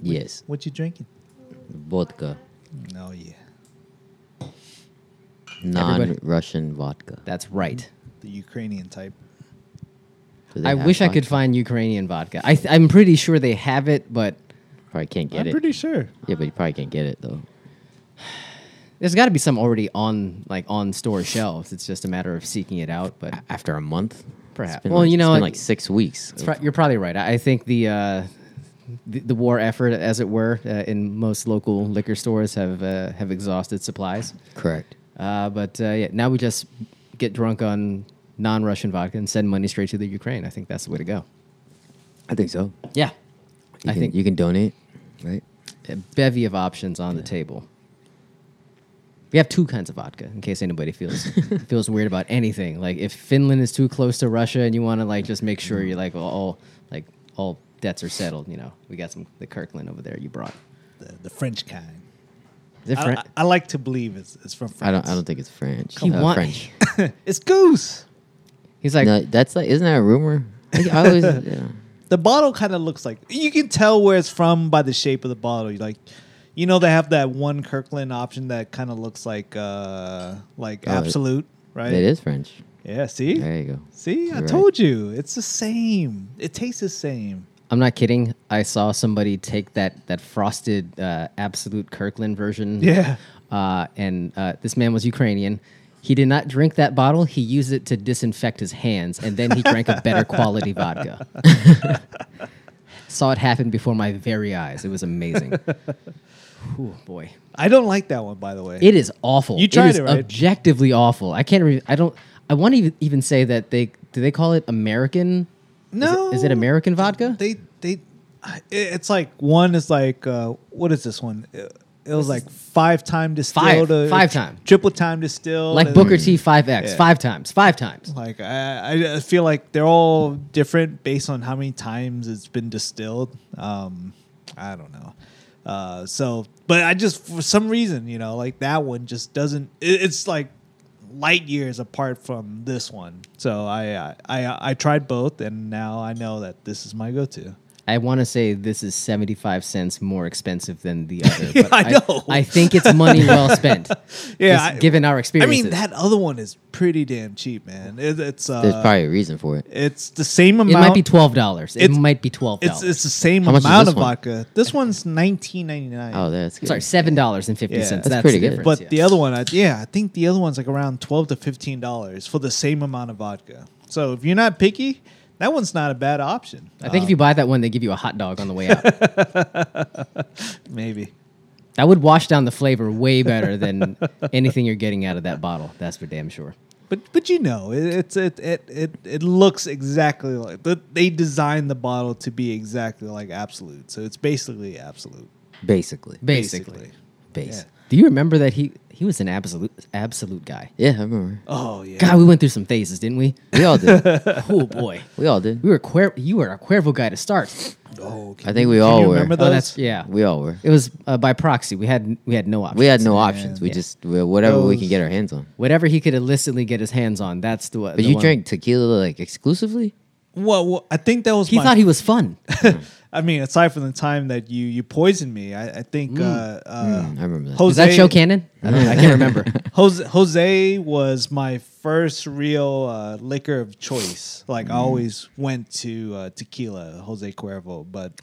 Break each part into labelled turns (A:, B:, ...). A: Yes.
B: What you drinking?
A: Vodka.
B: Oh yeah,
A: Non Russian vodka.
C: That's right.
B: the Ukrainian type.
A: Do they
C: I
A: have
C: wish I
A: vodka?
C: could find Ukrainian vodka. I th- I'm pretty sure they have it, but
A: Probably can't get
B: I'm
A: it.
B: pretty sure.
A: yeah, but you probably can't get it though.
C: there's got to be some already on like on store shelves. It's just a matter of seeking it out. But
A: A- After a month,
C: Perhaps.
A: It's been
C: Well,
A: like-
C: you know,
A: it's been
C: it-
A: like six weeks.
C: It's pro- you're probably right. I I think the, uh, the the war effort, as it were, uh, in most local liquor stores have uh, have exhausted supplies.
A: Correct.
C: Uh, but uh, yeah, now we just get drunk on non-Russian vodka and send money straight to the Ukraine. I think that's the way to go.
A: I think so. You
C: Yeah, I
A: can-
C: think
A: you can donate, right?
C: a bevy of options on the table. We have two kinds of vodka, in case anybody feels feels weird about anything. Like if Finland is too close to Russia, and you want to like just make sure
B: Mm-hmm.
C: you're like all like all debts are settled. You know, we got some the Kirkland over there you brought.
B: The, the French kind. I,
C: Different.
B: I, I like to believe it's, it's from France.
A: I don't. I don't think it's French.
C: He
A: Uh,
C: want-
A: French.
B: it's goose.
C: He's like,
A: no, that's like isn't that a rumor? I, I always. yeah.
B: The bottle kind of looks like you can tell where it's from by the shape of the bottle. You like, you know, they have that one Kirkland option that kind of looks like uh like
A: Oh, it-
B: absolute, right?
A: It is French.
B: Yeah. See.
A: There you go.
B: See, I
A: You're right.
B: told you, it's the same. It tastes the same.
C: I'm not kidding. I saw somebody take that that frosted uh, absolute Kirkland version.
B: Yeah.
C: Uh, and uh, this man was Ukrainian. He did not drink that bottle. He used it to disinfect his hands, and then he drank a better quality vodka. saw it happen before my very eyes. It was amazing. Whew, boy,
B: I don't like that one, by the way.
C: it is awful.
B: You tried
C: is
B: it, right?
C: Objectively awful. I can't. Re- I don't. I want to even, even say that they do they call it American. Is it-
B: no,
C: is it American vodka?
B: They they, I- it- it's like one is like uh, what is this one? It, it was like five time distilled, uh,
C: five
B: tri-
C: time.
B: triple time distilled,
C: like
B: and-
C: Booker T five X
B: Yeah.
C: five times, five times.
B: Like I, I feel like they're all different based on how many times it's been distilled. Um, I don't know. Uh, so, but I just for some reason, you know, like that one just doesn't. It, it's like light years apart from this one. So I, I, I, I tried both, and now I know that this is my go-to.
C: I want to say this is seventy five cents more expensive than the other. But
B: I know.
C: I, think it's money well spent.
B: Yeah,
C: just
B: I-
C: given our
B: I
C: experiences.
B: mean, that other one is pretty damn cheap, man. It, it's uh,
A: There's probably a reason for it.
B: it's the same
C: it
B: amount.
C: might be twelve dollars. It
B: It's-
C: might be twelve
B: It's
C: dollars.
B: it's the same
A: How much is
B: amount
A: this
B: of
A: one?
B: vodka. This one's nineteen ninety nine.
A: Oh, that's good.
C: Sorry, seven dollars and fifty
B: Yeah.
C: cents.
B: That's
C: That's,
A: pretty
C: the
A: good.
C: difference,
B: But
C: yeah.
B: the other one, I, yeah, I think the other one's like around twelve to fifteen dollars for the same amount of vodka. So if you're not picky, that one's not a bad option.
C: I think if you buy that one, they give you a hot dog on the way out.
B: Uh, Maybe
C: that would wash down the flavor way better than anything you're getting out of that bottle. That's for damn sure.
B: But but you know, it, it's it, it it it looks exactly like but they designed the bottle to be exactly like Absolute, so it's basically Absolute.
A: Basically.
C: Basically.
A: Base.
C: Do you remember that he he was an absolute absolute guy?
A: Yeah. I remember.
B: Oh yeah.
C: God, we went through some phases, didn't we?
A: We all did.
C: oh boy.
A: We all did.
C: We were Cuer- you were a Cuervo guy to start.
B: Oh,
A: I think we all
B: you
A: were.
B: remember
C: Oh,
B: those?
C: that's yeah.
A: We all were.
C: It was uh, by proxy. We had we had no options.
A: We had no options. We
C: Yeah.
A: just we- whatever we can
B: Those-
A: get our hands on.
C: whatever he could illicitly get his hands on. That's the one.
A: But you drank tequila like exclusively.
B: Well, well, I think that was
C: He
B: my
C: thought he was fun.
B: I mean, aside from the time that you you poisoned me, I, I think
C: Mm.
B: uh, uh,
A: I remember that.
C: Was
B: Jose
C: that show canon? I, don't know. I can't remember.
B: Jose, Jose was my first real uh, liquor of choice. Like
C: Mm.
B: I always went to uh, tequila, Jose Cuervo. But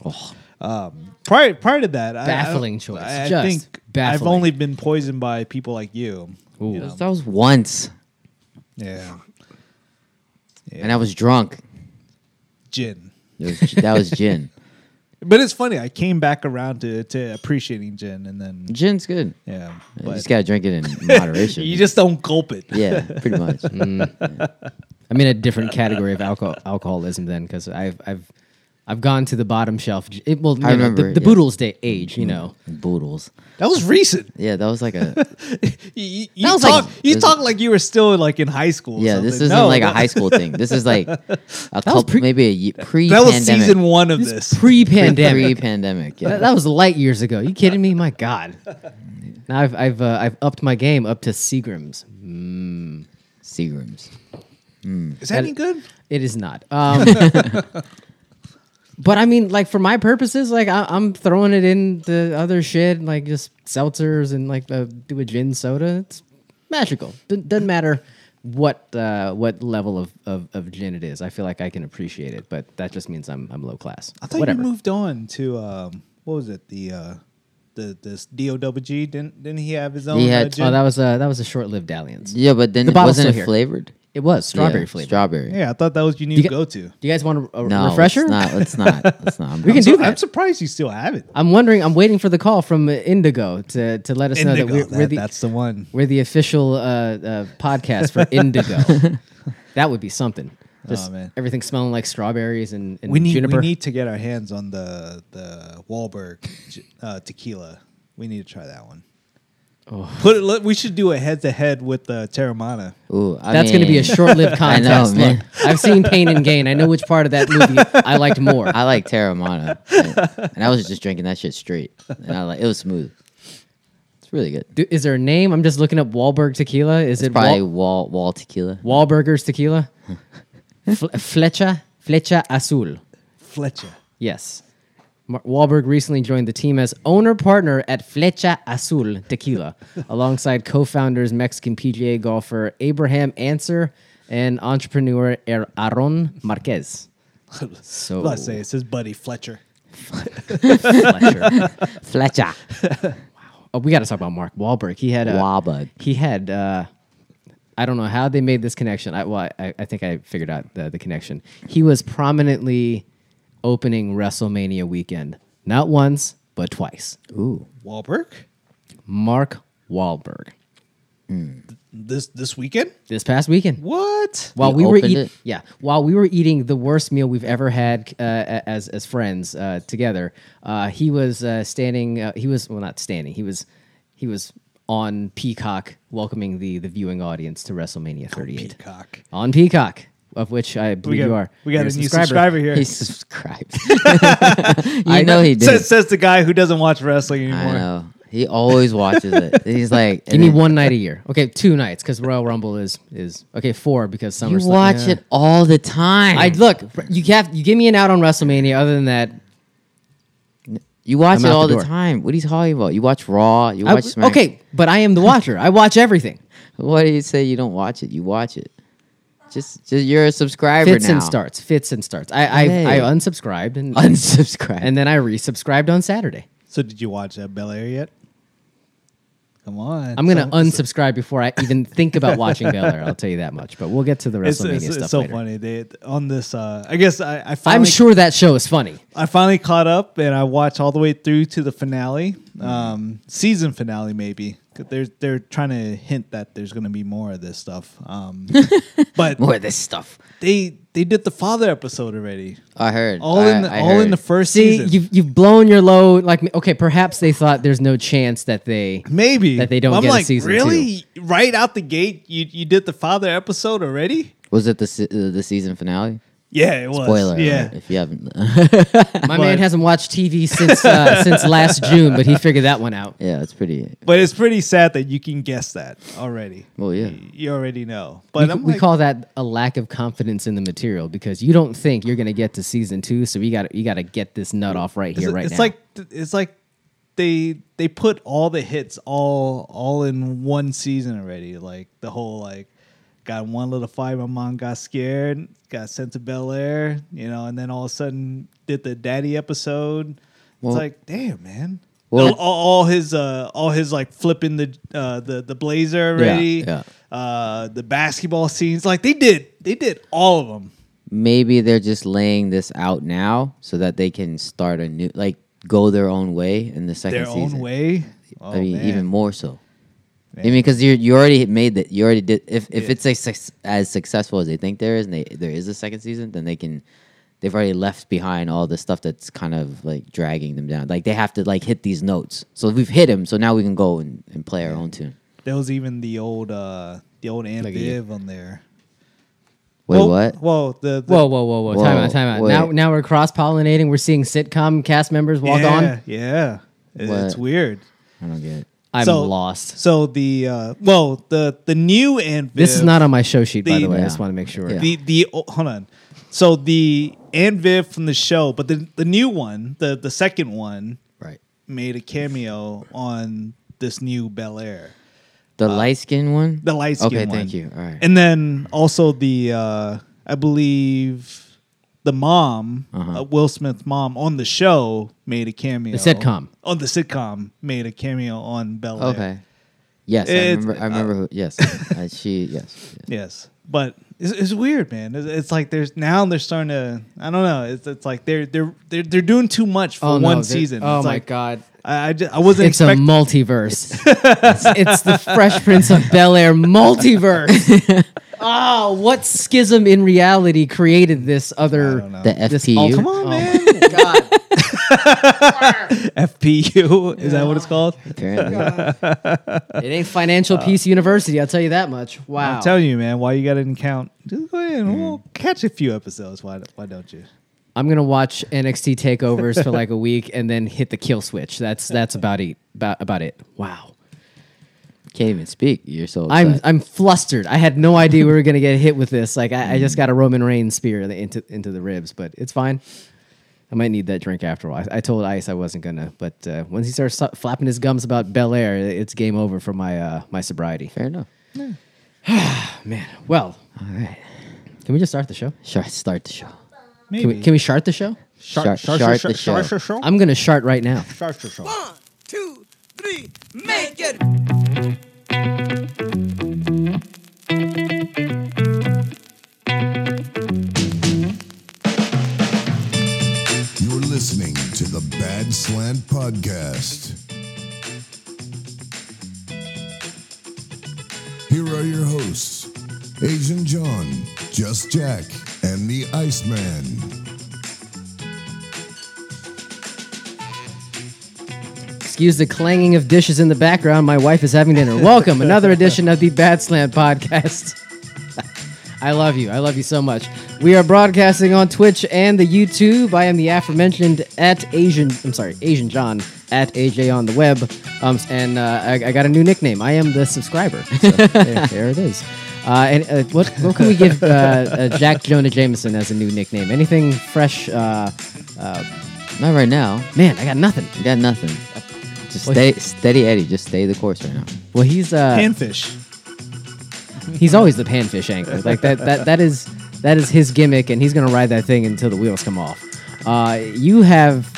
B: um, prior prior to that, I- I-
C: Oh. Baffling choice.
B: I, I
C: Just
B: think I've
C: baffling.
B: only been poisoned by people like you.
C: Ooh.
A: That was- That was once,
B: Yeah,
A: and I was drunk.
B: gin.
A: It was, that was gin.
B: But it's funny. I came back around to, to appreciating gin, and then
A: Gin's good.
B: yeah,
A: you just
B: but
A: gotta drink it in moderation.
B: you just don't gulp it.
A: yeah, pretty much.
C: I'm in a different category of alcohol alcoholism then because I've I've I've gone to the bottom shelf. j- It, well, you know,
A: I remember,
C: the, the
A: yeah.
C: boodles day age. You know,
A: Boodles.
B: That was recent.
A: Yeah, that was like a
B: You, you-
C: That
B: you
C: was
B: talk,
C: like-
B: you
A: this-
B: talk like you were still like in high school. or
A: yeah. This
B: something.
A: isn't
B: No,
A: like a
B: that-
A: high school thing. This is like a couple,
C: pre-
A: maybe a ye- pre.
B: That was season one of this.
C: pre-pandemic.
A: Pre-pandemic. Yeah.
C: That, that was light years ago. You kidding me? My God. Now I've I've uh, I've upped my game up to Seagrams.
A: Seagrams.
B: Is that any good?
C: It is not. Um, But I mean, like for my purposes, like I, I'm throwing it in the other shit, like just seltzers and like uh, do a gin soda. It's magical. D- doesn't matter what uh, what level of, of, of gin it is. I feel like I can appreciate it, but that just means I'm I'm low class.
B: I thought
C: Whatever.
B: you moved on to um, what was it? The uh, the this DOWG didn't didn't he have his own?
A: He
B: uh,
A: had-
B: gin?
C: oh, that was a that was a short lived dalliance.
A: Yeah, but then
C: The
A: it
C: bottle's
A: wasn't
C: still
A: it
C: here.
A: flavored?
C: It was strawberry
A: Yeah,
C: flavor.
A: Strawberry.
B: yeah, I thought that was your new
C: got-
B: go to.
C: Do you guys want a, a
A: No,
C: refresher?
A: It's not. It's not. It's not. I'm-
C: We can
A: I'm
C: do
B: I'm
C: that.
B: surprised you still have it.
C: I'm wondering. I'm waiting for the call from uh, Indigo to to let us know that
B: Indigo,
C: we're, we're
B: that-
C: the
B: that's the one.
C: We're the official uh, uh, podcast for Indigo. that would be something. Just
B: Oh, man.
C: everything smelling like strawberries and, and
B: We need
C: juniper.
B: we need to get our hands on the the Wahlberg j- uh, tequila. We need to try that one.
C: Oh.
B: Put it. Let, we should do a head to head with uh, the Terramana.
A: Ooh, I
C: That's going to be a
A: mean,
C: short-lived
A: I know,
C: contest. Look,
A: man.
C: I've seen Pain and Gain. I know which part of that movie I liked more.
A: I like Terramana, and, and I was just drinking that shit straight, and I like it was smooth. It's really good.
C: Do- is there a name? I'm just looking up Wahlberg tequila. Is it
A: Probably
C: Wal-
A: wall wall tequila.
C: Wahlberger's tequila? Fle- Flecha Flecha Azul.
B: Fletcher.
C: Yes. Mark Wahlberg recently joined the team as owner partner at Flecha Azul Tequila, alongside co founders Mexican PGA golfer Abraham Answer and entrepreneur Er- Aaron Marquez. So,
B: Let's say it says Buddy Fletcher.
C: Fletcher.
A: Fletcher.
C: oh, we got to talk about Mark Wahlberg. He had a.
A: Wahlberg.
C: He had. Uh, I don't know how they made this connection. I, well, I, I think I figured out the, the connection. He was prominently opening WrestleMania weekend, not once, but twice.
A: Ooh.
B: Wahlberg.
C: Mark Wahlberg
B: This this weekend.
C: this past weekend.
B: What?
C: While
A: He
C: we were
A: opened
C: eating,
A: it?
C: yeah, while we were eating the worst meal we've ever had uh, a- as as friends uh, together, uh, he was uh, standing. Uh, he was well, not standing. He was he was on Peacock welcoming the the viewing audience to WrestleMania 38
B: Peacock.
C: on Peacock, of which I believe
B: got,
C: you are.
B: We got
C: You're
B: a new subscriber here.
A: He subscribed. I know he did.
B: says, says the guy who doesn't watch wrestling
A: I
B: anymore.
A: know. He always watches it. He's like,
C: Give me one night a year. Okay, two nights because Royal Rumble is is okay four because
A: You
C: SummerSlam.
A: watch it all the time.
C: I look. You have you give me an out on WrestleMania. Other than that,
A: you watch
C: I'm
A: it
C: out
A: all
C: the
A: the,
C: door.
A: time. What are you talking about? You watch Raw. You
C: I-
A: watch SmackDown.
C: okay, but I am the watcher. I watch everything.
A: What do you say? You don't watch it. You watch it. Just, just you're a subscriber
C: Fits
A: now.
C: and starts. Fits and starts. I I,
A: Hey.
C: I unsubscribed and
A: Unsubscribe.
C: and then I resubscribed on Saturday.
B: So did you watch that Bel Air yet? Come on.
C: I'm gonna
B: Some-
C: unsubscribe before I even think about watching Bel Air. I'll tell you that much. But we'll get to the WrestleMania
B: It's, it's,
C: stuff
B: it's so
C: later.
B: funny. They on this. Uh, I guess I. I finally,
C: I'm sure that show is funny.
B: I finally caught up, and I watched all the way through to the finale, um, season finale, maybe. 'Cause They're they're trying to hint that there's gonna be more of this stuff. Um, but
A: more of this stuff.
B: they they did the father episode already.
A: I heard.
B: All
A: I,
B: in the,
A: I
B: all in the
A: heard.
B: first
C: See,
B: season.
C: you've you've blown your load. Like, me- okay, perhaps they thought there's no chance that they
B: Maybe
C: that they don't
B: I'm
C: get a
B: like,
C: season
B: really? Right out the gate, you you did the father episode already?
A: Was it the se- uh, the season finale?
B: Yeah, it was.
A: Spoiler.
B: Yeah,
A: alert, If you haven't.
C: My man hasn't watched TV since uh, since last June, but he figured that one out.
A: yeah, it's pretty.
B: but it's pretty sad that you can guess that already.
A: Well, yeah.
B: You already know. But
C: we,
B: I'm
C: we
B: like,
C: call that a lack of confidence in the material because you don't think you're going to get to season two, so you got you got to get this nut off right
B: it's,
C: here, right
B: it's
C: now.
B: like it's like they they put all the hits all all in one season already. Like the whole like got one little fight, my mom got scared, got sent to Bel Air, you know, and then all of a sudden did the daddy episode.
A: Well-
B: it's like, damn, man.
A: Well-
B: all, all his uh, all his like flipping the uh, the the blazer already,
A: yeah.
B: Uh, the basketball scenes like they did they did all of them.
A: Maybe they're just laying this out now so that they can start a new, like, go their own way in the second
B: their
A: season.
B: own way. Oh,
A: I mean,
B: man.
A: even more so. I mean, because you you already made that. You already did. If if it's a, suc- as successful as they think there is, and they, there is a second season, then they can. They've already left behind all the stuff that's kind of like dragging them down. Like they have to like hit these notes. So we've hit them. So now we can go and, and play our own tune.
B: there was even the old uh the old Aunt
C: Look at you.
B: Viv on there.
A: Wait,
B: well,
A: what?
B: Well, the, the
C: whoa, whoa, whoa, whoa, Time
A: Whoa,
C: out, time out.
A: wait.
C: Now, now we're cross pollinating. We're seeing sitcom cast members walk
B: yeah,
C: on.
B: Yeah, It- it's
A: What?
B: weird.
A: I don't get it.
C: I'm
B: So-
C: lost.
B: So the uh, well, the the new Anviv.
C: This is not on my show sheet, by
B: The-
C: the way. I
B: Yeah.
C: just want to make sure.
A: Yeah.
B: the the oh, hold on. So the Anviv from the show, but the the new one, the the second one,
A: Right.
B: made a cameo on this new Bel Air,
A: The light skin one.
B: Uh, the light skin
A: Okay,
B: one.
A: thank you. All right.
B: And then also the uh, I believe the mom, uh Will Smith's mom, on the show made a cameo.
C: Uh-huh. The sitcom.
B: on the sitcom made a cameo on Bel Air.
A: okay. Yes, I
B: It's- uh,
A: remember. I remember who. Yes, uh, she. Yes. yes.
B: Yes, but it's, it's weird, man. It's, it's like there's now they're starting to. I don't know. It's, it's like they're they're they're they're doing too much for
C: Oh,
B: one
C: no, thi-
B: season.
C: Oh
B: it's
C: my
B: like,
C: god.
B: I I, just, I wasn't
C: It's a
B: expecting.
C: multiverse. it's, it's the Fresh Prince of Bel Air multiverse. oh, what schism in reality created this other?
B: I don't know.
A: The
C: This,
A: FPU.
C: oh,
B: Come on, man.
C: my god.
B: FPU is that what it's called?
A: Apparently.
C: It ain't Financial Peace University, I'll tell you that much. Wow. Hmm.
B: I'm telling you, man. Why you got to count? Just go ahead and we'll catch a few episodes. Why why don't you?
C: I'm gonna watch NXT takeovers for like a week and then hit the kill switch. That's that's about it. About, about it. Wow.
A: Can't even speak. You're so. Upset.
C: I'm I'm flustered. I had no idea we were gonna get hit with this. Like I, I just got a Roman Reigns spear into into the ribs, but it's fine. I might need that drink after a while. I told Ice I wasn't gonna, but uh, once he starts su- flapping his gums about Bel Air, it's game over for my uh, my sobriety.
A: Fair enough.
C: Man, well,
A: All right.
C: can we just start the show?
A: Sure. Start the show.
B: Maybe.
C: Can we can we shart the show?
A: Shart, shart, the show.
C: I'm gonna shart right now.
D: One, two, three, make it.
E: You're listening to the Bad Slant Podcast. Here are your hosts Asian John, Just Jack, and the Iceman.
C: Excuse the clanging of dishes in the background. My wife is having dinner. Welcome, another edition of the Bad Slant Podcast. I love you. I love you so much. We are broadcasting on Twitch and the YouTube. I am the aforementioned at Asian. I'm sorry, Asian John at AJ on the web. Um, and uh, I, I got a new nickname. I am the subscriber. So there, there it is. Uh, and uh, what what can we give uh, uh, Jack Jonah Jameson as a new nickname? Anything fresh? Uh,
A: Not right now.
C: man, I got nothing.
A: You got nothing. Just steady, steady Eddie. Just stay the course right now.
C: Well, he's uh,
B: Panfish.
C: he's always the panfish anchor. Like that that that is that is his gimmick, and he's gonna ride that thing until the wheels come off. Uh, you have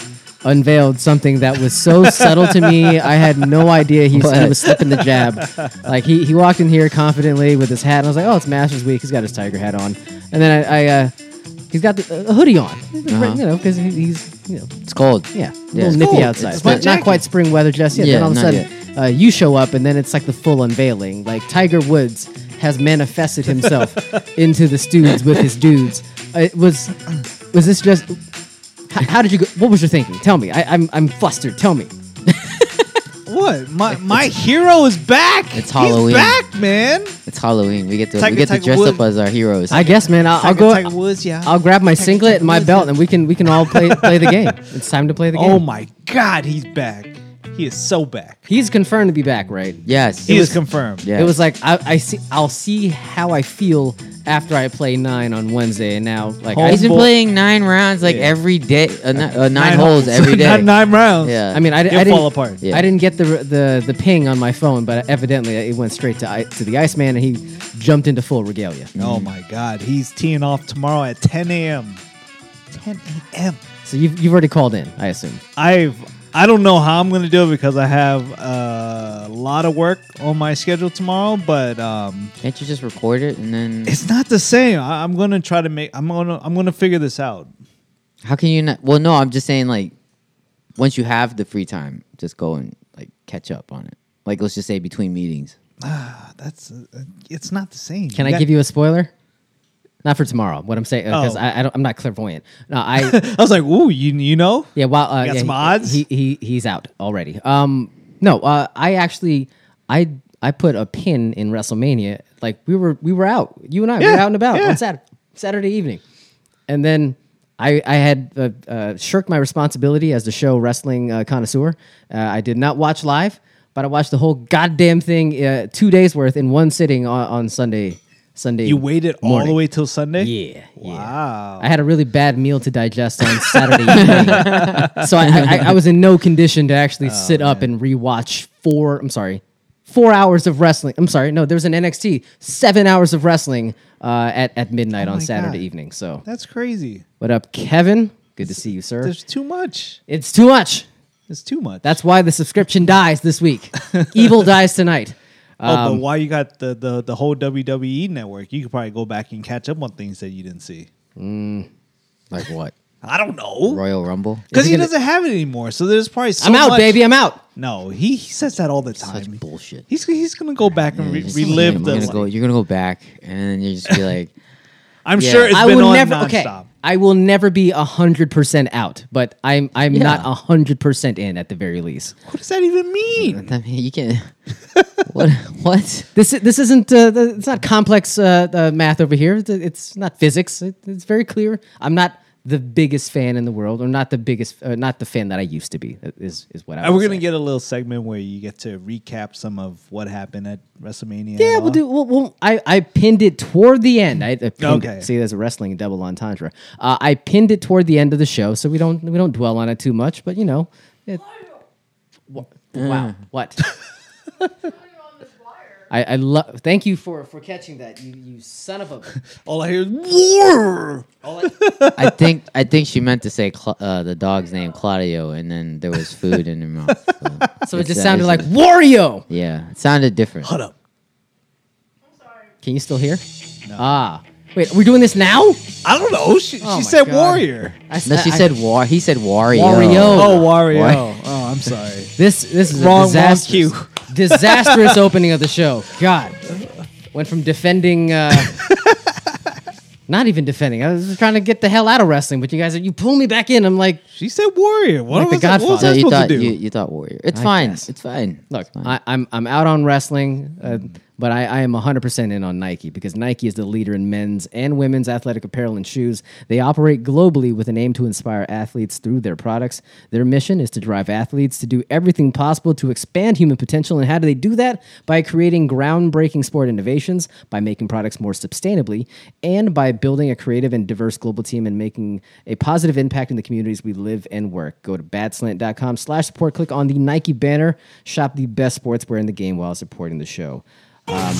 C: unveiled something that was so subtle to me. I had no idea he's, he
A: What?
C: was slipping the jab. Like he, he walked in here confidently with his hat, and I was like, oh, it's Masters Week. He's got his tiger hat on, and then I, I uh, he's got the, uh, a hoodie on, you know, because he, he's you know
A: It's cold.
C: yeah, a
A: Yeah.
C: little nippy
A: Cool.
C: outside.
A: It's
C: But
A: my
C: not
A: jacket.
C: quite spring weather just yet.
A: Yeah,
C: then all of a
A: not
C: sudden, uh, you show up, and then it's like the full unveiling. Like Tiger Woods has manifested himself into the studs with his dudes. Uh, It was was this just? How, how did you go? What was your thinking? Tell me. I, I'm I'm flustered. Tell me.
B: What? My my hero is back.
A: It's Halloween.
B: He's back, man.
A: It's Halloween. We get to
B: Tiger-
A: we get to
B: Tiger
A: dress up
B: Woods.
A: as our heroes.
C: I guess, man. I'll, I'll
B: Tiger-
C: go.
B: Tiger Woods, yeah.
C: I'll grab my singlet and my belt, and we can we can all play play the game. It's time to play the game.
B: oh my God, he's back. He is so back.
C: He's confirmed to be back, right?
A: yes.
B: He
A: It
B: is
A: was-
B: confirmed.
A: Yeah.
C: It was like I, I see. I'll see how I feel after I play nine on Wednesday, and now like I,
A: He's been
B: Homeboy-
A: playing nine rounds like
B: Yeah.
A: every day. Uh, ni- uh, nine, holes every day.
B: nine, nine rounds.
A: Yeah.
C: I mean, I, di-
B: It'll
C: I didn't
B: fall apart.
A: Yeah.
C: I didn't get the the the ping on my phone, but evidently it went straight to I, to the Iceman, and he jumped into full regalia.
B: Oh my God, he's teeing off tomorrow at 10 a.m. 10 a.m.
C: So you've you've already called in, I assume.
B: I've I don't know how I'm gonna do it because I have uh, a lot of work on my schedule tomorrow, but um,
A: Can't you just record it and then?
B: it's not the same. I, I'm gonna try to make. I'm gonna I'm gonna figure this out.
A: How can you not? Well, no, I'm just saying like, once you have the free time, just go and like catch up on it. Like let's just say between meetings.
B: That's uh, it's not the same.
C: Can I give you a spoiler? Not for tomorrow. What I'm saying because
B: Oh.
C: I, I don't, I'm not clairvoyant. No, I
B: I was like, ooh, you you know,
C: Yeah, well, uh,
B: You got
C: yeah,
B: some
C: he-
B: odds?
C: He, he he's out already. Um, no, uh, I actually, I I put a pin in WrestleMania. Like we were we were out. You and I we were
B: Yeah,
C: out and about
B: yeah.
C: on Saturday, Saturday evening, and then I I had uh, uh, shirked my responsibility as the show wrestling uh, connoisseur. Uh, I did not watch live. But I watched the whole goddamn thing, uh, two days worth in one sitting on, on Sunday. Sunday.
B: You waited all the
C: morning.
B: way till Sunday?
C: Yeah.
B: Wow.
C: I had a really bad meal to digest on Saturday evening, so I, I, I was in no condition to actually sit up and rewatch four. I'm sorry, four hours of wrestling. I'm sorry, no, there was an NXT seven hours of wrestling uh, at at midnight on
B: Oh my
C: Saturday
B: God.
C: evening. So
B: That's crazy.
C: what up, Kevin? Good to see you, sir.
B: There's too much.
C: It's too much.
B: It's too much.
C: That's why the subscription dies this week. Evil dies tonight.
B: oh,
C: um,
B: but why you got the, the the whole WWE network? You could probably go back and catch up on things that you didn't see.
A: Like what?
B: I don't know
A: Royal Rumble?
B: because
C: Is he
B: he
C: gonna-
B: doesn't have it anymore. So there's probably so
C: I'm out,
B: much-
C: baby. I'm out.
B: No, he, he says that all the time.
A: Such bullshit.
B: He's he's gonna go back and
A: Yeah,
B: re-
A: just-
B: relive
A: you're
B: the.
A: gonna go, You're gonna go back, and then you just be like,
B: I'm
A: Yeah.
B: sure it's
C: I
B: been
C: will
B: on
C: never.
B: nonstop.
C: Okay, I will never be hundred percent out, but I'm I'm not
A: Yeah.
C: not hundred percent in at the very least.
B: What does that even mean?
A: I mean, you can't. what? What?
C: This i- this isn't uh, the, it's not complex uh, uh, math over here. It's, it's not physics. It, it's very clear. I'm not the biggest fan in the world, or not the biggest, uh, not the fan that I used to be. uh, Is is what I.
B: And Uh,
C: would
B: we're gonna
C: say.
B: get a little segment where you get to recap some of what happened at WrestleMania.
C: Yeah,
B: and
C: we'll
B: all.
C: do. We'll, we'll, I, I pinned it toward the end. I, I pinned
B: Okay.
C: it. See, there's a wrestling double entendre. Uh, I pinned it toward the end of the show, so we don't we don't dwell on it too much. But you know, it, Wha- wow, what? I, I love. Thank you for for catching that. You you son of a.
B: All I hear is war.
C: All I-
A: I think I think she meant to say Cla- uh, the dog's name Claudio, and then there was food in her mouth. So,
C: so it
A: it's-
C: just
A: uh,
C: sounded
A: it's-
C: like Wario.
A: yeah, it sounded different.
B: Shut up.
C: Can you still hear? Ah, wait, we're doing this now.
B: I don't know. She,
C: Oh my
B: she said
C: God.
B: warrior.
C: I,
A: No, she
C: I-
A: said war. He said Wario.
C: Wario.
B: Oh, Wario.
A: Why?
B: Oh, I'm sorry.
C: This this is
B: Wrong-
C: a
B: wrong
C: disastrous,
B: cue.
C: disastrous opening of the show. God, went from defending, uh, not even defending. I was just trying to get the hell out of wrestling, but you guys, are, you pull me back in. I'm like,
B: She said warrior. What,
C: Like the
B: was, I- what was
C: Godfather.
A: So
B: I
A: you
B: supposed
A: thought
B: to do?
A: you, you thought warrior. It's
C: I
A: fine.
C: guess.
A: It's fine.
C: look,
A: It's fine.
C: I, I'm I'm out on wrestling, uh, but I, I am 100 percent in on Nike because Nike is the leader in men's and women's athletic apparel and shoes. They operate globally with an aim to inspire athletes through their products. Their mission is to drive athletes to do everything possible to expand human potential. And how do they do that? By creating groundbreaking sport innovations, by making products more sustainably, and by building a creative and diverse global team and making a positive impact in the communities we live and work. Go to badslant.com slash support, click on the Nike banner, shop the best sportswear in the game while supporting the show. Um,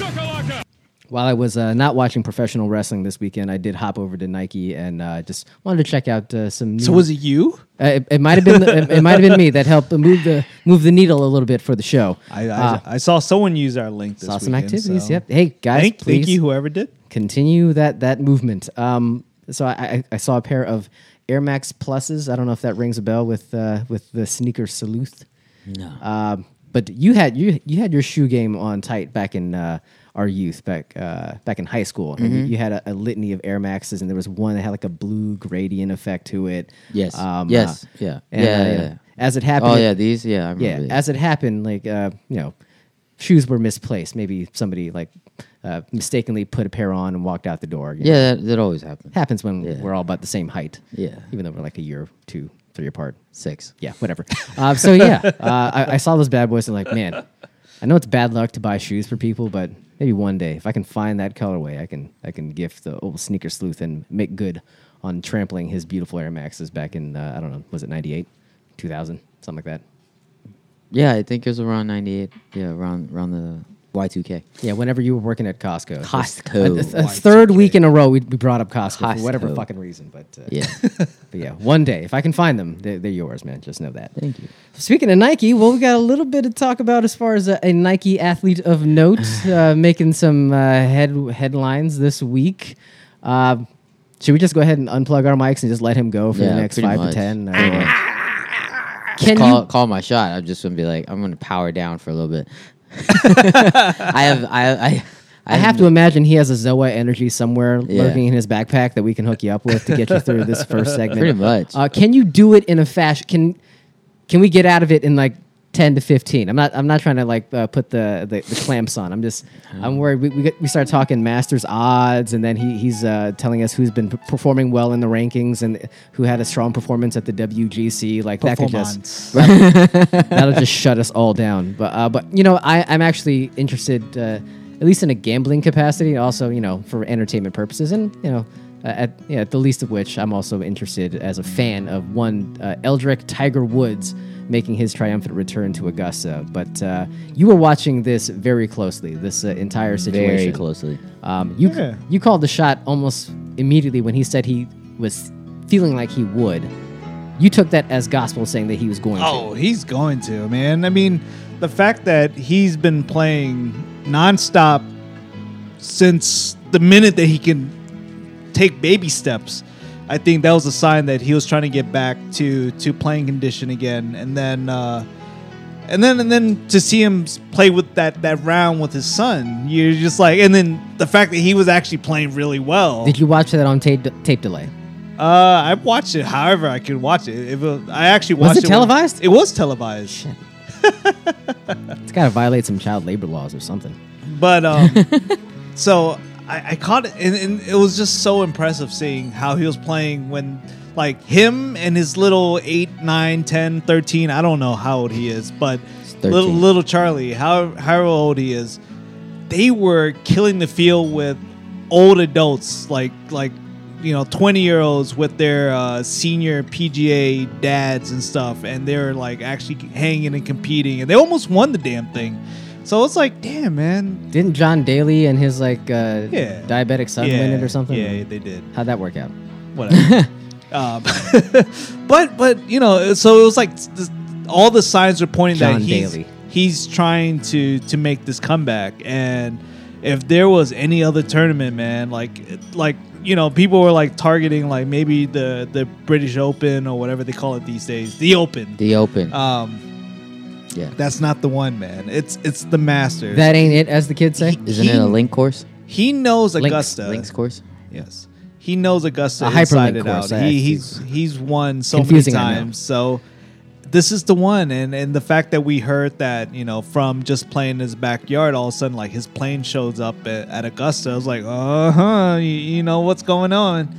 C: while I was uh, not watching professional wrestling this weekend, I did hop over to Nike and uh, just wanted to check out uh, some. New
B: So was it you?
C: Uh, it, it might have been it, it might have been me that helped move the move the needle a little bit for the show.
B: I, I,
C: Uh,
B: I saw someone use our link. This
C: saw some
B: weekend,
C: activities.
B: so-
C: Yep. Hey guys,
B: Thank,
C: please
B: thank you, whoever did.
C: continue that that movement. Um, so I, I, I saw a pair of Air Max Pluses. I don't know if that rings a bell with uh, with the sneaker sleuth. No. Um, but you had you you had your shoe game on tight back in uh, our youth, back uh, back in high school. And
A: Mm-hmm.
C: you, you had a, a litany of Air Maxes, and there was one that had like a blue gradient effect to it.
A: Yes.
C: uh,
A: Yes. Yeah.
C: and,
A: Yeah,
C: uh,
A: yeah,
C: you know,
A: yeah.
C: As it happened,
A: oh
C: it-
A: yeah, these. Yeah, I remember.
C: yeah,
A: these.
C: as it happened, like uh, you know, shoes were misplaced. Maybe somebody like uh, mistakenly put a pair on and walked out the door. you know.
A: yeah, that, that always happens.
C: happens when
A: Yeah.
C: we're all about the same height.
A: Yeah.
C: even though we're like a year, two, three apart.
A: Six.
C: Yeah, whatever. uh, so yeah, uh, I, I saw those bad boys and like, man, I know it's bad luck to buy shoes for people, but maybe one day if I can find that colorway, I can I can gift the old sneaker sleuth and make good on trampling his beautiful Air Maxes back in uh, I don't know, was it ninety eight, two thousand, something like that.
A: Yeah, I think it was around '98. Yeah, around around the Y two K.
C: Yeah, whenever you were working at Costco. Just-
A: Costco.
C: A, a- a
A: Y2K.
C: third week in a row, we, we brought up Costco, for whatever
A: Costco.
C: fucking reason. But, uh,
A: Yeah.
C: but yeah, one day, if I can find them, they're, they're yours, man. Just know that.
A: Thank you.
C: Speaking of Nike, well, we got a little bit to talk about as far as a, a Nike athlete of note uh, making some uh, head headlines this week. Uh, should we just go ahead and unplug our mics and just let him go for
A: Yeah,
C: the next
A: pretty
C: five
A: much.
C: to ten? Uh,
A: Pretty much.
C: can
A: call
C: you?
A: call my shot. I'm just gonna be like, I'm gonna power down for a little bit. I have I I,
C: I have to imagine he has a Zoa energy somewhere
A: Yeah.
C: lurking in his backpack that we can hook you up with to get you through this first segment.
A: Pretty much.
C: Uh, can you do it in a fashion? Can Can we get out of it in like ten to fifteen. I'm not. I'm not trying to like uh, put the, the the clamps on. I'm just. I'm worried. We we, get, we start talking masters odds, and then he he's uh, telling us who's been p- performing well in the rankings and who had a strong performance at the WGC. Like that could just
B: Performance.
C: that'll just shut us all down. But uh, but you know, I I'm actually interested, uh, at least in a gambling capacity, also you know for entertainment purposes, and you know. Uh, at, yeah, at the least of which, I'm also interested as a fan of one uh, Eldrick Tiger Woods making his triumphant return to Augusta. But uh, you were watching this very closely, this uh, entire situation.
A: Very closely.
C: Um, you
B: Yeah.
C: you called the shot almost immediately when he said he was feeling like he would. You took that as gospel, saying that he was going to.
B: Oh, he's going to, man. I mean, the fact that he's been playing nonstop since the minute that he can take baby steps, I think that was a sign that he was trying to get back to to playing condition again. And then, uh, and then, and then to see him s- play with that that round with his son, you're just like, and then the fact that he was actually playing really well.
C: Did you watch that on tape, tape delay?
B: Uh, I watched it however I could watch it. If it I actually
C: Was
B: watched
C: it
B: it when-
C: televised?
B: it was televised.
C: It's got to violate some child labor laws or something.
B: But um, so I, I caught it, and, and it was just so impressive seeing how he was playing when, like, him and his little 8, 9, 10, 13, I don't know how old he is, but little,
A: 13.
B: little Charlie, how, how old he is, they were killing the field with old adults, like, like, you know, 20 year olds with their uh, senior PGA dads and stuff, and they're like actually hanging and competing, and they almost won the damn thing. So it's like, damn, man,
C: Didn't John Daly and his like uh,
B: Yeah.
C: diabetic son win it or something?
B: Yeah, they did.
C: How'd that work out?
B: Whatever. um, but but you know, so it was like this, all the signs were pointing that
C: John
B: he's
C: Daly.
B: he's trying to to make this comeback. And if there was any other tournament, man, like like you know, people were like targeting like maybe the the British Open or whatever they call it these days, the Open.
A: The open.
B: um,
A: yeah.
B: that's not the one, man. It's it's the Masters.
C: That ain't it, as the kids say.
A: Isn't it a link course?
B: he knows
C: Links-
B: Augusta.
A: Links course?
B: Yes, he knows Augusta
C: A hyperlink
B: inside and
C: course,
B: out.
C: I
B: He, he's
C: actually-
B: he's won so
C: Confusing, I
B: many
C: know.
B: times. So this is the one, and and the fact that we heard that you know from just playing in his backyard, all of a sudden like his plane shows up at, at Augusta. I was like, uh huh, you, you know what's going on.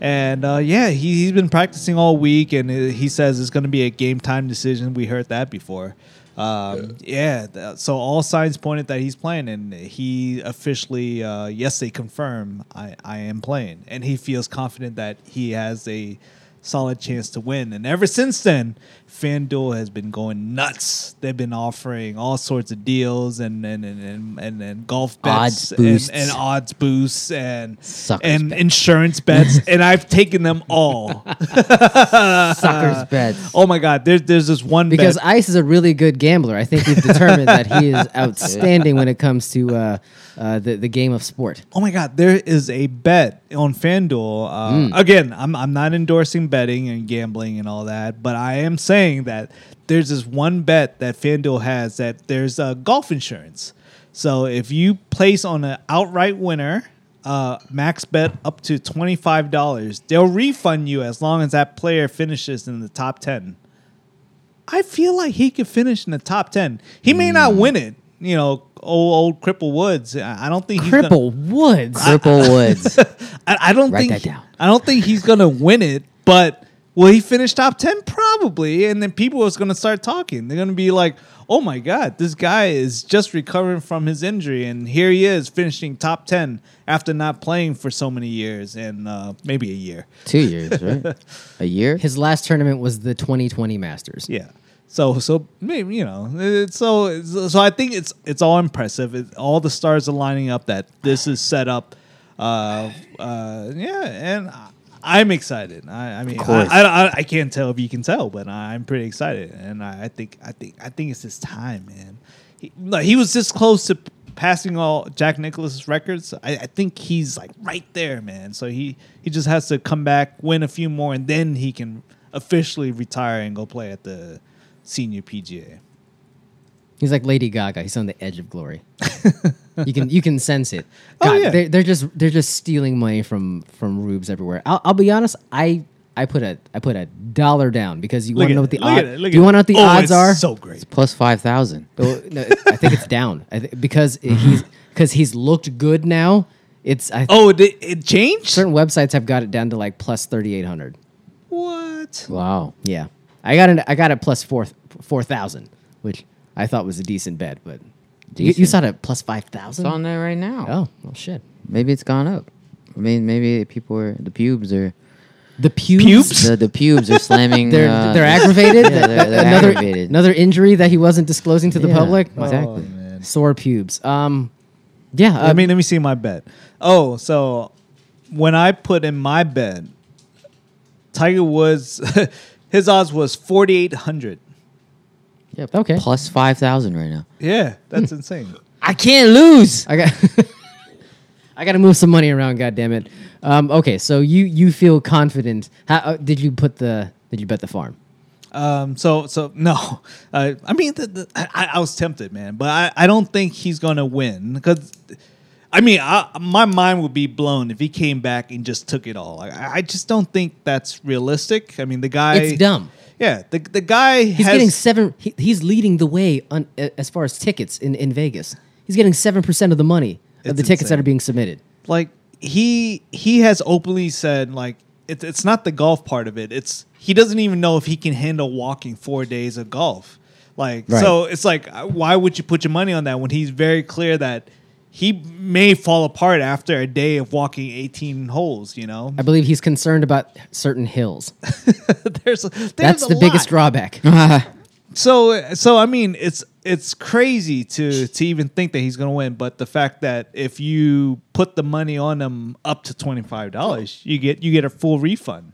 B: And uh, yeah, he, he's been practicing all week, and uh, he says it's going to be a game time decision. We heard that before. Um, yeah, th- so all signs pointed that he's playing, and he officially, uh, yes, they confirm I, I am playing, and he feels confident that he has a solid chance to win. And ever since then, FanDuel has been going nuts. They've been offering all sorts of deals and and and and, and, and golf
A: Odds
B: bets and,
A: boosts.
B: and odds boosts and
A: Suckers
B: and
A: bet.
B: insurance bets, and I've taken them all. Uh,
A: Suckers bets.
B: oh my god, there's there's this one
C: Because
B: bet.
C: Ice is a really good gambler. I think we've determined that he is outstanding when it comes to uh, uh, the, the game of sport.
B: oh my god, there is a bet on FanDuel. Uh, Again, I'm I'm not endorsing betting and gambling and all that, but I am saying that there's this one bet that FanDuel has that there's uh, golf insurance. So if you place on an outright winner. Uh, max bet up to twenty five dollars. They'll refund you as long as that player finishes in the top ten. I feel like he could finish in the top ten. He may not win it, you know. Old old Cripple Woods. I I don't think he's gonna-
C: Cripple Woods.
A: Cripple Woods.
B: I, I don't
A: Write that
B: think
A: down.
B: I don't think he's gonna win it, but will he finish top ten? Probably. And then people are gonna start talking. They're gonna be like, "Oh my god, this guy is just recovering from his injury, and here he is finishing top ten after not playing for so many years and uh, maybe a year."
A: Two years, right? A year?
C: His last tournament was the 2020 Masters.
B: Yeah. So so maybe you know it- so so I think it's it's all impressive. It, all the stars are lining up that this is set up. Uh, uh, yeah, and I- I'm excited. I, I mean,
A: course.
B: I, I, I I can't tell if you can tell, but I'm pretty excited, and I, I think I think I think it's his time, man. He, like, he was this close to passing all Jack Nicholas records. I, I think he's like right there, man. So he he just has to come back, win a few more, and then he can officially retire and go play at the senior PGA.
C: He's like Lady Gaga. He's on the edge of glory. you can you can sense it.
B: Oh,
C: God,
B: yeah.
C: they're, they're just they're just stealing money from from rubes everywhere. I'll, I'll be honest. I I put a I put a dollar down because you
B: Look
C: want to
B: at
C: know
B: it, look at
C: what the odds.
B: it,
C: Do
B: look
C: you
B: at
C: want to know
B: it.
C: what the
B: Oh,
C: odds
B: it's
C: are?
B: So great.
A: Plus five thousand.
C: Oh, no, I think it's down I th- because he's because he's looked good now. It's I
B: Oh, it, it changed.
C: certain websites have got it down to like plus thirty eight hundred.
B: What?
A: Wow.
C: Yeah, I got it. I got it plus four four thousand, which I thought was a decent bet, but you- You,
A: Decent.
C: saw it at plus five
A: It's on
C: thousand.
A: there right now.
C: Oh well, shit.
A: Maybe it's gone up. I mean, maybe people are the pubes are
C: The pubes.
B: Pubes?
A: the, the pubes are slamming.
C: They're
A: uh,
C: they're
A: the-
C: aggravated.
A: Yeah, they're, they're
C: another
A: aggravated.
C: another injury that he wasn't disclosing to the
A: Yeah,
C: public.
A: Exactly.
C: Sore pubes. Um, yeah.
B: I mean, let me see my bet. Oh, so when I put in my bet, Tiger Woods, his odds was forty eight hundred.
A: Yep.
C: uh, Okay.
A: Plus five thousand right now.
B: Yeah, that's insane.
A: I can't lose.
C: I got I got to move some money around. God damn it. Um, okay, so you you feel confident? How uh, did you put the? Did you bet the farm?
B: Um, so so no, uh, I mean, the, the, I, I was tempted, man, but I, I don't think he's gonna win because. I mean, I, my mind would be blown if he came back and just took it all. I, I just don't think that's realistic. I mean, the guy.
C: It's dumb.
B: Yeah, the, the guy
C: He's
B: has.
C: getting seven. He, he's leading the way on a- as far as tickets in, in Vegas. He's getting seven percent of the money of
B: It's
C: the tickets that
B: insane.
C: are being submitted.
B: like he he has openly said like it's it's not the golf part of it. It's he doesn't even know if he can handle walking four days of golf. Like so, it's like uh, why would you put your money on that when he's very clear that he may fall apart after a day of walking eighteen holes. You know,
C: I believe he's concerned about certain hills.
B: there's, there's
C: That's
B: a
C: the biggest
B: lot.
C: drawback.
B: So so I mean it's it's crazy to to even think that he's going to win, but the fact that if you put the money on him up to twenty five dollars, you get you get a full refund.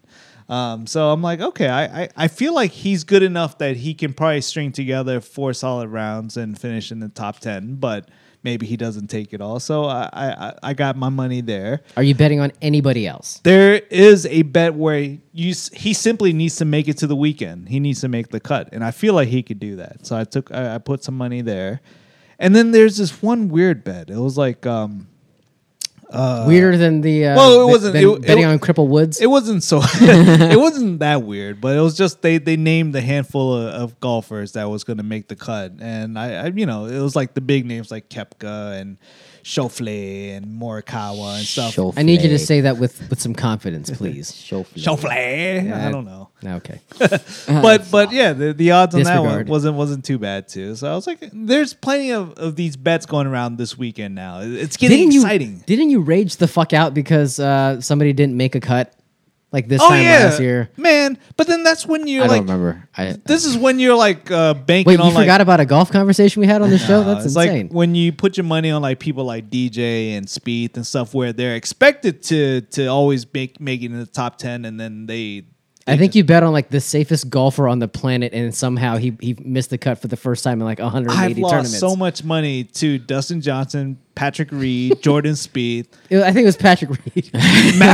B: Um, so I'm like, okay, I, I I feel like he's good enough that he can probably string together four solid rounds and finish in the top ten, but maybe he doesn't take it all. So I I, I got my money there.
C: Are you betting on anybody else?
B: There is a bet where you s- he simply needs to make it to the weekend. He needs to make the cut, and I feel like he could do that. So I took I, I put some money there, and then there's this one weird bet. It was like um,
C: Weirder than the uh,
B: well, it
C: be-
B: wasn't-
C: than
B: it- it-
C: betting on Cripple Woods.
B: it wasn't so it wasn't that weird, but it was just they they named the handful of, of golfers that was going to make the cut, and I, I you know it was like the big names like Kepka and Schauffele and Morikawa and stuff.
A: Schauffele.
C: I need you to say that with with some confidence, please.
B: Schauffele, I don't know.
C: Okay.
B: but but yeah, the, the odds on that one
C: Disregard.
B: wasn't wasn't too bad too. So I was like, there's plenty of, of these bets going around this weekend now. It's getting
C: didn't
B: exciting.
C: You, didn't you rage the fuck out because uh, somebody didn't make a cut like this
B: oh
C: time
B: yeah,
C: last year?
B: man. But then that's when you're
A: I
B: like,
A: don't remember. I,
B: this is when you're like uh, banking
C: Wait, you
B: on like.
C: forgot about a golf conversation we had on the show?
B: uh,
C: That's
B: it's
C: insane.
B: like when you put your money on like people like DJ and Speed and stuff, where they're expected to to always make make it in the top ten, and then they.
C: I think you bet on like the safest golfer on the planet, and somehow he, he missed the cut for the first time in like 180
B: I've lost
C: tournaments.
B: so much money to Dustin Johnson, Patrick Reed, Jordan Speed,
C: It was- I think it was Patrick Reed.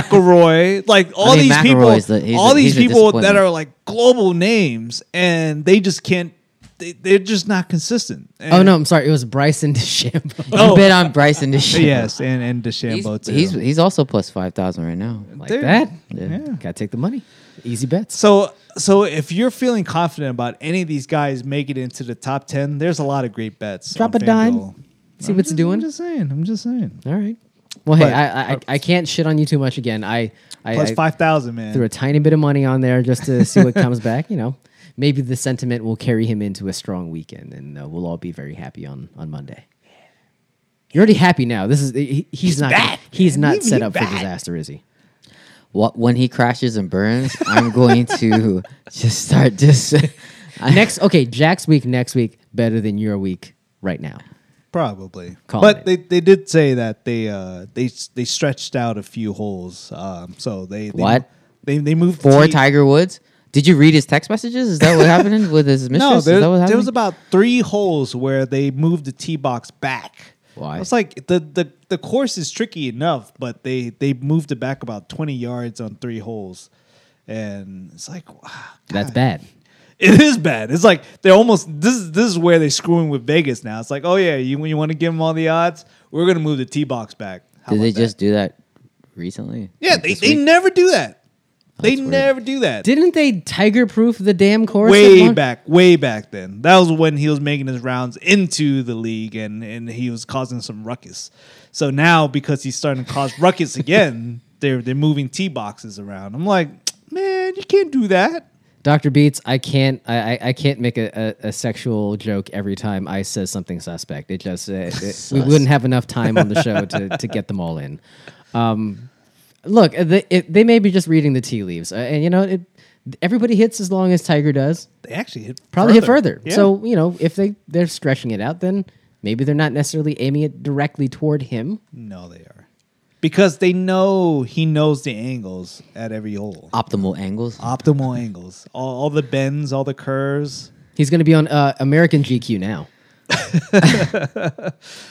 B: McElroy, like all
A: mean,
B: these
A: McElroy's
B: people,
A: the- he's
B: all
A: a-
B: these
A: he's a
B: people that
A: disappointment.
B: are like global names, and they just can't. They, they're just not consistent. And- oh,
C: oh no, I'm sorry. It was Bryson DeChambeau.
A: you bet on Bryson this year.
B: Yes, and and
A: He's,
B: DeChambeau too.
A: he's he's also plus five thousand right now.
C: like
B: Dude.
C: that.
A: Yeah.
C: Gotta take the money. Easy bets.
B: so so if you're feeling confident about any of these guys make it into the top ten, there's a lot of great bets.
C: Drop
B: on
C: a dime.
B: FanDuel.
C: See what's
B: I'm
C: doing.
B: just saying. I'm just saying.
C: All right. Well, hey,
B: But-
C: I, I I can't shit on you too much again. I I,
B: Plus
C: I
B: five thousand, man.
C: threw a tiny bit of money on there just to see what comes back. You know, maybe the sentiment will carry him into a strong weekend, and uh, we'll all be very happy on on Monday. You're already happy now. This is he, he's, not he's not set up for disaster, is he?
A: What when he crashes and burns, I'm going to just start just. I-
C: Next, okay, Jack's week next week better than your week right now.
B: Probably,
C: Call
B: but
C: it.
B: they, they did say that they uh they they stretched out a few holes. Um, so they, they
A: What?
B: they they moved
A: for
B: T-
A: Tiger Woods. Did you read his text messages? Is that what happened with his mistress?
B: No,
A: Is that what
B: there, there
A: happened?
B: was about three holes where they moved the tee box back.
A: Why?
B: It's like the, the the course is tricky enough, but they they moved it back about twenty yards on three holes, and it's like wow,
C: That's bad.
B: it is bad. It's like they're almost this is this is where they're screwing with Vegas now. It's like oh yeah, you you want to give them all the odds, we're gonna move the tee box back. How
A: Did they
B: about that?
A: just do that recently?
B: Yeah,
A: Like
B: they,
A: this
B: they
A: week?
B: never do that. they
A: that's weird.
B: never do that.
C: Didn't they tiger proof the damn course? at
B: way
C: one-
B: back, way back then. That was when he was making his rounds into the league and and he was causing some ruckus. So now because he's starting to cause ruckus again, they're they're moving tee boxes around. I'm like, man, you can't do that.
C: Dr. Beats, I can't I, I, I can't make a, a, a sexual joke every time I says something suspect. It just uh, it, we wouldn't have enough time on the show to, to get them all in. Um, look, uh, they, it, they may be just reading the tea leaves, uh, and you know it, everybody hits as long as Tiger does.
B: They actually hit
C: Probably hit further.
B: Yeah.
C: So you know if they they're stretching it out, then maybe they're not necessarily aiming it directly toward him.
B: no, they are because they know he knows the angles at every hole,
A: Optimal angles.
B: optimal angles, all, all the bends, all the curves.
C: He's going to be on uh, American GQ now.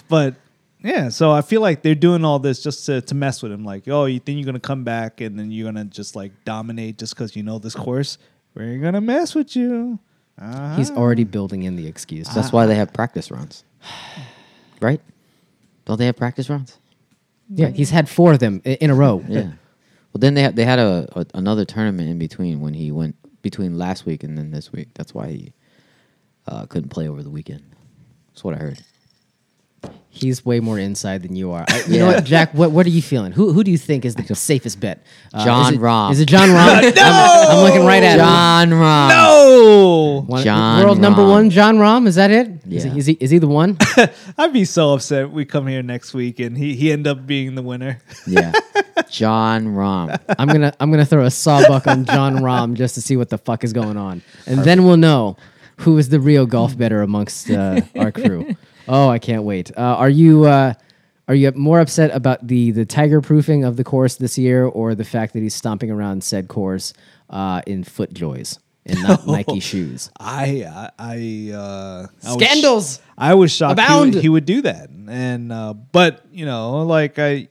B: But yeah, so I feel like they're doing all this just to, to mess with him. Like, oh, you think you're gonna come back and then you're gonna just like dominate just because you know this course? We're gonna mess with you.
C: He's already building in the excuse.
A: That's why they have practice rounds, right? Don't they have practice rounds?
C: yeah, he's had four of them i- in a row.
A: Yeah. Well, then they ha- they had a, a another tournament in between when he went between last week and then this week. That's why he uh, couldn't play over the weekend. That's what I heard.
C: He's way more inside than you are. I, you know what, Jack? What what are you feeling? Who who do you think is the safest bet? Uh,
A: John
C: is it,
A: Rahm.
C: Is it John Rahm? no! I'm, I'm looking right at him.
A: John Rahm.
B: Oh,
C: One-
A: John
C: world number
A: Rahm.
C: one, John Rahm. Is that it? Is
A: Yeah.
C: he, is he is he the one?
B: I'd be so upset. We come here next week and he he end up being the winner.
A: Yeah. John Rahm.
C: I'm gonna I'm gonna throw a sawbuck on John Rahm just to see what the fuck is going on, and then we'll know who is the real golf better amongst uh, our crew. Oh, I can't wait. Uh, are you uh, are you more upset about the the tiger proofing of the course this year, or the fact that he's stomping around said course uh, in foot joys and not Nike shoes?
B: I I I, uh, I was-
C: Scandals
B: I was shocked he would,
C: abound.
B: he would do that, and uh, but you know, like I,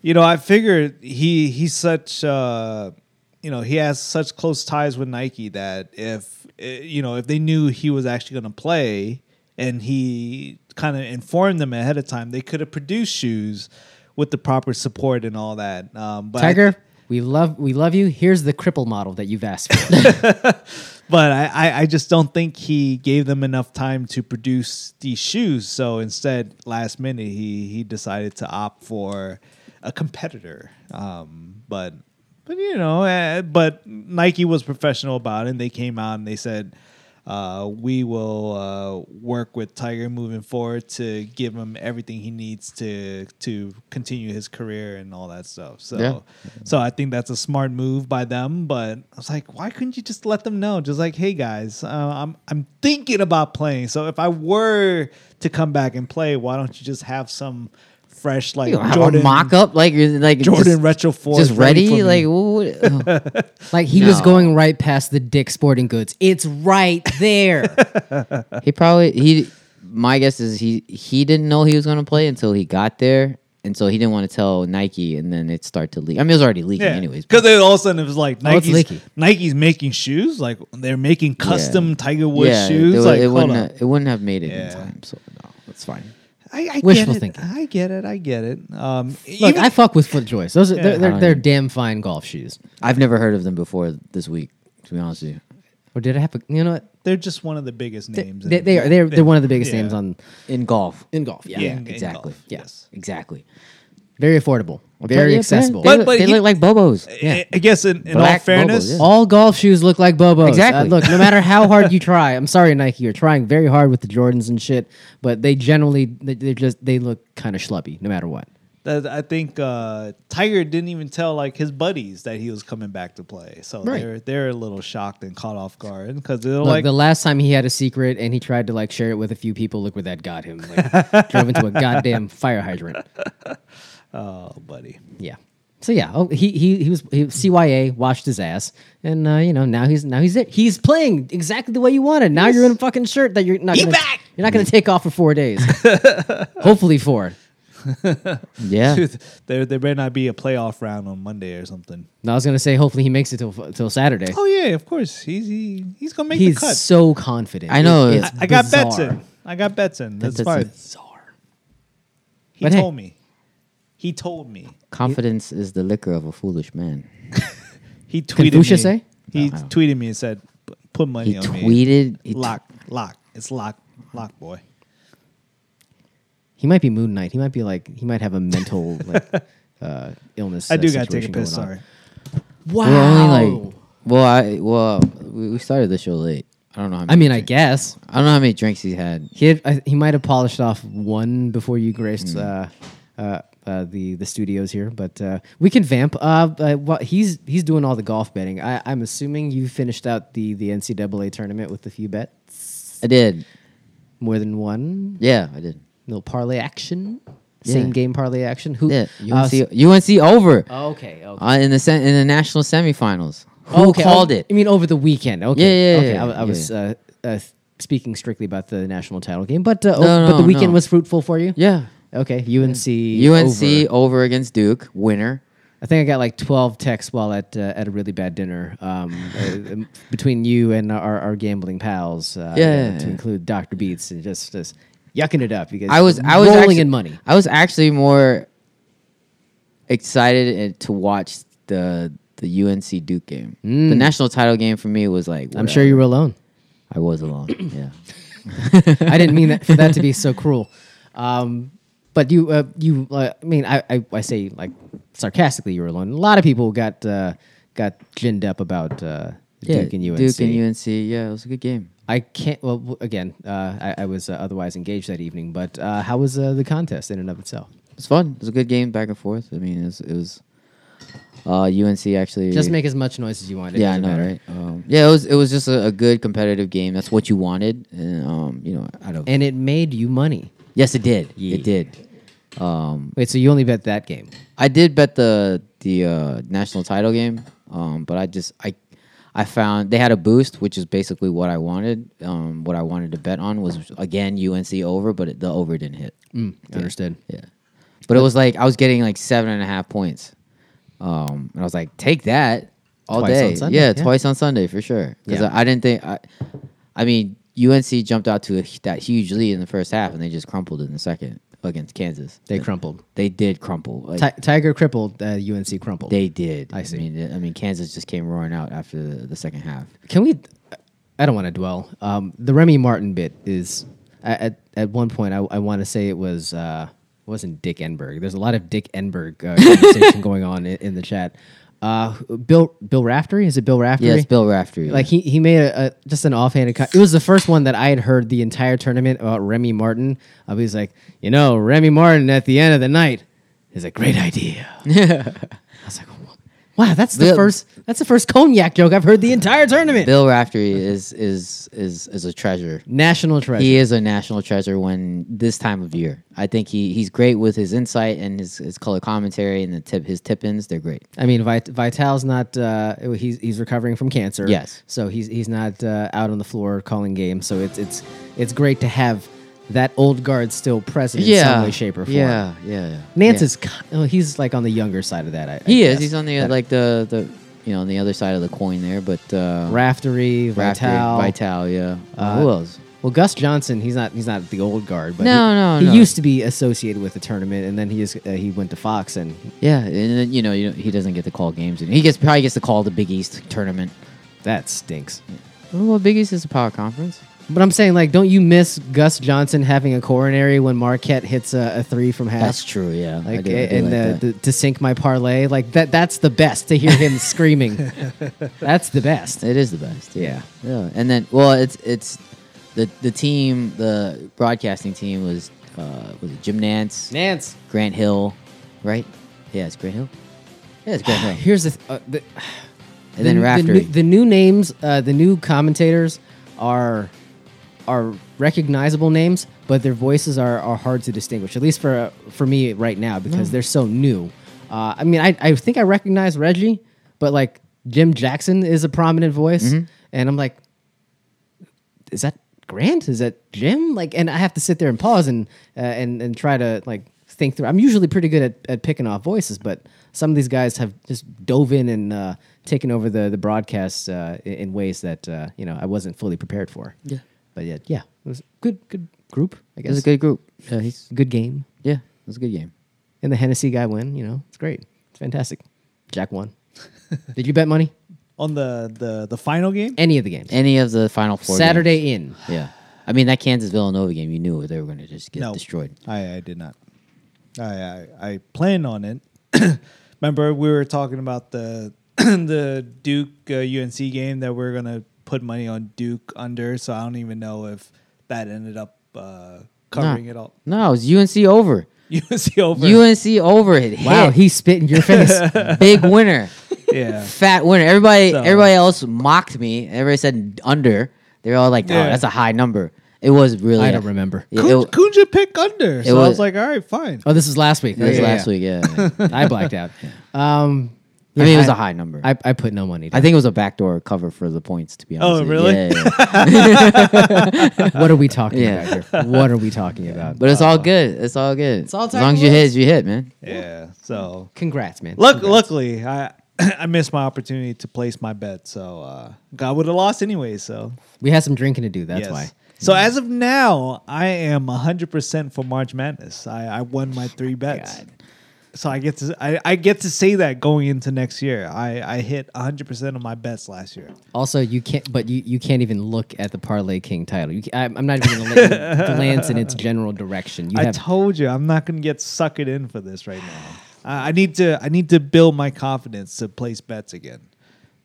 B: you know, I figured he he's such, uh, you know, he has such close ties with Nike that if eh, you know if they knew he was actually going to play and he kind of informed them ahead of time, they could have produced shoes with the proper support and all that. Um, but I-
C: Tiger. We love we love you. Here's the cripple model that you've asked for.
B: but I, I, I just don't think he gave them enough time to produce these shoes. So instead, last minute, he he decided to opt for a competitor. Um, but but you know, eh, but Nike was professional about it. And they came out and they said. Uh, we will uh, work with Tiger moving forward to give him everything he needs to to continue his career and all that stuff. So
A: Yeah.
B: so I think that's a smart move by them. But I was like, why couldn't you just let them know? Just like, hey guys, uh, I'm I'm thinking about playing. So if I were to come back and play, why don't you just have some fresh like
A: You don't have
B: Jordan
A: a mock up like you're- like
B: Jordan
A: just,
B: retro fours
A: just ready?
B: for me.
A: like what, what-
C: like he was
A: No.
C: going right past the Dick Sporting Goods. It's right there.
A: oh. he probably he. My guess is he he didn't know he was going to play until he got there, and so he didn't want to tell Nike, and then it start to leak. I mean, it was already leaking anyways.
B: Because then all of a sudden it was like
C: Oh, it's
B: Nike's,
C: leaky.
B: Nike's making shoes, like they're making custom Tiger Woods
A: yeah,
B: shoes.
A: It, wa-
B: like,
A: it
B: hold
A: wouldn't
B: on.
A: have, it wouldn't have made it in
B: Yeah.
A: time. So no, that's fine.
B: I, I
C: Wishful
B: get it.
C: thinking.
B: I get it. I get it. Um,
C: Look,
B: even-
C: I fuck with foot joys. Those are they're,
A: I
C: they're,
A: don't
C: they're
A: either.
C: damn fine golf shoes.
A: I've never heard of them before this week. To be honest with you,
C: Or did I have a, you know what?
B: they're just one of the biggest names.
C: They,
B: in-
C: they are they're, they're one of the biggest
B: yeah.
C: names on
A: in golf,
C: in golf. Yeah,
B: Yeah. in
A: exactly.
B: golf,
A: Yeah.
B: yes.
A: exactly.
C: very affordable,
A: Yeah,
C: very
A: yeah,
C: accessible. Uh,
A: They,
B: But-
A: look-
B: but
A: they
B: he-
A: look like Bobos.
B: I- I guess in, in all
A: Black
B: fairness,
A: bubble, yeah.
C: All golf shoes look like Bobos. Uh,
A: Exactly.
C: look, no matter how hard you try, I'm sorry, Nike, you're trying very hard with the Jordans and shit, but they generally they- they're just they look kind of schlubby, no matter what.
B: that I think uh, Tiger didn't even tell like his buddies that he was coming back to play, so
C: Right.
B: they're they're a little shocked and caught off guard because they're
C: Look,
B: like,
C: the last time he had a secret and he tried to like share it with a few people, look where that got him. Like, drove into a goddamn fire hydrant.
B: "Oh, buddy,
C: Yeah. So yeah, oh, he he he was he, CYA washed his ass, and uh, you know now he's now he's it. He's playing exactly the way you wanted. Now you're in a fucking shirt that you're not gonna,
D: back!
C: you're not gonna take off for four days. Hopefully four.
A: Yeah,
B: there there better not be a playoff round on Monday or something."
C: No, I was gonna say hopefully he makes it till till Saturday.
B: Oh yeah, of course he's he, he's gonna make
C: he's
B: the cut.
C: so confident.
A: I know.
C: It- it's
B: I, I got
C: bizarre.
B: bets in. I got bets in. That's
A: Betson.
B: fine. He
C: But hey.
B: told me. He told me.
A: confidence is the liquor of a foolish man.
B: He tweeted
C: Confucius
B: me.
C: say?
B: He
A: No, I don't.
B: tweeted me and said, "P- "Put money
A: He
B: on me."
A: tweeted. He t-
B: lock, lock. It's lock, lock boy.
C: He might be Moon Knight. He might be like he might have a mental like uh, illness.
B: I
C: uh,
B: do gotta take a
C: situation going
B: piss.
C: on.
B: Sorry.
C: Wow.
A: We're only like. Well, I well we, we started the show late. I don't know how. Many
C: I mean, I
A: drinks-
C: guess
A: I don't know how many drinks he had.
C: he had, I, he might have polished off one before you
A: Hmm.
C: graced uh, uh, uh, the the studios here, but uh, we can vamp. Uh, uh, well, he's he's doing all the golf betting. I, I'm assuming you finished out the the NCAA tournament with a few bets,
A: I did.
C: more than one.
A: Yeah, I did.
C: No parlay action,
A: Yeah.
C: same game parlay action. Who?
A: Yeah,
C: uh,
A: UNC, UNC over
C: Oh. Okay. Okay.
A: uh, in the sen- in the national semifinals. Who
C: okay.
A: called
C: oh,
A: it?
C: You mean over the weekend? Okay.
A: Yeah, yeah,
C: okay.
A: yeah,
C: I, I
A: yeah.
C: was uh, uh, speaking strictly about the national title game, but uh, oh,
A: No,
C: but the
A: no,
C: weekend
A: no.
C: was fruitful for you.
A: Yeah,
C: Okay. UNC.
A: UNC
C: over.
A: over. against Duke, winner.
C: I think I got like twelve texts while at uh, at a really bad dinner um, uh, between you and our, our gambling pals. Uh,
A: Yeah, yeah,
C: to
A: yeah.
C: include Doctor Beats and just just yucking it up because
A: I was I was
C: rolling
A: actually,
C: in money.
A: I was actually more excited and- to watch the the UNC Duke game. The national title game for me was like
C: Mm. I'm sure you were alone.
A: I was alone. yeah.
C: I didn't mean that for that to be so cruel. Um, but you, uh, you, uh, I mean, I, I, I say like sarcastically, you were alone. A lot of people got uh, got ginned up about uh,
A: Yeah,
C: Duke and UNC.
A: Duke and UNC. Yeah, it was a good game.
C: I can't. Well, w- again, uh, I, I was uh, otherwise engaged that evening. But uh, how was uh, the contest in and of itself?
A: It was fun. It was a good game back and forth. I mean, it was, it was uh, UNC actually
C: Just make as much noise as you want. It
A: yeah, I
C: doesn't
A: know,
C: matter.
A: right? Um, yeah, it was it was just a, a good competitive game. That's what you wanted, and um, you know, I don't.
C: And it made you money.
A: yes, it did.
C: Yeah.
A: It did.
C: Wait, so you only bet that game?
A: I did bet the the uh, national title game, um, but I just I I found they had a boost, which is basically what I wanted. Um, what I wanted to bet on was again UNC over, but it, the over didn't hit.
C: Mm. Understood.
A: Yeah, but it was like I was getting like seven and a half points, um, and I was like, take that all
C: Twice
A: day.
C: on Sunday,
A: yeah,
C: yeah.
A: twice on Sunday for sure. Because
C: Yeah.
A: I, I didn't think I, I mean UNC jumped out to a, h- that huge lead in the first half, and they just crumpled in the second against Kansas.
C: They crumpled.
A: They did crumple. Like,
C: Ti- Tiger crippled. Uh, UNC crumpled.
A: they did.
C: I see.
A: I mean, th- I mean, Kansas just came roaring out after the, the second half.
C: Can we? I don't want to dwell. Um, the Remy Martin bit is I, at at one point. I, I want to say it was uh, it wasn't Dick Enberg. There's a lot of Dick Enberg uh, conversation going on in, in the chat. Uh, Bill Bill Raftery is it Bill Raftery?
A: Yes, Bill Raftery.
C: Like he, he made a, a just an offhanded. co- it was the first one that I had heard the entire tournament about Remy Martin. Uh, he was like, you know, Remy Martin at the end of the night is a great idea. I was like, wow, that's the
A: Bill-
C: first that's the first cognac joke I've heard the entire tournament.
A: Bill Raftery is is is is a treasure.
C: National treasure.
A: He is a national treasure when this time of year. I think he, he's great with his insight and his, his color commentary and the tip his tip ins. They're great.
C: I mean, Vit- Vital's not. Uh, he's he's recovering from cancer.
A: Yes.
C: So he's he's not uh, out on the floor calling games. So it's it's it's great to have that old guard still present in some way, shape, or form.
A: Yeah, yeah, yeah.
C: Nance
A: Yeah.
C: is ki- oh, he's like on the younger side of that. I, I
A: he is.
C: guess.
A: He's on the
C: That
A: like the the you know on the other side of the coin there. But uh,
C: Raftery,
A: Raftery,
C: Vital.
A: Vital, yeah.
C: uh,
A: Who else?
C: Well, Gus Johnson, he's not he's not the old guard, but
A: No,
C: he,
A: no,
C: he
A: no.
C: used to be associated with the tournament, and then he is uh, he went to Fox, and
A: Yeah, and then, you know, you know he doesn't get to call games. And he gets probably gets to call the Big East tournament.
C: that stinks.
A: Well, Big East is a power conference.
C: But I'm saying, like, don't you miss Gus Johnson having a coronary when Marquette hits a, a three from half?
A: That's true. Yeah, I
C: Like,
A: do- I do
C: and
A: like
C: the,
A: that.
C: the, to sink my parlay, like that—that's the best to hear him screaming. That's the best.
A: it is the best.
C: Yeah.
A: yeah. And then, well, it's it's the the team, the broadcasting team was uh, was it Jim Nance,
C: Nance,
A: Grant Hill, right? Yeah, it's Grant Hill. Yeah, it's Grant Hill.
C: here's the, th- uh, the
A: And then Raftery.
C: The, new names, uh, the new commentators are are recognizable names, but their voices are, are hard to distinguish. At least for uh, for me right now
A: Mm.
C: because they're so new. Uh, I mean, I I think I recognize Reggie, but like Jim Jackson is a prominent voice,
A: Mm-hmm.
C: and I'm like, is that Grant? Is that Jim? Like, and I have to sit there and pause and uh, and and try to like think through. I'm usually pretty good at, at picking off voices, but some of these guys have just dove in and uh, taken over the the broadcasts uh, in, in ways that uh, you know I wasn't fully prepared for.
A: Yeah.
C: but yeah, yeah, it was a good good group. I
A: it
C: guess
A: was a good group. Yeah, he's
C: good game,
A: yeah, it was a good game.
C: and the Hennessy guy win. You know, it's great. It's fantastic. Jack won. Did you bet money?
B: on the the the final game.
C: Any of the games.
A: Any of the final four.
C: Saturday
A: games.
C: in.
A: Yeah. I mean that Kansas Villanova game, you knew they were going to just get
B: No.
A: destroyed.
B: I, I did not. I, I I planned on it. Remember, we were talking about the the Duke uh, UNC game that we are gonna put money on Duke under. So I don't even know if that ended up uh, covering it all.
A: No, it was UNC over.
B: UNC over.
A: UNC over it.
C: Wow,
A: hit.
C: he spit in your face.
A: big winner,
B: yeah.
A: fat winner. Everybody,
B: So-
A: everybody else mocked me. Everybody said under. They were all like, "Oh,
B: Yeah.
A: that's a high number." It was really.
C: I don't remember.
A: Yeah,
B: Kun-
A: it-
B: Kunja pick under. So I
A: was-
B: was like, all right, fine.
C: Oh, this was last week.
A: That was
C: Yeah,
A: last
C: yeah,
A: week, yeah.
C: yeah. I blacked out. Um,
A: I mean, it was
C: I-
A: a high number. I,
C: I, I put no money. Down.
A: think it was a backdoor cover for the points, to be honest.
B: Oh,
A: with you.
B: really?
A: Yeah, yeah, yeah.
C: what are we talking
A: Yeah.
C: about here? What are we talking about?
A: But it's all good. It's all good.
C: all
A: as long as you
C: technical.
A: hit, you hit, man.
B: Yeah. So
C: congrats, man.
B: Luck, luckily, I I missed my opportunity to place my bet, so uh, I would have lost anyway. So
C: we had some drinking to do. That's
B: yes.
C: why.
B: So as of now, I am hundred percent for March Madness. I, I won my three bets,
A: God.
B: so I get to I, I get to say that going into next year. I I hit hundred percent of my bets last year.
C: Also, you can't. But you, you can't even look at the Parlay King title. You, ca- I, I'm not even going to let you glance in its general direction. You
B: I
C: have
B: told you I'm not gonna get suckered in for this right now. I, I need to I need to build my confidence to place bets again.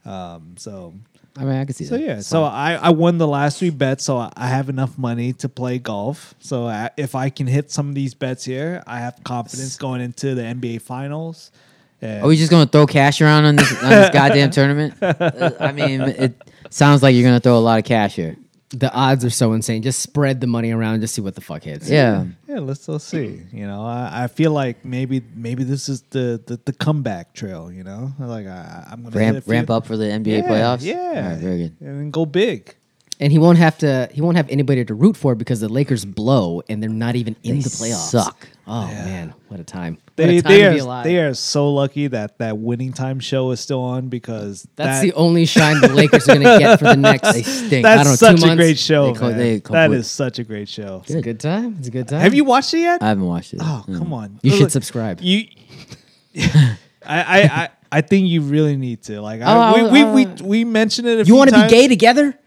B: Um, so
A: I mean, I can see
B: So
A: that.
B: yeah, so I, I won the last three bets, so I- I have enough money to play golf. So I, if I can hit some of these bets here, I have confidence going into the NBA Finals. And
A: Are we just gonna throw cash around on this on this goddamn tournament? Uh, I mean, it sounds like you're gonna throw a lot of cash here.
C: the odds are so insane. Just spread the money around. and Just see what the fuck hits.
A: Yeah,
B: yeah, let's let's see. You know, I, I feel like maybe maybe this is the the, the comeback trail. You know, like I, I'm gonna hit a
A: ramp
B: few-
A: ramp up for the NBA
B: yeah,
A: playoffs.
B: Yeah,
A: All right, very good.
B: and then go big.
C: And he won't have to. He won't have anybody to root for because the Lakers blow and they're not even in
A: They
C: the playoffs.
A: suck.
C: Oh man, what a time! What
B: They,
C: a time
B: they,
C: to be
B: are,
C: alive.
B: they are so lucky that that winning time show is still on because
C: That's
B: that,
C: the only shine the Lakers are going to get for the next.
A: They stink.
C: I
B: that's
C: don't know, two
B: such a
C: months,
B: great show.
A: they co-
B: man.
A: they
B: that
A: complete-
B: is such a great show.
C: It's a good time. It's a good time.
B: Have you watched it yet?
A: I haven't watched it.
B: Oh,
A: Mm.
B: come on.
C: You should
B: Look,
C: subscribe.
B: You I, I, I, I think you really need to. Like I,
A: Oh,
B: we,
A: I'll-
B: we, we,
A: I'll-
B: we mentioned it a
C: You
B: want to
C: be gay together?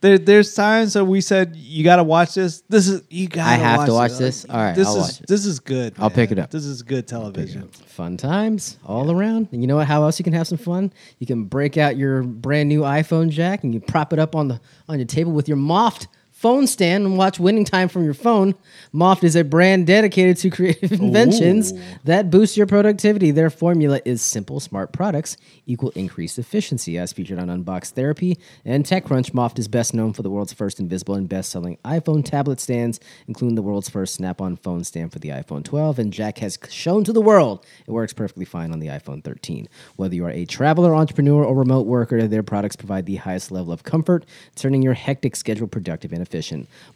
B: There, there's times that we said you gotta watch this. This is you gotta
A: I have to watch
B: it.
A: this?
B: Like,
A: All right,
B: This
A: I'll
B: is
A: watch it.
B: this is good.
A: I'll pick
B: man.
A: it up.
B: This is good television.
C: Fun times all around. And you know what? How else you can have some fun? You can break out your brand new iPhone jack and you prop it up on the on your table with your Moft phone stand and watch Winning Time from your phone. Moft is a brand dedicated to creative inventions
B: Ooh.
C: that boost your productivity. Their formula is simple, smart products equal increased efficiency. As featured on Unbox Therapy and TechCrunch, Moft is best known for the world's first invisible and best selling iPhone tablet stands, including the world's first snap on phone stand for the iPhone 12. And Jack has shown to the world it works perfectly fine on the iPhone 13. Whether you are a traveler, entrepreneur, or remote worker, their products provide the highest level of comfort, turning your hectic schedule productive and efficient.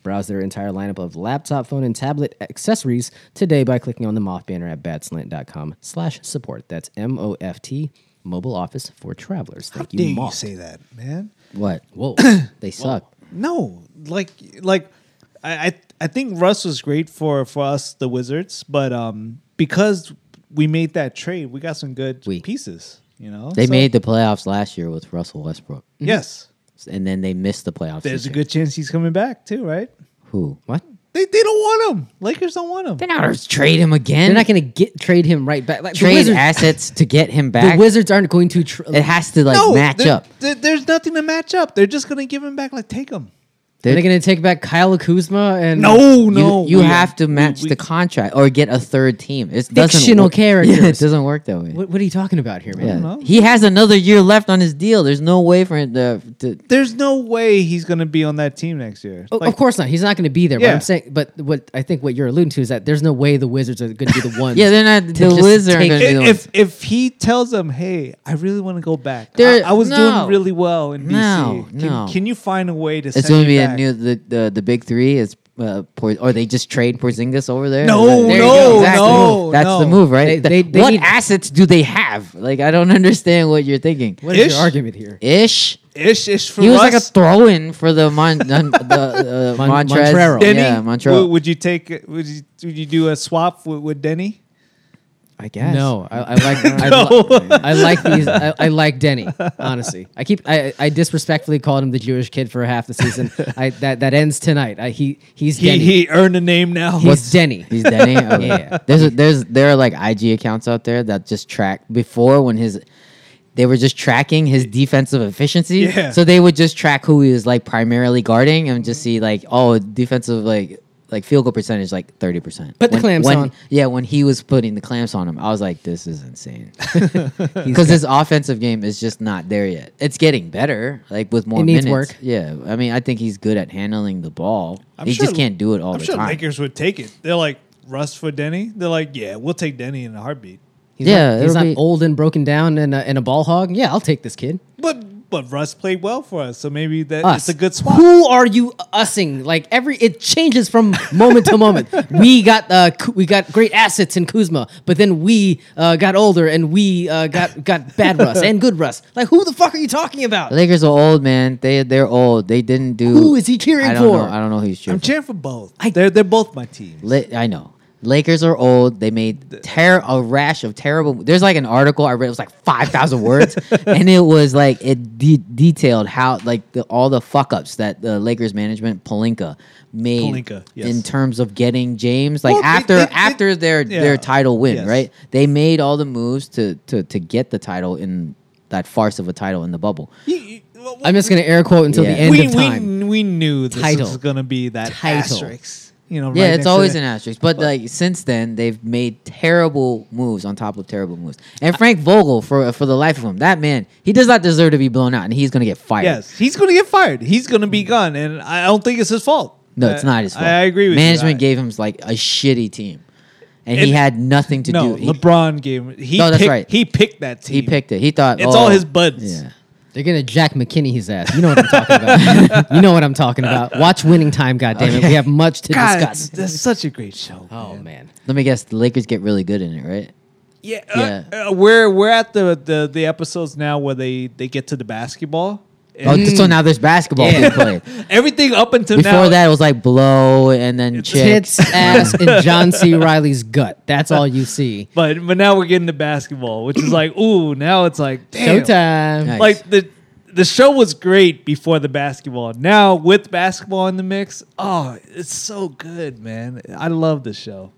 C: Browse their entire lineup of laptop, phone, and tablet accessories today by clicking on the Moth banner at batslant.com slash support. That's M-O-F-T, mobile office for travelers.
B: How
C: Thank
B: dare
C: you,
B: you
C: Moth.
B: say that, man?
A: What? Whoa, they suck.
B: No, like like I, I I think Russ was great for for us the Wizards, but um because we made that trade, we got some good
A: We.
B: pieces. You know
A: They
B: So-
A: made the playoffs last year with Russell Westbrook,
B: yes.
A: and then they missed the playoffs.
B: There's
A: this
B: a
A: year.
B: good chance he's coming back too, right?
A: who?
C: What?
B: They they don't want him. Lakers don't want him.
A: They're not gonna trade him again.
C: They're not going to get trade him right back. Like, the
A: trade
C: Wizards-
A: assets to get him
C: the
A: back.
C: Wizards aren't going to. Tr-
A: it has to like match
B: there-
A: up.
B: there- there's nothing to match up. They're just gonna give him back. Like take him.
C: They're going to take back Kyle Kuzma and
B: No,
A: You-
B: no.
A: you,
B: we-
A: have to match
B: we-
A: the contract or get a third team. It doesn't
C: Fictional
A: work-
C: characters.
A: Yeah, it doesn't work that way.
C: What, what are you talking about here, man?
A: yeah.
B: know.
A: He has another year left on his deal. There's no way for him to. to
B: There's no way he's gonna be on that team next year.
A: Oh,
C: O-
B: Like,
C: Oh, of course not. He's not going to be there. But
B: Yeah.
C: I'm saying, but what I think what you're alluding to is that there's no way the Wizards are going to be the ones.
A: yeah, they're not
C: to
A: the
C: just
A: Wizards. Aren't
C: take-
A: gonna be the
B: i-
A: ones.
B: If if he tells them, "Hey, I really want to go back. I,
A: There-
B: I was
A: no.
B: doing really well in BC.
A: No,
B: can,
A: no.
B: can you find a way to?
A: it's
B: going
A: going
B: to
A: to be a new the the, the big three is. Uh, Por- or they just trade Porzingis over there.
B: No,
A: There you
B: no,
A: go. That's the
B: no,
A: move. That's the
B: no.
A: move, right?
C: They-
A: The-
C: they- they
A: what
C: need-
A: assets do they have? Like, I don't understand what you're thinking.
C: What is
B: Ish.
C: your argument here?
A: Ish,
B: ish ish for
A: he was
B: us.
A: like a throw-in for the Mon Mon- the uh,
C: Mon-
A: Montrez.
C: Montrero.
B: Denny.
A: Yeah,
B: Would,
A: Montreal.
B: would you take? Would you would you do a swap with, with Denny?
A: I guess.
C: No, I, I like I, li- I like these. I, I like Denny. Honestly, I keep I, I disrespectfully called him the Jewish kid for half the season. I that that ends tonight. I, he he's
B: He
C: Denny.
B: he earned a name now.
C: he's Denny.
A: He's Denny. Okay.
C: Yeah.
A: There's a, there's there are like IG accounts out there that just track before when his they were just tracking his defensive efficiency.
B: Yeah.
A: So they would just track who he was like primarily guarding and just see like oh defensive like like field goal percentage like thirty percent.
C: Put the clamps on.
A: Yeah, when he was putting the clamps on him, I was like, this is insane because his offensive game is just not there yet. It's getting better, like with more
C: It needs
A: minutes.
C: work.
A: Yeah, I mean, I think he's good at handling the ball.
B: I'm
A: he
B: sure-
A: just can't do it all
B: I'm
A: the
B: sure
A: time.
B: Lakers would take it. They're like Russ for Denny. They're like, yeah, we'll take Denny in a heartbeat.
C: He's
A: Yeah,
C: not, he's
A: it'll
C: not
A: be-
C: old and broken down and a, and a ball hog. Yeah, I'll take this kid.
B: But but Russ played well for us, so maybe that it's
C: Us.
B: a good swap.
C: Who are you using? Like every it changes from moment to moment. We got uh Ku- we got great assets in Kuzma, but then we uh, got older and we uh, got got bad Russ and good Russ. Like who the fuck are you talking about?
A: The Lakers are old, man. They they're old. They didn't do.
C: Who is he cheering
A: I don't
C: for?
A: Know, I don't know who he's cheering.
B: I'm
A: for.
B: cheering for both. they're they're both my team.
A: La- I know. Lakers are old. They made ter- a rash of terrible. There's like an article I read. It was like five thousand words, and it was like it de- detailed how like the, all the fuck ups that the Lakers management Palinka made
B: Pelinka, yes.
A: in terms of getting James. Like
B: Well, they-
A: after
B: they- they-
A: after their
B: yeah.
A: their title win,
B: Yes.
A: right? They made all the moves to to to get the title in that farce of a title in the bubble.
B: You- you- well,
C: I'm just gonna air quote until the
A: Yeah.
C: end
B: we,
C: of time.
B: we we knew this
C: Title.
B: was gonna be that
C: Title.
B: asterisk. You know,
A: Yeah,
B: right
A: it's always an
B: asterisk.
A: asterisk. But like since then, they've made terrible moves on top of terrible moves. And Frank Vogel, for for the life of him, that man, he does not deserve to be blown out, and he's gonna get fired.
B: Yes, he's going to get fired. He's going to be gone, and I don't think it's his fault.
A: No, it's
B: I-
A: not his fault.
B: I, agree with
A: Management
B: you.
A: gave him like a shitty team, and he
B: And-
A: had nothing to
B: no
A: do. He,
B: LeBron gave him. He
A: No, that's
B: picked,
A: right.
B: He picked that team.
A: he picked it. He thought
B: It's
A: oh,
B: all his buds.
A: Yeah.
C: They're gonna Jack McKinney his ass. You know what I'm talking about. you know what I'm talking about. Watch winning time, goddammit. it. We have much to
B: God,
C: discuss.
B: that's such a great show.
C: Oh man.
A: Let me guess. The Lakers get really good in it, right?
B: Yeah,
A: Yeah.
B: Uh, uh, we're we're at the, the the episodes now where they they get to the basketball. And
A: Oh, so now there's basketball
C: Yeah.
A: being played.
B: everything up until
A: Oh. Before
B: now.
A: that, it was like blow and then chicks.
C: Tits, ass, and John C. Riley's gut. That's all you see.
B: but but now we're getting to basketball, which is like ooh, now it's like damn.
C: Showtime.
A: Nice.
B: Like the the show was great before the basketball. Now with basketball in the mix, oh, it's so good, man. I love the show.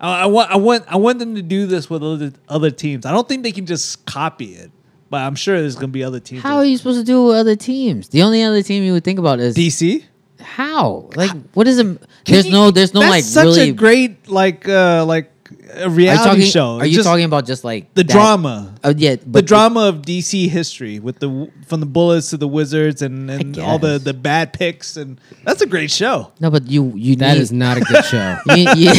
B: I, I want I want I want them to do this with other other teams. I don't think they can just copy it, but I'm sure there's gonna be other teams.
A: How are you supposed to do it with other teams? The only other team you would think about is
B: DC?
A: How? Like, what is it? There's no, there's no
B: That's
A: like
B: such
A: really.
B: a great like uh like a
A: are you
B: reality
A: talking?
B: show.
A: Are
B: It's
A: you
B: just
A: talking about just like
B: the
A: that-
B: drama?
A: Oh yeah, but
B: the drama of DC history with the from the Bullets to the Wizards and, and all the
A: guess.
B: the bad picks and that's a great show.
A: No, but you you
C: That
A: need
C: is not a good show.
A: you, you,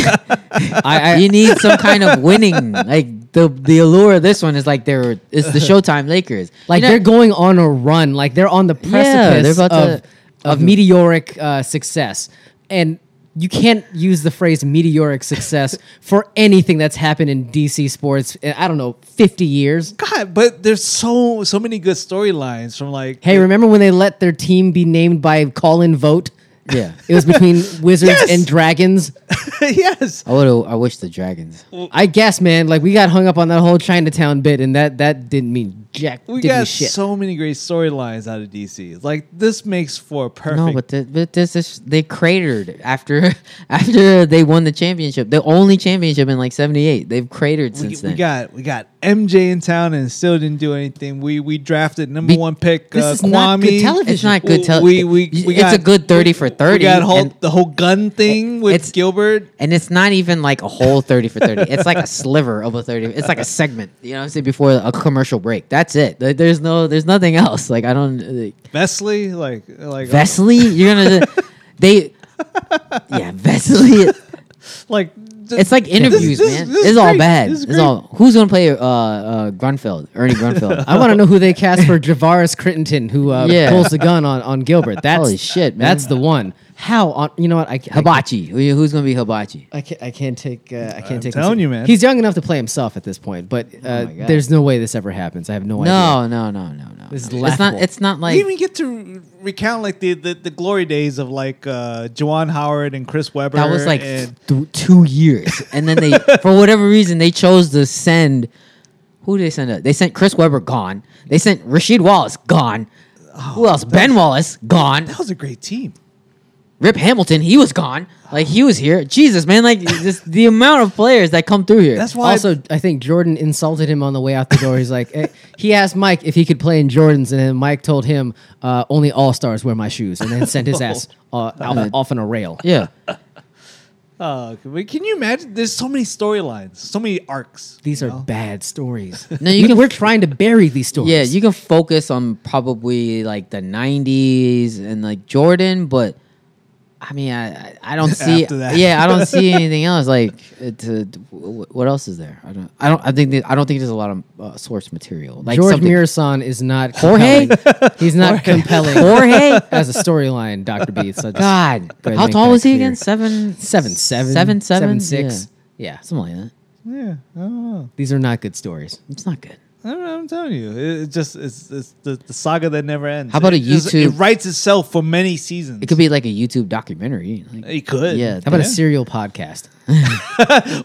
C: I, I
A: you need some kind of winning. Like the the allure of this one is like they're it's the Showtime Lakers.
C: like
A: You know-
C: they're going on a run. Like they're on the precipice
A: they're about
C: of,
A: to-
C: of meteoric uh, success, and you can't use the phrase meteoric success for anything that's happened in DC sports. In, I don't know, fifty years.
B: God, but there's so so many good storylines from like
C: Hey, remember when they let their team be named by call-in vote?
A: yeah.
C: It was between wizards
B: Yes!
C: and dragons.
B: yes.
A: I would. I wish the Dragons.
C: I guess, man. Like we got hung up on that whole Chinatown bit, and that that didn't mean jack.
B: We
C: didn't mean
B: got
C: shit.
B: so many great storylines out of DC. Like this makes for a perfect.
A: No, but, the, but this is they cratered after after they won the championship, the only championship in like '78. They've cratered
B: we,
A: since
B: we
A: then.
B: got we got MJ in town and still didn't do anything. We we drafted number
A: Be-
B: one pick
C: this
B: uh,
C: is
B: Kwame.
C: not good television.
A: It's not good. Tell
B: we, we, we
A: it's
B: got,
A: a good thirty for thirty.
B: We got whole,
A: and-
B: the whole gun thing with
A: it's-
B: Gilbert.
A: And it's not even like a whole 30 for 30. It's like a sliver of a 30. It's like a segment, you know what I'm saying, before a commercial break. That's it. Like, There's no there's nothing else. Like I don't like,
B: Vesley, like like
A: Vesley, you're going to they Yeah, Vesley.
B: uh, like th-
A: It's like interviews,
B: this-
A: man.
B: this is
A: it's all
B: great.
A: bad.
B: This is
A: it's all Who's going to play uh uh Grunfeld, Ernie Grunfeld?
C: I want to know who they cast for Javaris Crittenton, who uh,
A: Yeah.
C: pulls the gun on, on Gilbert. That's,
A: Holy shit, man.
C: That's the one. How on? You know what? I, I
A: Hibachi. Who- Who's gonna be Hibachi?
C: I can't, I can't take. Uh, I can't
B: I'm
C: take. this-
B: telling you, man.
C: He's young enough to play himself at this point, but uh,
A: Oh my God.
C: there's no way this ever happens. I have no, idea.
A: No, no, no, no, no.
C: This is
A: no. It's not.
C: laughable.
A: It's not
B: we
A: like
B: even get to recount like the, the, the glory days of like uh Juwan Howard and Chris Webber.
A: that was like
B: and
A: th- two years, and then they, for whatever reason, they chose to send. Who did they send? Out? They sent Chris Webber gone. They sent Rasheed Wallace gone. Who else? Ben Wallace gone.
B: Oh, that was a great team.
A: Rip Hamilton, he was gone. Like he was here. Jesus, man! Like just the amount of players that come through here.
B: That's why
C: also, I think Jordan insulted him on the way out the door. He's like, eh, he asked Mike if he could play in Jordans, and then Mike told him uh, only all stars wear my shoes, and then sent his ass uh, out, off on a rail.
A: yeah.
B: Uh, but can you imagine? There's so many storylines, so many arcs.
C: These are bad stories.
A: No, you
C: We-
A: can-
C: We're trying to bury these stories.
A: Yeah, you can focus on probably like the '90s and like Jordan, but I mean, I I- I don't see.
B: After that.
A: Yeah, I don't see anything else. Like, uh, to, to- wh- what else is there? I don't. I don't. I think. That, I don't think there's a lot of uh, source material. Like
C: George
A: something.
C: Mirasan is not
A: Jorge?
C: compelling. He's not compelling
A: Jorge.
C: as a storyline, Doctor Beats. So just-
A: God,
C: Go ahead,
A: how
C: make
A: tall
C: that
A: was he
C: clear.
A: again? Seven,
C: Seven, seven,
A: seven, seven,
C: seven, six. Yeah.
A: Yeah. something like that.
B: Yeah, I don't know.
C: These are not good stories.
A: It's not good.
B: I don't know. I'm telling you, it, it just it's, it's the, the saga that never ends.
A: How about a
B: It just- It
A: YouTube-
B: writes itself for many seasons.
A: It could be like a YouTube documentary. like-
B: It could.
A: Yeah.
C: How about a
A: Yeah.
C: serial podcast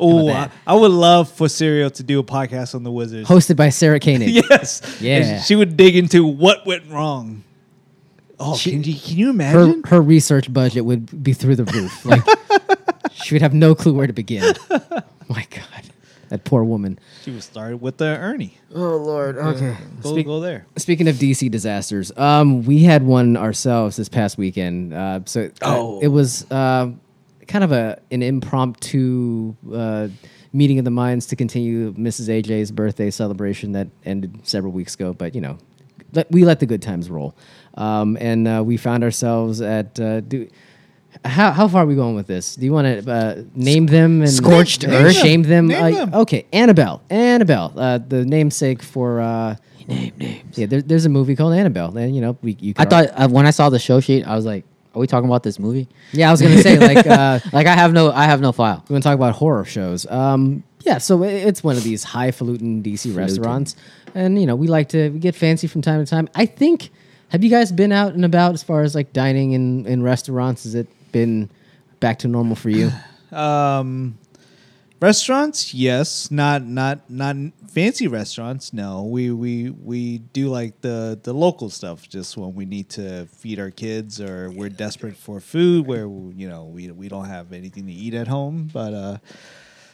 B: Oh, I, I would love for Serial to do a podcast on the Wizards.
C: hosted by Sarah Koenig?
B: yes.
C: Yeah.
B: And she would dig into what went wrong. Oh,
C: She-
B: can, you, can you
C: Her,
B: imagine?
C: her research budget would be through the roof. Like she would have no clue where to begin. My God, that poor woman.
B: she would start with uh, Ernie.
C: Oh Lord. Okay.
B: Go, go there.
C: Speaking of DC disasters, um, we had one ourselves this past weekend. Uh, so uh,
B: Oh.
C: it was uh, kind of a an impromptu uh, meeting of the minds to continue Mrs. AJ's birthday celebration that ended several weeks ago. But you know, let, we let the good times roll, um, and uh, we found ourselves at. Uh, do, how, how far are we going with this? Do you want to uh, name them and
A: Scorched
C: and
A: Earth?
C: Shame them?
B: Name
C: Uh,
B: them.
C: Okay, Annabelle, Annabelle, uh, the namesake for uh,
A: Name names.
C: yeah, there, there's a movie called Annabelle. And you know, we you.
A: I
C: Could
A: thought uh, when I saw the show sheet, I was like, "Are we talking about this movie?"
C: Yeah, I was gonna say like uh,
A: Like I have no, I have no file.
C: we want to talk about horror shows. Um, yeah, so i- it's one of these highfalutin DC restaurants, and you know we like to get fancy from time to time. I think. Have you guys been out and about as far as like dining in in restaurants? Has it been back to normal for you?
B: Um, restaurants, yes. Not not not fancy restaurants. No, we we we do like the the local stuff. Just when we need to feed our kids, or we're desperate for food, where you know we we don't have anything to eat at home. But uh,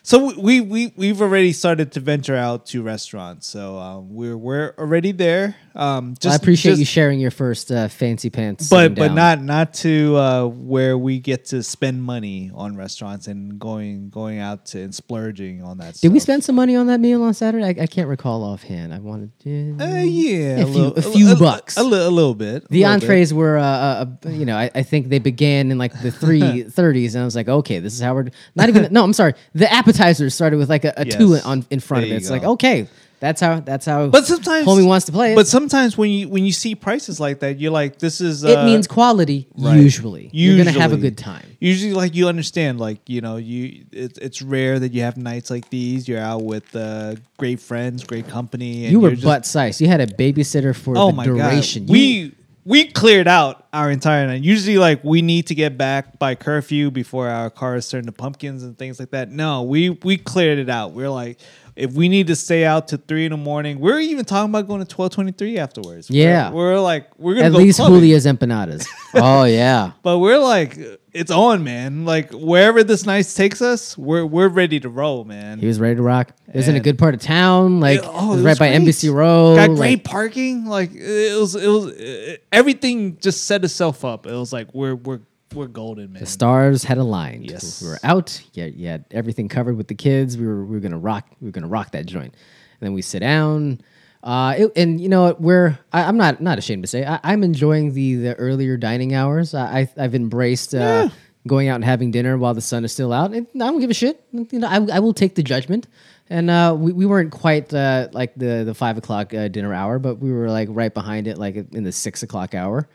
B: so we we we've already started to venture out to restaurants. So um, we're we're already there. Um, just
C: I appreciate
B: just-
C: you sharing your first uh, fancy pants,
B: but
C: sitting
B: but
C: down.
B: not not to uh, where we get to spend money on restaurants and going going out to and splurging on that.
C: Did we
B: stuff.
C: spend some money on that meal on Saturday? I, I can't recall offhand. I wanted.
B: Uh, yeah,
C: A few- a few
B: li-
C: bucks.
B: a, li- a little bit. a
C: The
B: little
C: entrees were, uh, uh, uh, you know, I, I think they began in like the three thirties, and I was like, okay, this is how we're not even. no, I'm sorry. The appetizers started with like a, a two
B: Yes.
C: on in front
B: There
C: of
B: you
C: it. It's
B: go.
C: like okay, that's how that's how.
B: But sometimes
C: homie wants to play it.
B: But sometimes when you when you see prices like that, you're like, this is. Uh,
C: it means quality
B: right.
C: usually. You're gonna have a
B: Usually.
C: good time.
B: Usually, like you understand, like you know, you it, it's rare that you have nights like these. You're out with uh, great friends, great company. And
C: You were
B: you're just-
C: butt sized. You had a babysitter for
B: oh
C: the
B: my
C: duration.
B: god, we we cleared out our entire night. Usually, like we need to get back by curfew before our cars turn to pumpkins and things like that. No, we we cleared it out. We're like, if we need to stay out to three in the morning, we're even talking about going to twelve twenty three afterwards. We're-
C: Yeah.
B: we're, like we're gonna
C: at
B: go
C: least
B: clubbing.
C: Julia's empanadas.
A: Oh yeah.
B: But we're like, it's on, man. Like wherever this night takes us, we're we're ready to roll, man.
C: he was ready to rock. It was in a
B: And-
C: good part of town, like
B: Yeah, oh,
C: it
B: it
C: was
B: was
C: right by
B: great.
C: Embassy Road.
B: Got
C: like-
B: great parking. Like it was, it was uh, everything just set itself up. It was like we're we're we're golden, man.
C: The stars had aligned.
B: Yes.
C: we were out. Yeah, you had everything covered with the kids. We were we were gonna rock. We were gonna rock that joint. And then we sit down. Uh, it- and you know what? We're I, I'm not not ashamed to say I, I'm enjoying the the earlier dining hours. I, I I've embraced. Uh, Going out and having dinner while the sun is still out, and I don't give a shit. You know, I, I will take the judgment. And uh, we, we weren't quite uh, like the the five o'clock uh, dinner hour, but we were like right behind it, like in the six o'clock hour.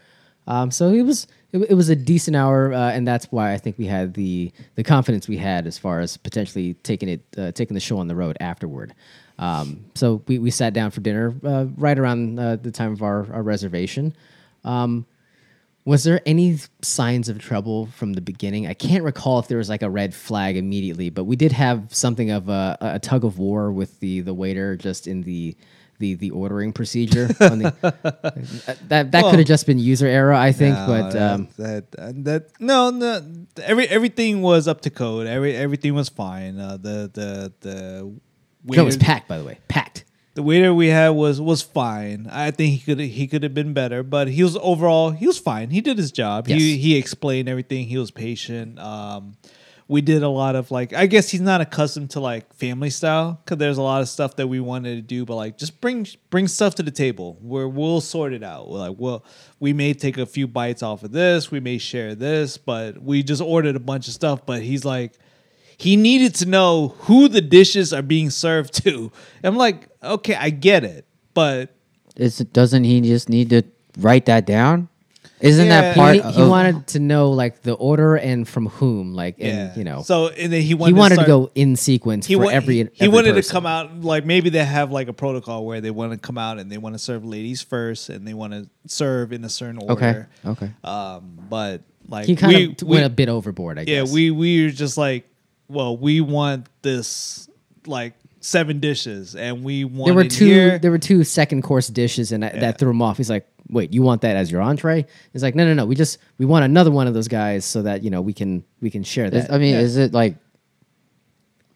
C: Um, so it was it, w- it was a decent hour, uh, and that's why I think we had the the confidence we had as far as potentially taking it uh, taking the show on the road afterward. Um, so we, we sat down for dinner uh, right around uh, the time of our, our reservation. Um, was there any signs of trouble from the beginning? I can't recall if there was like a red flag immediately, but we did have something of a, a tug of war with the the waiter just in the the the ordering procedure. on the, that that could have just been user error, I think. but
B: that-
C: um,
B: that, uh, that no no every everything was up to code. Every everything was fine. Uh, the the the
C: Joe was
B: waiter-
C: packed, by the way, packed.
B: The waiter we had was was fine. I think he could he could have been better, but he was overall he was fine. He did his job. He
C: Yes.
B: he explained everything. He was patient. Um, we did a lot of like I guess he's not accustomed to like family style because there's a lot of stuff that we wanted to do, but like just bring bring stuff to the table where we'll sort it out. We're like well we may take a few bites off of this, we may share this, but we just ordered a bunch of stuff. But he's like he needed to know who the dishes are being served to. I'm like, okay, I get it, but
A: Is, doesn't he just need to write that down? Isn't
B: Yeah.
A: that
C: He,
A: part?
C: he
A: of-
C: wanted to know like the order and from whom, like and
B: yeah,
C: you know,
B: So and then he wanted
C: he wanted
B: start-
C: to go in sequence for
B: wa-
C: every.
B: he,
C: every
B: wanted to
C: person.
B: come out like maybe they have like a protocol where they want to come out and they want to serve ladies first and they want to serve in a certain
A: Okay.
B: order.
A: Okay.
B: Um, but like
C: He kind
B: we,
C: of
B: we-
C: went a bit overboard, I
B: yeah
C: guess.
B: we we were just like well we want this like seven dishes and we want
C: there were
B: it
C: two
B: here.
C: there were two second course dishes and I, that threw him off he's like wait you want that as your entree he's like no no no we just we want another one of those guys so that you know we can we can share
A: Is-
C: that
A: I mean, is it like?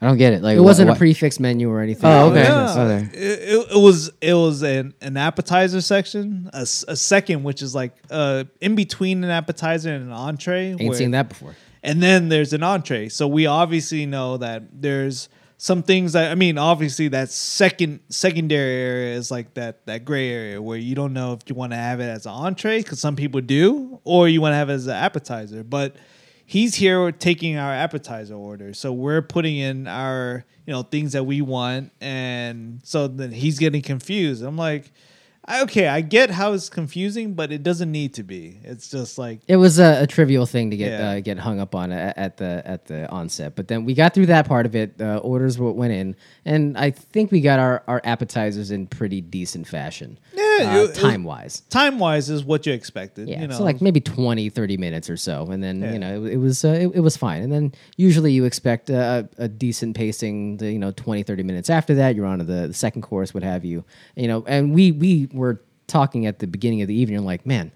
A: I don't get it. Like
C: it wasn't
A: wha-
C: a prefix menu or anything
A: Oh, okay.
B: Yeah.
A: Okay.
B: It, it- it was it was an, an appetizer section, a, s- a second which is like uh in between an appetizer and an entree.
C: ain't seen that before
B: And then there's an entree. So we obviously know that there's some things that I mean, obviously that second secondary area is like that that gray area where you don't know if you want to have it as an entree because some people do, or you want to have it as an appetizer. But he's here taking our appetizer order, so we're putting in our you know things that we want, and so then he's getting confused. I'm like. I- Okay, I get how it's confusing, but it doesn't need to be. It's just like
C: it was a, a trivial thing to get
B: Yeah.
C: uh, get hung up on at, at the at the onset, but then we got through that part of it. Uh, orders were, went in, and I think we got our, our appetizers in pretty decent fashion. uh,
B: Yeah, it- it-
C: time wise.
B: time wise is what you expected.
C: Yeah,
B: you know,
C: so like maybe 20, 30 minutes or so, and then
B: Yeah.
C: you know it, it was uh, it, it was fine. And then usually you expect a, a a decent pacing, to, you know, 20, 30 minutes after that, you're on to the, the second course, what have you, you know. And we we were talking at the beginning of the evening, like, man,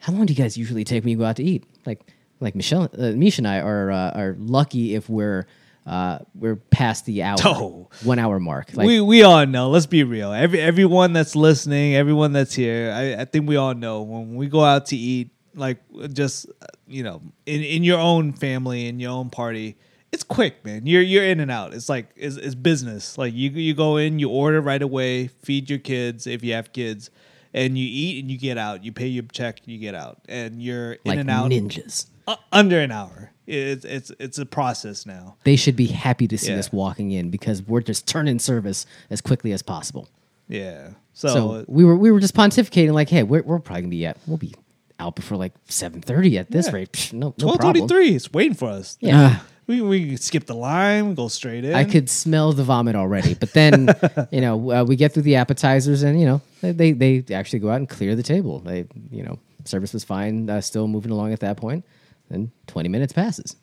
C: how long do you guys usually take when you go out to eat? Like like Michelle, uh, Misha and I are uh, are lucky if we're uh, we're past the hour,
B: Oh.
C: one hour mark. Like
B: we we all know. Let's be real. Every everyone that's listening, everyone that's here, I, I think we all know when we go out to eat, like just uh, you know, in, in your own family, in your own party, it's quick, man. You're you're in and out. It's like it's, it's business. Like you you go in, you order right away, feed your kids if you have kids, and you eat and you get out. You pay your check, you get out, and you're in
C: like
B: and out
C: ninjas.
B: u- under an hour. It's it's it's a process now.
C: They should be happy to see
B: Yeah.
C: us walking in because we're just turning service as quickly as possible.
B: Yeah.
C: So
B: So,
C: we were we were just pontificating like, hey, we're, we're probably gonna be at we'll be out before like seven thirty at this
B: Yeah.
C: rate. Psh, no, no
B: twelve
C: problem.
B: twenty three is waiting for us.
C: Yeah.
B: We we can skip the line, we go straight in.
C: I could smell the vomit already. But then, you know, uh, we get through the appetizers, and you know, they, they they actually go out and clear the table. They you know, service was fine, uh, still moving along at that point. Then twenty minutes passes,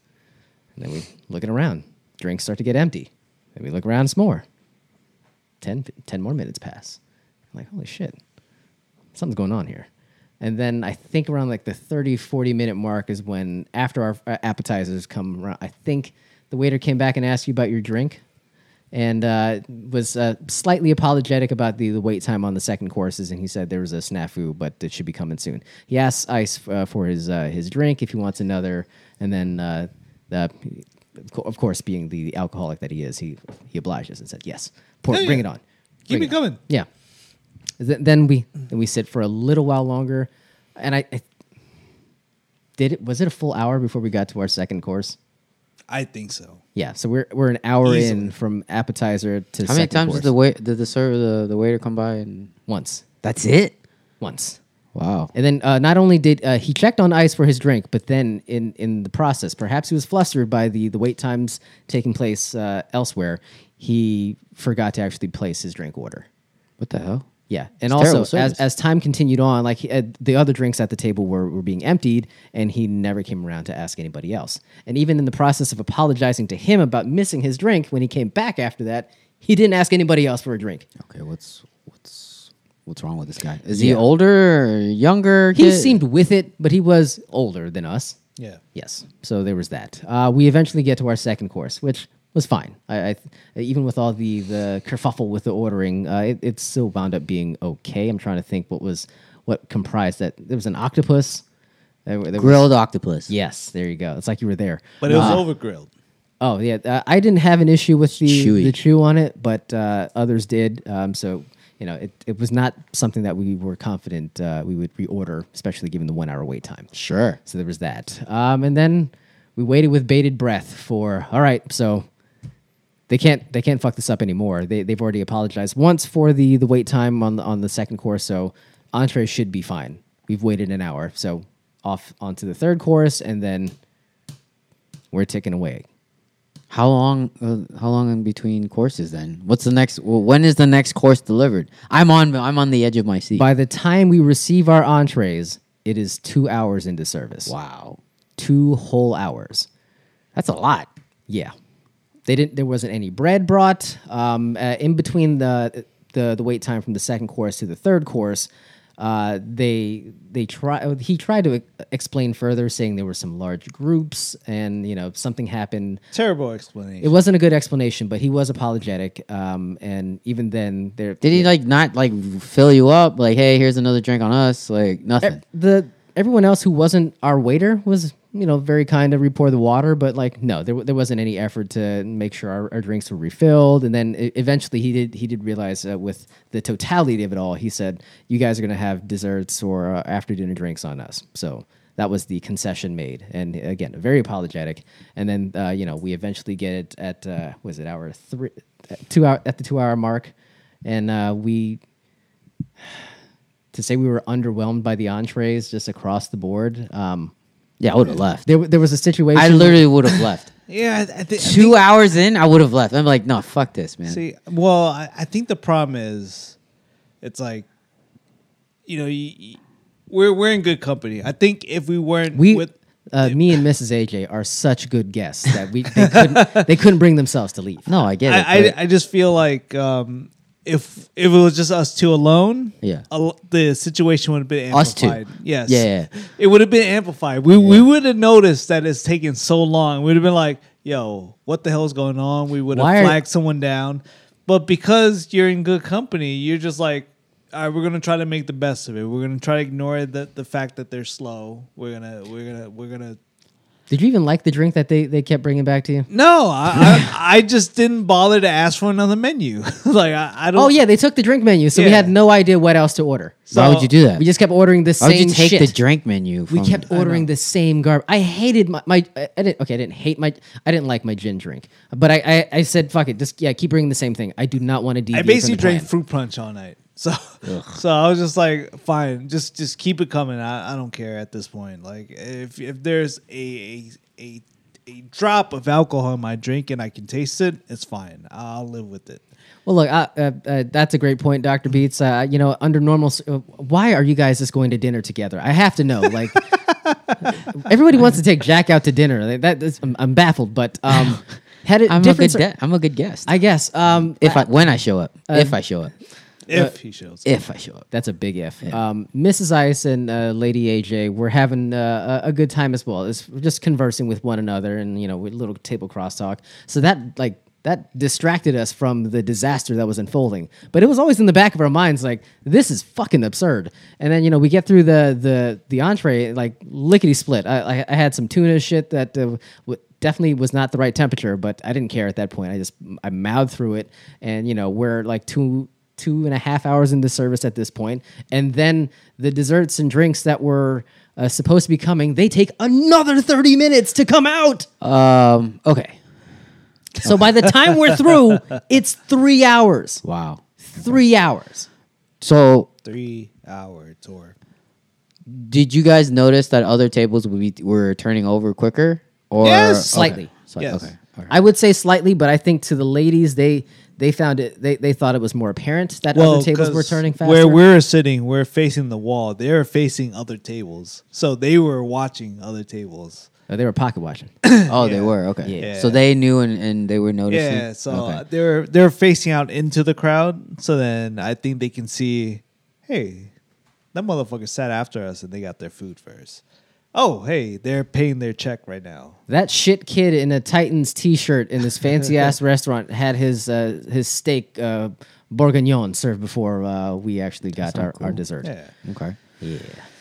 C: and then we looking around. Drinks start to get empty. Then we look around some more. 10, 10 more minutes pass. I'm like, holy shit, something's going on here. And then I think around like the 30, 40 minute mark is when, after our uh, appetizers come around, I think the waiter came back and asked you about your drink and uh, was uh, slightly apologetic about the, the wait time on the second courses. And he said there was a snafu, but it should be coming soon. He asked Ice uh, for his, uh, his drink if he wants another. And then, uh, the, of course, being the alcoholic that he is, he, he obliges and said, yes, pour,
B: Yeah,
C: bring
B: yeah.
C: it on.
B: Keep
C: Bring
B: it coming.
C: yeah. Th- then we then we sit for a little while longer, and I, I did it. Was it a full hour before we got to our second course?
B: I think so.
C: Yeah. So we're we're an hour
B: Easily.
C: in from appetizer to.
A: How many
C: second
A: times
C: course.
A: did the wait did the server the, the waiter come by and
C: Once.
A: that's it?
C: Once.
A: Wow.
C: And then uh, not only did uh, he checked on ice for his drink, but then in, in the process, perhaps he was flustered by the, the wait times taking place uh, elsewhere, he forgot to actually place his drink order.
A: What the hell?
C: Yeah, and
A: It's terrible
C: also as,
A: service.
C: as time continued on, like he, uh, the other drinks at the table were, were being emptied, and he never came around to ask anybody else. And even in the process of apologizing to him about missing his drink, when he came back after that, he didn't ask anybody else for a drink.
A: Okay, what's what's what's wrong with this guy? Is he
C: Yeah.
A: older or younger?
C: He
A: kid?
C: seemed with it, but he was older than us.
B: Yeah.
C: Yes. So there was that. Uh, we eventually get to our second course, which was fine. I, I even with all the the kerfuffle with the ordering, uh, it, it still wound up being okay. I'm trying to think what was what comprised that. There was an octopus. There, were- there was-
A: grilled octopus.
C: yes. There you go. It's like you were there.
B: But it was over grilled.
C: Oh yeah, uh, I didn't have an issue with the
A: Chewy.
C: the chew on it, but uh, others did. Um, so you know, it, it was not something that we were confident uh, we would reorder, especially given the one hour wait time.
A: Sure.
C: So there was that. Um, and then we waited with bated breath for all right, so they can't they can't fuck this up anymore. They they've already apologized once for the the wait time on the on the second course, so entree should be fine. We've waited an hour, so off onto the third course and then we're ticking away.
A: How long? Uh, how long in between courses? Then what's the next? Well, when is the next course delivered? I'm on. I'm on the edge of my seat.
C: By the time we receive our entrees, it is two hours into service.
A: wow,
C: Two whole hours.
A: that's a lot.
C: Yeah, they didn't. There wasn't any bread brought. Um, uh, in between the the the wait time from the second course to the third course, uh, they they try. He tried to e- explain further, saying there were some large groups, and you know something happened.
B: Terrible explanation.
C: It wasn't a good explanation, but he was apologetic. Um, and even then, there
A: Did he like not like fill you up? Like, hey, here's another drink on us. Like nothing.
C: the everyone else who wasn't our waiter was you know very kind to re-pour the water but like no there, there wasn't any effort to make sure our, our drinks were refilled and then e- eventually he did he did realize uh, with the totality of it all he said you guys are going to have desserts or uh, after dinner drinks on us so that was the concession made and again very apologetic and then uh, you know we eventually get it at uh, was it hour three at two hour at the two hour mark and uh, we to say we were underwhelmed by the entrees just across the board. Um,
A: yeah, I would have left.
C: there, there was a situation.
A: I literally would have left.
B: yeah, I, I thi- I
A: Two hours in, I would have left. I'm like, no, fuck this, man.
B: See, well, I, I think the problem is, it's like, you know, you, you- we're we're in good company. I think if we weren't,
C: we,
B: with,
C: uh, me and Mrs. AJ are such good guests that we they couldn't, they couldn't bring themselves to leave.
A: no, I get it.
B: I,
A: but-
B: I I just feel like um, if if it was just us two alone,
A: Yeah.
B: al- the situation would have been
A: Us two.
B: amplified. Yes,
A: Yeah, yeah.
B: it would have been amplified. We we would have noticed that it's taking so long. We'd have been like, "Yo, what the hell's going on?" We would
C: Why
B: have
C: are-
B: flagged someone down, but because you're in good company, you're just like. All right, we're gonna try to make the best of it. We're gonna try to ignore the, the fact that they're slow. We're gonna we're gonna we're gonna
C: Did you even like the drink that they, they kept bringing back to you?
B: no. I, I I just didn't bother to ask for another menu. like I, I don't.
C: Oh yeah, they took the drink menu, so we
B: Yeah.
C: had no idea what else to order.
A: Why would you do that?
C: We just kept ordering the
A: Why would
C: same
A: you take
C: shit.
A: the drink menu?
C: we
A: from-
C: kept ordering the same garb. I hated my, my I I didn't okay, I didn't hate my I didn't like my gin drink. But I I, I said fuck it, just yeah, keep bringing the same thing. I do not want to
B: I
C: deviate
B: basically
C: from the plan.
B: drank fruit punch all night. So so I was just like, fine, just just keep it coming. I, I don't care at this point. Like if if there's a, a a a drop of alcohol in my drink and I can taste it, it's fine. I'll live with it.
C: Well, look, uh, uh, uh, that's a great point, Doctor Beats. Uh, you know, under normal, s- uh, why are you guys just going to dinner together? I have to know. Like, everybody wants to take Jack out to dinner. Like, That, that's, I'm, I'm baffled, but um, had it
A: I'm a
C: different.
A: good. gue- I'm a good guest.
C: I guess um,
A: if I when I show up, if I show up,
B: If he shows.
A: if I show up.
C: That's a big if. Um, Mrs. Ice and uh, Lady AJ were having uh, a a good time as well. It's we're just conversing with one another and you know with little table crosstalk. So that like that distracted us from the disaster that was unfolding. But it was always in the back of our minds like this is fucking absurd. And then you know we get through the the the entree like lickety split. I, I, I had some tuna shit that uh, w- definitely was not the right temperature, but I didn't care at that point. I just I mouthed through it, and you know we're like two two and a half hours into service at this point, and then the desserts and drinks that were uh, supposed to be coming, they take another thirty minutes to come out.
A: Um. Okay.
C: So by the time we're through, it's three hours.
A: Wow.
C: Three hours.
A: So
B: Three hour tour.
A: Did you guys notice that other tables would be, were turning over quicker? Or
B: Yes.
A: okay.
C: Slightly.
A: Slight-
B: Yes.
A: Okay. All right.
C: I would say slightly, but I think to the ladies, they they found it. They, they thought it was more apparent that other tables were
B: 'cause
C: turning faster.
B: Where we're sitting, we're facing the wall. They're facing other tables, so they were watching other tables.
C: Oh, they were pocket watching.
A: Oh,
B: Yeah.
A: they were okay.
B: Yeah.
A: So they knew and, and they were noticing.
B: Yeah, so
A: Okay.
B: uh, they're they're facing out into the crowd. So then I think they can see, hey, that motherfucker sat after us and they got their food first. Oh, hey, they're paying their check right now.
C: That shit kid in a Titans T-shirt in this fancy ass restaurant had his uh, his steak uh, bourguignon served before uh, we actually got our, our dessert.
B: Yeah.
A: okay.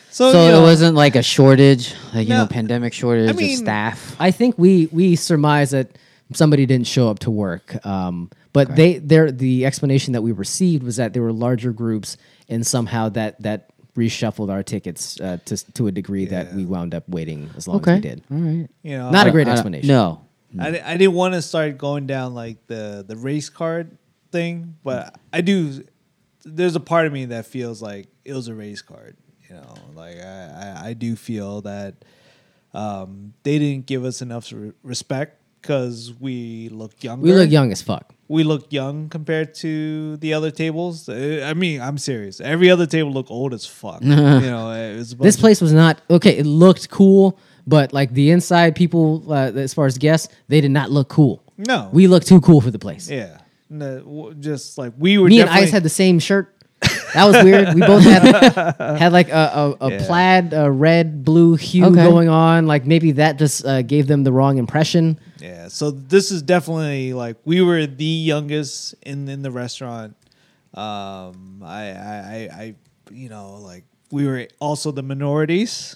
B: So,
A: so
B: you know,
A: it wasn't like a shortage, like you
B: Oh, No.
A: know, pandemic shortage
B: mean-
A: of staff.
C: I think we we surmise that somebody didn't show up to work. Um, but they their the explanation that we received was that there were larger groups, and somehow that that reshuffled our tickets uh, to to a degree that we wound up waiting as long as we did.
A: All right.
B: you know,
C: Not a
B: I,
C: great
A: I don't-
C: explanation.
A: Uh, No.
B: I,
C: Mm.
B: di- I didn't want to start going down like the the race card thing, but I do. There's a part of me that feels like it was a race card. You know, like I I, I do feel that um, they didn't give us enough re- respect because we look younger.
C: We look young as fuck.
B: we look young compared to the other tables. Uh, I mean, I'm serious. Every other table looked old as fuck. you know, it was a bunch
C: This
B: of-
C: place was not okay. It looked cool, but like the inside people, uh, as far as guests, they did not look cool.
B: No.
C: we looked too cool for the place.
B: yeah, no, w- just like we were.
C: Me and
B: definitely-
C: Ice had the same shirt. That was weird. We both had had like a, a, a plaid, uh red, blue hue
A: Okay.
C: going on. Like maybe that just uh, gave them the wrong impression.
B: Yeah, so this is definitely like we were the youngest in in the restaurant. Um, I, I, I, I you know, like we were also the minorities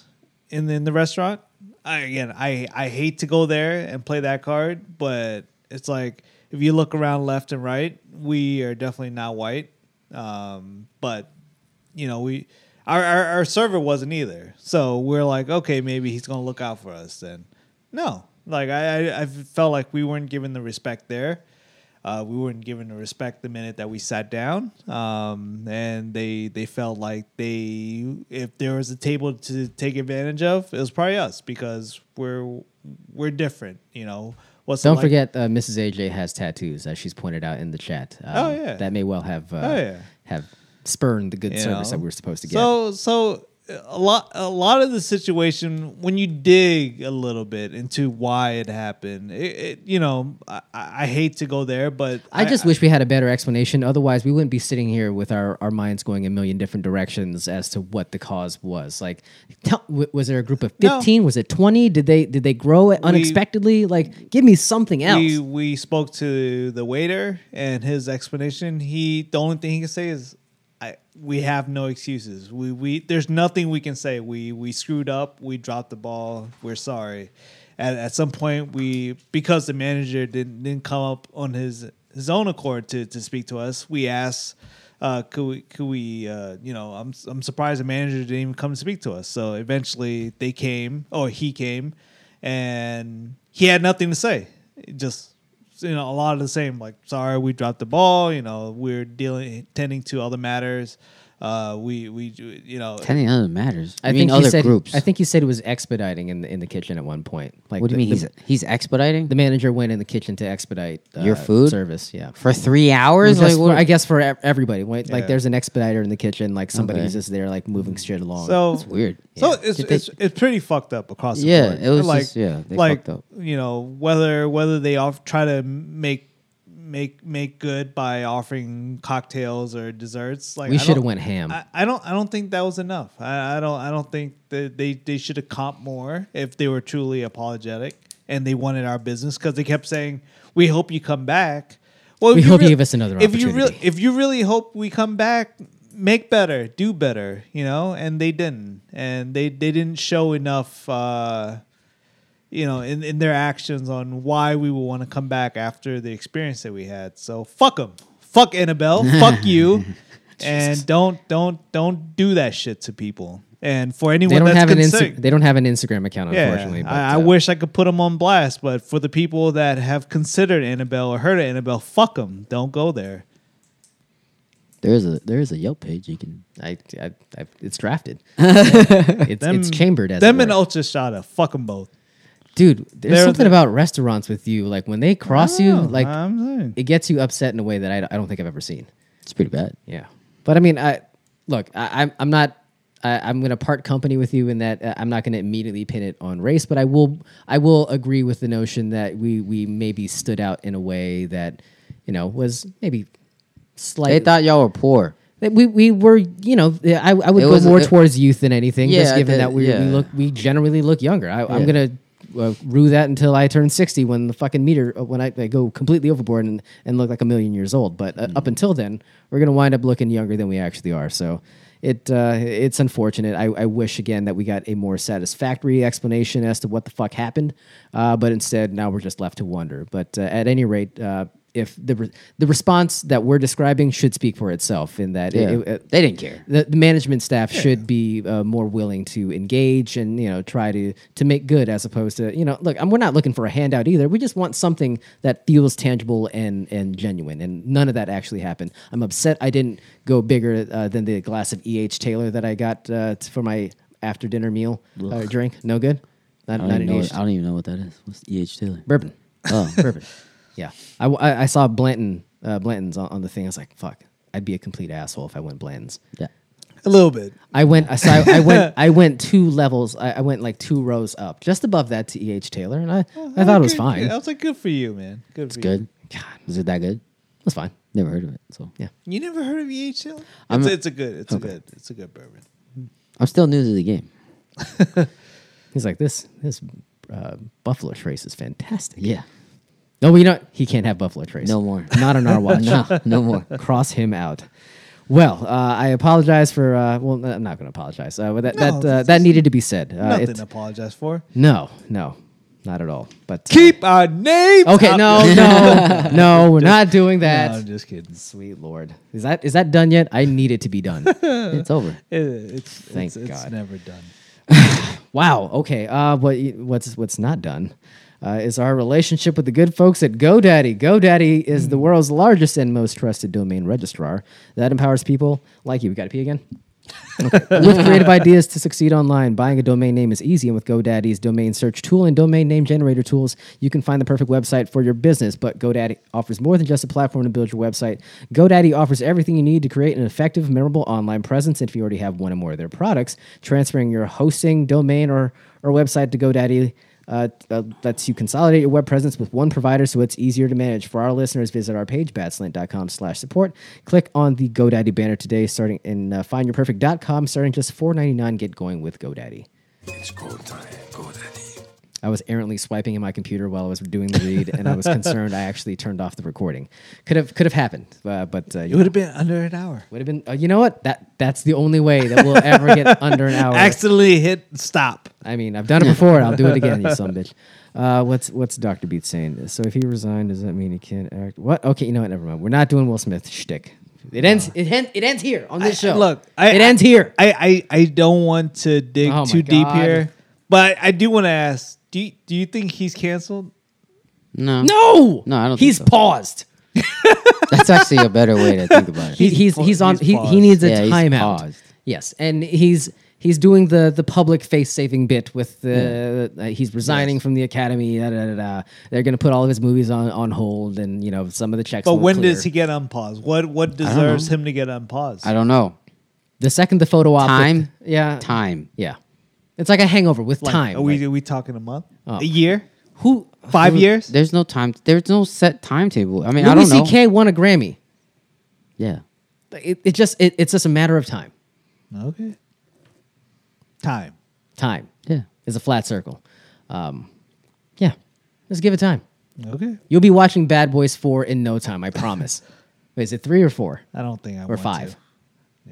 B: in in the restaurant. I, again, I I hate to go there and play that card, but it's like if you look around left and right, we are definitely not white. Um, but you know, we our, our our server wasn't either. So we're like, okay, maybe he's gonna look out for us then. No, like I I, I felt like we weren't given the respect there. Uh, we weren't given the respect the minute that we sat down, um, and they they felt like they if there was a table to take advantage of, it was probably us because we're we're different, you know. What's it
C: Don't
B: like-
C: forget, uh, Mrs. AJ has tattoos, as she's pointed out in the chat. Um,
B: Oh, yeah.
C: that may well have uh,
B: Oh, yeah.
C: have spurned the good
B: you
C: service
B: know?
C: that we were supposed to get.
B: So so a lot a lot of the situation when you dig a little bit into why it happened, it, it you know I, I I hate to go there, but
C: I just wish we had a better explanation. Otherwise, we wouldn't be sitting here with our, our minds going a million different directions as to what the cause was. Like, tell, w- was there a group of
B: No.
C: fifteen? Was it twenty? Did they did they grow it unexpectedly? like, give me something else.
B: we we spoke to the waiter and his explanation. He the only thing he can say is. I, we have no excuses. We, we there's nothing we can say. We we screwed up. We dropped the ball. We're sorry. At, at some point, we because the manager didn't didn't come up on his his own accord to, to speak to us. We asked, uh, could we could we uh, you know I'm I'm surprised the manager didn't even come speak to us. So eventually they came or he came, and he had nothing to say. It Just you know a lot of the same like sorry we dropped the ball. You know we're dealing tending to other matters. Uh, we we you know
A: Tending other matters.
C: I
A: I mean,
C: think he
A: other
C: said,
A: groups.
C: I think he said it was expediting in the in the kitchen at one point. Like,
A: What do you mean
C: the- the-
A: he's he's expediting
C: the manager went in the kitchen to expedite uh,
A: Your food?
C: service? Yeah,
A: for three hours?
C: Just
A: Like,
C: for-
A: what-
C: I guess for ev- everybody. When-
B: Yeah.
C: Like, there's an expediter in the kitchen. Like somebody's
A: Okay.
C: just there, like moving shit along.
B: so
A: that's weird.
B: So
A: Yeah.
B: it's,
A: Did they-
B: it's it's pretty fucked up across the
A: Yeah,
B: board.
A: it was
B: like
A: just- yeah, they
B: like
A: fucked up.
B: you know whether whether they off try to make make make good by offering cocktails or desserts. Like
C: We
B: I
C: shoulda
B: don't-
C: went ham.
B: I, I don't I don't think that was enough. I, I don't I don't think that they they should have comped more if they were truly apologetic and they wanted our business because they kept saying we hope you come back. Well, if
C: We hope you
B: real-
C: give us another
B: if You really,
C: opportunity.
B: if you really hope we come back, make better, do better, you know. And they didn't, and they they didn't show enough, uh, you know, in, in their actions on why we would want to come back after the experience that we had. So fuck them, fuck Annabelle, fuck you, and don't don't don't do that shit to people. And for anyone
C: they don't
B: that's
C: have an
B: concerned,
C: Insta- they don't have an Instagram account, unfortunately. but,
B: I, I
C: uh,
B: wish I could put them on blast, but for the people that have considered Annabelle or heard of Annabelle, fuck them. Don't go there.
A: There is a there is a Yelp page you can.
C: I, I, I it's drafted. it's,
B: Them-
C: it's chambered as
B: them
C: it
B: and
C: were.
B: Ultra Shada. Fuck them both.
C: dude. There's
B: they're
C: something
B: the-
C: about restaurants with you. Like when they cross you,
B: Oh,
C: like
B: I'm saying.
C: it gets you upset in a way that I, I don't think I've ever seen.
A: It's pretty bad.
C: Yeah, but I mean, I look, I, I'm I'm not. I, I'm going to part company with you in that uh, I'm not going to immediately pin it on race, but I will. I will agree with the notion that we we maybe stood out in a way that, you know, was maybe
A: They
C: slightly.
A: thought y'all were poor.
C: that we we were you know yeah, I, I would
A: It
C: go
A: was-
C: more
A: it-
C: towards youth than anything,
A: Yeah,
C: just
A: I
C: given
A: did-
C: that we,
A: yeah.
C: we look we generally look younger. I, I'm
A: Yeah.
C: gonna. Uh, rue that until I turn sixty, when the fucking meter, uh, when I, I go completely overboard and, and look like a million years old. But uh,
A: Mm-hmm.
C: up until then, we're gonna wind up looking younger than we actually are. So it uh, it's unfortunate. I, I wish again that we got a more satisfactory explanation as to what the fuck happened. Uh, but instead, now we're just left to wonder. But uh, at any rate, uh, if the re- the response that we're describing should speak for itself, in that it-
A: Yeah.
C: it,
A: they didn't care.
C: the, the management staff should be uh, more willing to engage and you know try to to make good as opposed to you know look I'm, we're not looking for a handout either we just want something that feels tangible and and genuine and none of that actually happened i'm upset i didn't go bigger uh, than the glass of eh taylor that i got uh, t- for my after dinner meal uh, drink no good
A: I
C: not,
A: don't,
C: not
A: even
C: an
A: know,
C: EH
A: I don't even know what that is. What's E.H. Taylor?
C: bourbon
A: Oh,
C: bourbon yeah i, w- I- I saw blanton uh, blanton's on, on the thing i was like fuck i'd be a complete asshole if i went blanton's
A: yeah.
B: A little bit.
C: I went. I So I, I went. I went two levels. I, I went like two rows up, just above that to E. H. Taylor, and I,
B: Oh,
C: I thought it was
B: Good-
C: fine.
B: I was like, good for you, man. Good for you.
A: Good. God, was it that good?
C: It was fine.
A: Never heard of it. So
C: Yeah.
B: You never heard of EH Taylor?
A: I'm
B: It's,
A: a-
B: it's a good. It's a good. It's a good bourbon.
A: I'm still new to the game.
C: He's like this. This uh, Buffalo Trace is fantastic.
A: Yeah.
C: No, we don't. He can't have Buffalo Trace.
A: No more.
C: Not on our watch.
A: no, no more.
C: Cross him out. Well, uh, I apologize for. Uh, well, I'm not going to apologize. Uh, but that
B: No,
C: that, uh,
B: it's-
C: that needed to be said. Uh,
B: Nothing
C: it-
B: to apologize for.
C: no, no, not at all. But uh,
B: Keep our names.
C: Okay,
B: out-
C: no, no, no. We're not doing
B: No,
C: that.
B: I'm just kidding.
C: Sweet Lord, is that is that done yet? I need it to be done.
A: It's over.
B: It- it's,
C: Thank
B: it's, it's
C: God.
B: never done.
C: wow. Okay. Uh, what y- what's what's not done uh, is our relationship with the good folks at GoDaddy. GoDaddy is the world's largest and most trusted domain registrar that empowers people like you. We got to pee again. with creative ideas to succeed online, buying a domain name is easy. And with GoDaddy's domain search tool and domain name generator tools, you can find the perfect website for your business. But GoDaddy offers more than just a platform to build your website. GoDaddy offers everything you need to create an effective, memorable online presence. If you already have one or more of their products, transferring your hosting, domain, or, or website to GoDaddy uh, uh, lets you consolidate your web presence with one provider so it's easier to manage. For our listeners, visit our page, batslant.com slash support. Click on the GoDaddy banner today, starting in uh, findyourperfect.com, starting just $4.99. Get going with GoDaddy.
E: It's go time, go daddy.
C: I was errantly swiping in my computer while I was doing the read, and I was concerned I actually turned off the recording. Could have could have happened, uh, but uh,
B: It would have been under an hour.
C: would have been. Uh, you know what? That that's the only way that we'll ever get under an hour.
B: Accidentally hit stop.
C: I mean, I've done it before, and I'll do it again, you son of a bitch. Uh, what's what's Doctor Beat saying? So if he resigned, does that mean he can't act? What? Okay, you know what? Never mind. We're not doing Will Smith shtick. It ends. It, hen- it ends here on this
B: I-
C: show.
B: Look, I,
C: it
B: I-
C: ends here.
B: I, I, I don't want to dig
C: Oh my
B: too deep
C: God.
B: here, but I do want to ask: Do you, do you think he's canceled?
A: No.
C: no,
A: No, I don't think
C: He's
A: so.
C: paused.
A: That's actually a better way to think about it.
C: He, he's
B: pa-
C: he's on.
B: he's
C: he,
B: paused.
C: he needs a
A: Yeah, he's
C: timeout.
A: paused.
C: Yes, and he's he's doing the the public face saving bit with the uh, he's resigning from the academy. Da, da, da, da. They're going to put all of his movies on on hold, and you know some of the checks.
B: But
C: won't
B: when
C: clear.
B: does he get unpaused? What what deserves him to get unpaused?
A: I don't know.
C: The second the photo op with-
A: Time?
C: yeah,
A: Time.
C: Yeah. It's like a hangover with
B: Like,
C: time.
B: Are we
C: like,
B: are we talking a month?
C: Oh.
B: A year?
C: who
B: Five years?
A: Mm, There's no time. There's no set timetable. I mean, I
C: Louis
A: don't know.
C: C.K. won a Grammy.
A: Yeah.
C: It, it just it, it's just a matter of time.
B: Okay. Time.
C: Time
A: Yeah.
C: is a flat circle. Um, yeah, just give it time.
B: Okay.
C: You'll be watching Bad Boys Four in no time. I promise. Wait, is it three or four
B: I don't think I
C: or
B: want
C: five?
B: to.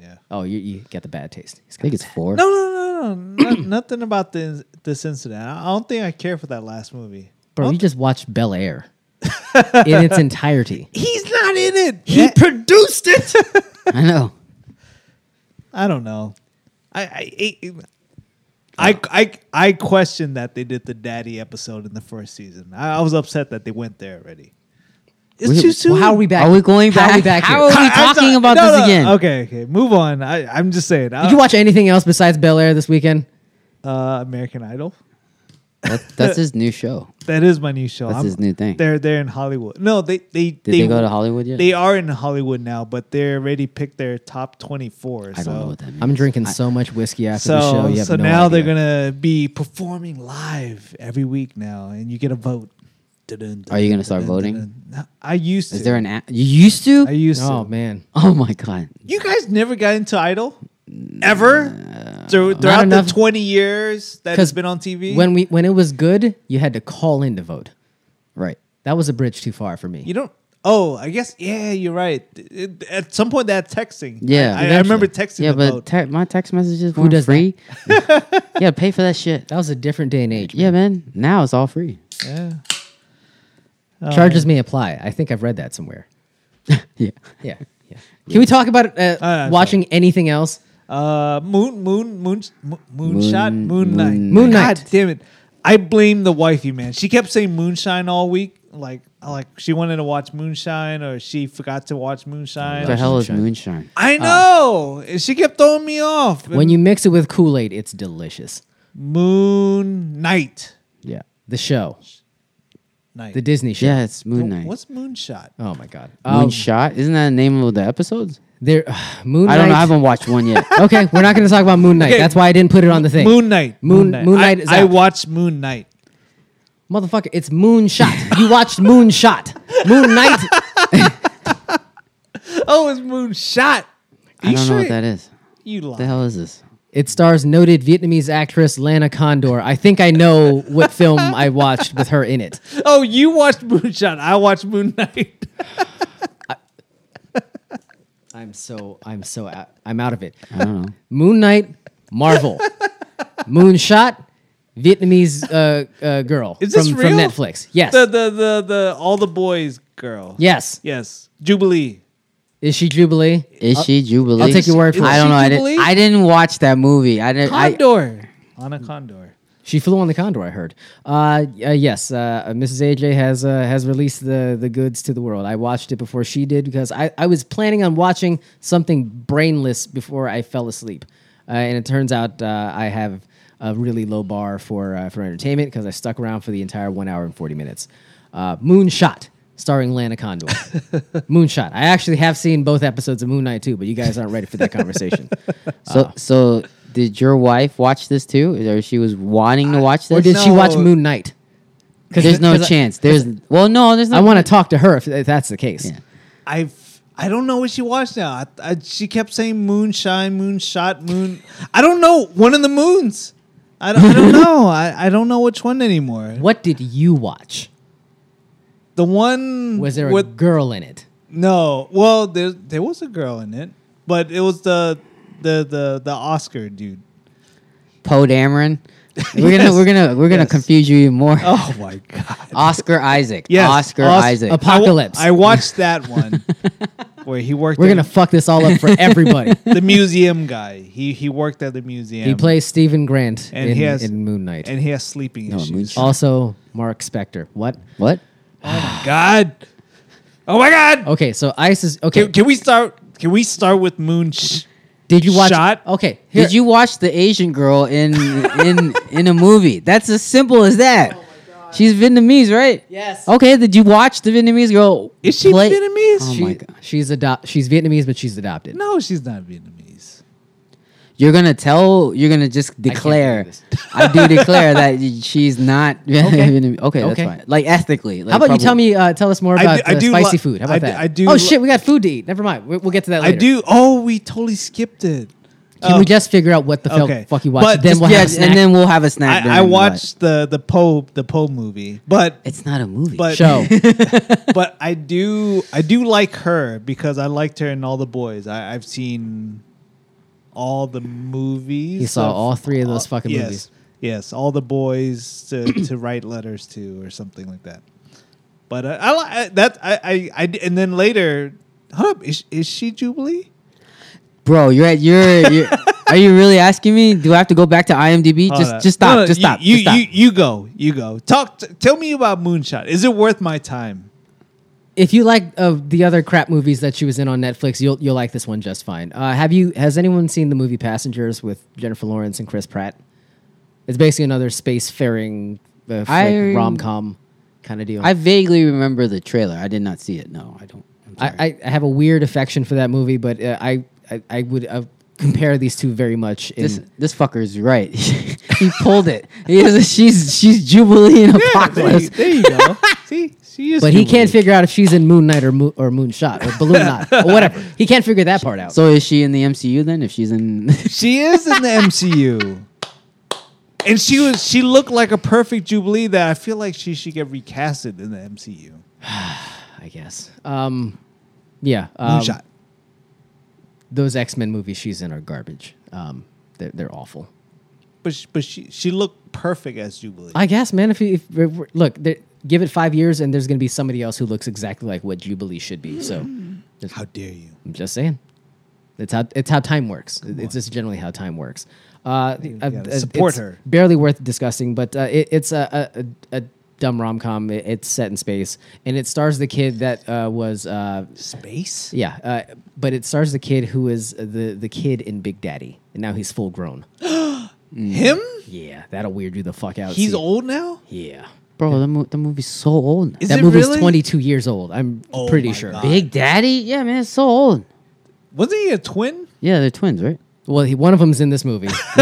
B: Yeah.
C: Oh, you, you get the bad taste. He's
A: I think
C: got
A: it's four.
B: No, no, no, no. no nothing about this this incident. I I don't think I care for that last movie.
C: bro. You just watched Bel Air in its entirety.
B: He's not in it.
C: He produced it.
A: I know.
B: I don't know. I oh. I, I I I I question that they did the daddy episode in the first season. I, I was upset that they went there already. It's
A: We-
B: too soon.
C: Well, how are we back?
A: Are we going
C: How
A: back?
C: are we back
A: How
C: here?
A: are we
B: I- I'm
A: talking
B: sorry.
A: about
B: No,
A: this
B: no,
A: again?
B: Okay, okay, move on. I, I'm just saying.
C: Did you watch anything else besides Bel Air this weekend?
B: uh, American Idol?
A: That- that's his new show.
B: That is my new show.
A: That's his new thing.
B: They're they're in Hollywood. No, they they
A: Did they go to Hollywood yet?
B: They are in Hollywood now, but they already picked their top twenty four.
A: I
B: so.
A: don't know what that means.
C: I'm drinking so much whiskey after the show.
B: So,
C: You have
B: so
C: no
B: now
C: idea.
B: they're gonna be performing live every week now, and you get a vote. Dun-dun,
A: Are you gonna
B: dun-dun,
A: start voting?
B: dun-dun. I used to.
A: Is there an app? You used to?
B: I used
C: Oh
B: to.
C: man,
A: oh my god!
B: You guys never got into Idol ever Through,
A: uh,
B: throughout
C: Not
B: the
C: enough.
B: twenty years that it's been on TV.
C: when we when it was good, you had to call in to vote.
A: Right.
C: That was a bridge too far for me.
B: you don't. Oh, I guess yeah, you're right. It- At some point, that texting.
A: Yeah,
B: I, I remember texting.
A: Yeah,
B: the
A: but
B: vote.
A: te- my text messages weren't
C: does that?
A: free. yeah, pay for that shit. Oh,
C: that was a different day and age.
A: Yeah, man. Now it's all free.
B: yeah.
C: Charges may apply. I think I've read that somewhere.
A: Yeah.
C: Yeah. yeah. Can we talk
A: Oh,
C: about uh,
B: sorry.
C: watching anything else?
B: Uh, moon, moon, moon, moon, moonshot,
A: Moon-
B: moon night,
A: Moon
C: Knight.
B: God damn it! I blame the wifey, man. She kept saying moonshine all week. Like, like she wanted to watch moonshine, or she forgot to watch moonshine.
A: What the hell is moonshine?
B: I know. And she kept throwing me off.
C: When you mix it with Kool Aid, it's delicious.
B: moon night,
A: Yeah.
C: The show,
B: night.
C: the Disney show.
A: Yeah, it's moon
B: Wh-
A: night.
B: What's moonshot?
C: Oh my god. Um,
A: Moonshot? Isn't that the name of the episodes?
C: there, Moon.
A: I don't know. I
C: Knight-
A: haven't watched one yet.
C: okay, we're not going to talk about Moon Knight.
B: Okay.
C: That's why I didn't put it on the thing.
B: Moon night.
C: Moon- Moon Knight
B: I,
C: is
B: I
C: out.
B: watched Moon night.
C: Motherfucker, it's Moonshot. You watched Moonshot. Moon Knight.
B: Oh, it's moonshot.
A: I don't know what that is.
B: You
A: What the
B: lie.
A: hell is this?
C: It stars noted Vietnamese actress Lana Condor. I think I know what film I watched with her in it.
B: Oh, you watched moonshot. I watched moon night.
C: I'm so I'm so out, I'm out of it.
A: I don't know.
C: Moon Knight, Marvel, Moonshot, Vietnamese uh, uh, girl
B: Is
C: from,
B: this
C: from
B: real?
C: Netflix. Yes,
B: The the the the all the boys girl.
C: yes.
B: Yes. Jubilee.
C: Is she Jubilee?
A: Is she Jubilee?
C: I'll take your word for
A: I
C: it.
A: don't know. I
B: Jubilee?
A: didn't, I didn't watch that movie. I didn't. I,
B: Condor. on a condor.
C: She flew on the Condor. I heard. Uh, y- uh, yes, uh, Mrs. AJ has uh, has released the the goods to the world. I watched it before she did because I, I was planning on watching something brainless before I fell asleep, uh, and it turns out uh, I have a really low bar for uh, for entertainment because I stuck around for the entire one hour and forty minutes. Uh, Moonshot, starring Lana Condor. Moonshot. I actually have seen both episodes of Moon Knight too, but you guys aren't ready for that conversation.
A: so so did your wife watch this too, or she was wanting to watch this?
C: or did she watch
B: No.
C: Moon Knight?
A: There's no
C: 'cause I-
A: chance. There's well, no, there's no.
C: I want to talk to her if, if that's the case.
A: Yeah.
B: I've I don't know what she watched now. I, I, she kept saying moonshine, moonshot, moon. I don't know. One of the moons. I don't, I don't know. I, I don't know which one anymore.
C: What did you watch?
B: The one
C: Was there a
B: with
C: girl in it?
B: no? Well, there there was a girl in it, but it was the the the the Oscar dude.
A: Poe Dameron. We're gonna
B: Yes.
A: we're gonna we're gonna
B: Yes.
A: confuse you even more.
B: Oh my god!
A: Oscar Isaac.
B: Yes,
A: Oscar
B: Os-
A: Isaac.
C: Apo- Apocalypse.
B: I, wa- I watched that one where he worked.
C: We're
B: at
C: gonna fuck this all up for everybody.
B: the museum guy. He he worked at the museum.
C: He plays Stephen Grant
B: And
C: in,
B: he has-
C: in Moon Knight.
B: and he has sleeping
A: No,
B: issues.
A: moonshot.
B: Oh,
C: also, Mark Spector. What?
A: what?
B: my god! Oh my god!
C: Okay, so Ice is okay.
B: Can, can we start? Can we start with Moon? Sh-
C: did you watch?
B: Shot?
C: Okay, here-
A: Did you watch the Asian girl in in in a movie? That's as simple as that. She's Vietnamese, right?
C: Yes.
A: Okay. Did you watch the Vietnamese girl?
B: Is she
A: play-
B: Vietnamese?
A: Oh
C: She,
A: my god!
C: She's adop- She's Vietnamese, but she's adopted.
B: no, she's not Vietnamese.
A: You're gonna tell. You're gonna just
C: believe
A: declare.
C: this.
A: I, do declare that y- she's not Vietnamese. Okay,
C: Okay.
A: that's fine. Like ethnically. Like
C: How about
A: probably-
C: you tell me? Uh, tell us more
B: I
C: about
B: do- I
C: uh,
B: do
C: spicy
B: li-
C: food. How about
B: I do-
C: that?
B: I do
C: oh
B: li-
C: shit, we got food to eat. Never mind. We- We'll get to that later.
B: I do. Oh, we totally skipped it.
C: Can we just figure out what the fel-
B: okay.
C: fuck you watched?
B: But
C: then
B: just-
C: we'll
A: Yeah,
C: have a snack.
A: and then we'll have a snack. during
B: I, I
A: the li-
B: watched the the Poe the Poe movie, but
A: It's not a movie.
B: But-
C: show.
B: but I do I do like her because I liked her in all the boys. I, I've seen all the movies.
C: He saw
B: of-
C: all three of those
B: all-
C: fucking
B: uh, yes,
C: movies.
B: Yes, all the boys to, to write letters to or something like that. But uh, I, li- I that I, I I d- and then later, hold up, is, is she Jubilee?
A: Bro, you're at you're, you're are you really asking me? Do I have to go back to IMDb?
B: Hold
A: just
B: up.
A: just
B: No,
A: stop.
B: no,
A: just
B: you,
A: stop.
B: You,
A: just stop.
B: you you go you go. Talk. T- tell me about Moonshot. Is it worth my time?
C: if you like uh, the other crap movies that she was in on Netflix, you'll you'll like this one just fine. Uh, have you? Has anyone seen the movie Passengers with Jennifer Lawrence and Chris Pratt? It's basically another spacefaring uh,
A: I-
C: rom com kind of deal.
F: I vaguely remember the trailer. I did not see it. No, I don't. I'm sorry.
C: I, I- I have a weird affection for that movie, but uh, I, I I would uh, compare these two very much. In,
F: this this fucker is right. he pulled it. He is, she's she's Jubilee and
B: There you,
F: Apocalypse.
B: there you go. See, she is.
C: but he
B: doing
C: can't
B: it.
C: figure out if she's in Moon Knight or Moon, or Moonshot or Balloon Knot or whatever. He can't figure that part out. So
F: So is she in the MCU then? If she's in,
B: She is in the MCU. And she was she looked like a perfect Jubilee that I feel like she should get recasted in the MCU.
C: I guess. Um, yeah. Um,
B: Moonshot.
C: Those X Men movies she's in are garbage. Um, they're, they're awful.
B: but she, but she she looked perfect as Jubilee.
C: I guess, man. If you if, if- look, there, give it five years, and there's gonna be somebody else who looks exactly like what Jubilee should be. So, just,
B: How dare you?
C: I'm just saying. It's how it's how time works. it's just generally how time works. Uh, uh,
B: gotta
C: uh,
B: support
C: it's
B: her.
C: Barely worth discussing, but uh, it, it's a, a, a, a dumb rom com. It, it's set in space, and it stars the kid that uh, was uh,
B: Space?
C: yeah. Uh, but it stars the kid who is the the kid in Big Daddy, and now he's full grown.
B: Him?
C: Yeah, that'll weird you the fuck out.
B: He's
C: Mm. See,
B: old now?
C: Yeah,
A: Bro, that, mo- that movie's so old. now.
B: Is
C: that
B: it
C: movie's
B: really?
C: 22 years old. I'm
B: Oh
C: pretty
B: my
C: sure.
B: God.
A: Big Daddy? Yeah, man, it's so old.
B: Wasn't he a twin?
A: Yeah, they're twins, right?
C: Well, he, one of them's in this movie.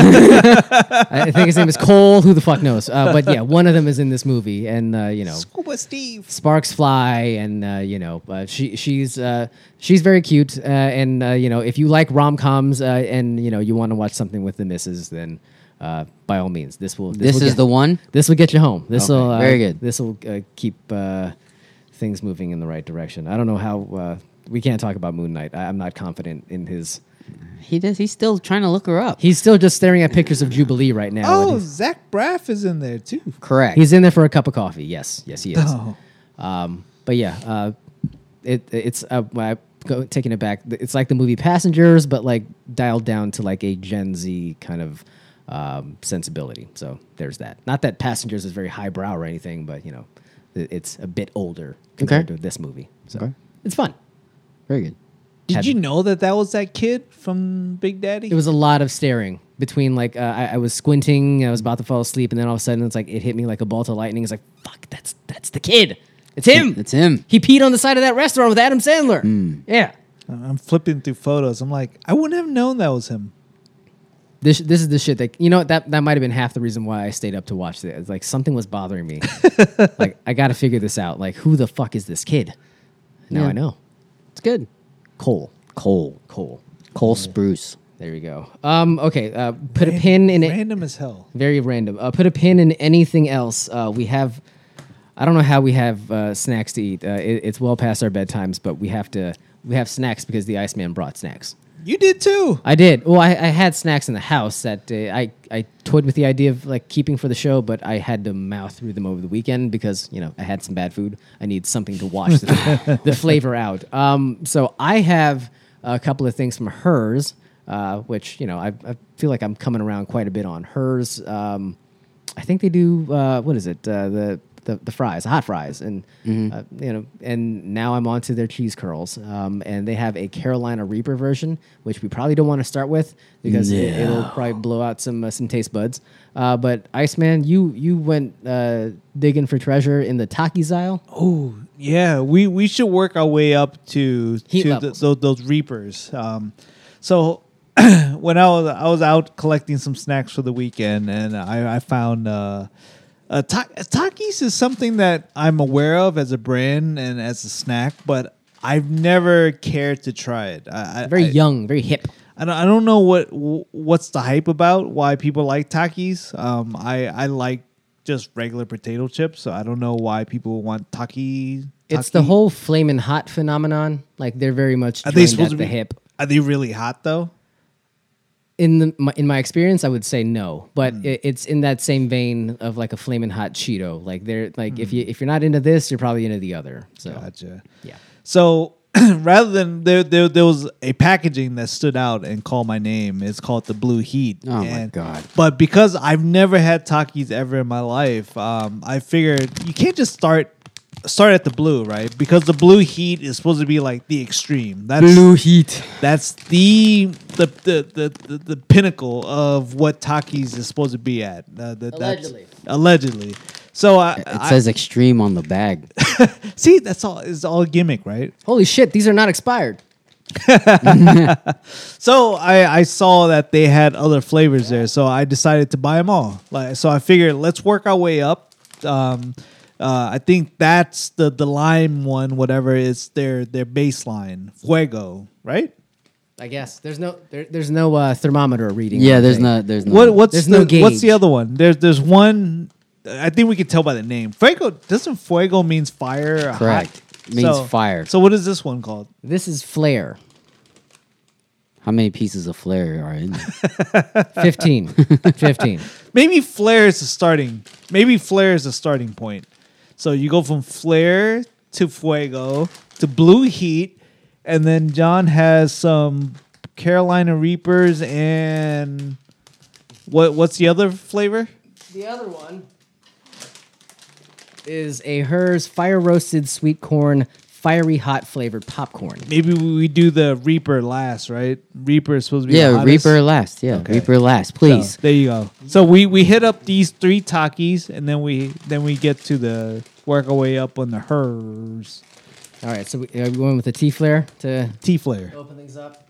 C: I think his name is Cole. Who the fuck knows? Uh, but yeah, one of them is in this movie, and uh, you know,
B: Scuba Steve.
C: sparks fly, and uh, you know, uh, she she's uh, she's very cute, uh, and uh, you know, if you like rom coms, uh, and you know, you want to watch something with the misses, then uh, by all means, this will
A: This
C: will
A: is
C: get-
A: the one?
C: This will get you home. This will
A: Okay, very good.
C: This will uh, keep uh, things moving in the right direction. I don't know how uh, we can't talk about Moon Knight. I, I'm not confident in his.
A: He does. He's still trying to look her up.
C: He's still just staring at pictures of Jubilee right now. and
B: Oh,
C: he's,
B: Zach Braff is in there too.
A: Correct.
C: he's in there for a cup of coffee. Yes, yes, he is.
B: Oh.
C: Um, but yeah, uh, it it's uh, I go, taking it back. It's like the movie Passengers, but like dialed down to like a Gen Z kind of um, sensibility. So there's that. Not that Passengers is very highbrow or anything, but you know, it- it's a bit older compared
A: Okay.
C: to this movie. So
A: Okay.
C: it's fun.
A: Very good.
B: Did
C: Had-
B: you know that that was that kid from Big Daddy?
C: It was a lot of staring between like uh, I, I was squinting, I was about to fall asleep, and then all of a sudden it's like it hit me like a bolt of lightning. It's like fuck, that's that's the kid. It's him.
A: It's him. Hmm.
C: He peed on the side of that restaurant with Adam Sandler. Yeah.
B: I'm flipping through photos. I'm like, I wouldn't have known that was him.
C: This this is the shit that you know what, that that might have been half the reason why I stayed up to watch it. It's like something was bothering me. like I got to figure this out. Like who the fuck is this kid? Now
A: Yeah.
C: I know.
A: It's good.
C: Cole.
A: Cole.
C: Cole.
A: Cole Spruce.
C: There you go. Um. Okay. Uh. Put a pin in it.
B: Random as hell.
C: Very random. Uh, put a pin in anything else. Uh, we have. I don't know how we have uh, snacks to eat. Uh, it, it's well past our bedtimes, but we have to. We have snacks because the Iceman brought snacks.
B: You did too.
C: I did. Well, I, I had snacks in the house that uh, I I toyed with the idea of like keeping for the show, but I had to mouth through them over the weekend because you know I had some bad food. I need something to wash the, the flavor out. Um, so I have a couple of things from hers, uh, which you know I, I feel like I'm coming around quite a bit on hers. Um, I think they do. Uh, what is it? Uh, the the, the fries, the hot fries, and
B: Mm-hmm.
C: uh, you know, and now I'm on to their cheese curls, um, and they have a Carolina Reaper version, which we probably don't want to start with because it, it'll probably blow out some uh, some taste buds. Uh, but Iceman, you you went uh, digging for treasure in the Takis aisle.
B: Oh yeah, we we should work our way up to
C: Heat
B: to
C: levels.
B: those, those reapers. Um, so when I was I was out collecting some snacks for the weekend, and I I found. Uh, uh, ta- Takis is something that I'm aware of as a brand and as a snack, but I've never cared to try it. I, I-
C: Very
B: I-
C: young, very hip.
B: I don't, I don't know what wh- what's the hype about why people like Takis. Um, I I like just regular potato chips, so I don't know why people want Taki.
C: It's the
B: Taki.
C: whole flamin' hot phenomenon. Like they're very much
B: Are they
C: trained
B: supposed
C: at
B: to
C: the
B: be
C: hip.
B: Are they really hot though?
C: in the my, in my experience, I would say no, but it, it's in that same vein of like a flaming hot Cheeto. Like they're like if you if you're not into this, you're probably into the other. So
B: Gotcha.
C: yeah,
B: So rather than there, there there was a packaging that stood out and called my name. It's called the Blue Heat.
A: Oh, my
B: And-
A: God.
B: But because I've never had Takis ever in my life, um, I figured you can't just start start at the blue, right? Because the blue heat is supposed to be like the extreme. That's
C: heat.
B: that's the the, the the the the pinnacle of what Takis is supposed to be at. Uh, that,
A: Allegedly.
B: That's, allegedly. So I,
F: It
B: I
F: says extreme on the bag.
B: see that's all is all gimmick, right?
C: Holy shit, these are not expired.
B: So I, I saw that they had other flavors there, so I decided to buy them all. Like so, I figured let's work our way up. Um, uh, I think that's the the lime one, whatever is their their baseline. Fuego, right?
C: I guess there's no there, there's no uh, thermometer reading.
F: Yeah,
C: on the
F: there's
C: thing.
F: no, there's no.
B: What
A: Mm.
B: what's
C: There's
B: the,
C: no gauge.
B: what's the other one? There's there's one. I think we could tell by the name. Fuego doesn't fuego means fire. Or hot?
F: Correct. Means
B: So-
F: fire.
B: So what is this one called?
C: This is flare.
F: How many pieces of flair are in there?
C: 15. 15.
B: Maybe flare is the starting. Maybe flare is the starting point. So you go from flare to fuego to blue heat, and then John has some Carolina Reapers and what? What's the other flavor?
C: The other one is a hers fire roasted sweet corn fiery hot flavored popcorn.
B: Maybe we do the Reaper last, right? Reaper is supposed to be the
A: Yeah,
B: hottest.
A: Reaper last. Yeah, Reaper last, please.
B: So, there you go. So we we hit up these three Takis, and then we then we get to the work our way up on the hers
C: All right, so we, are we going with the T flare to
B: T flare.
C: open things up?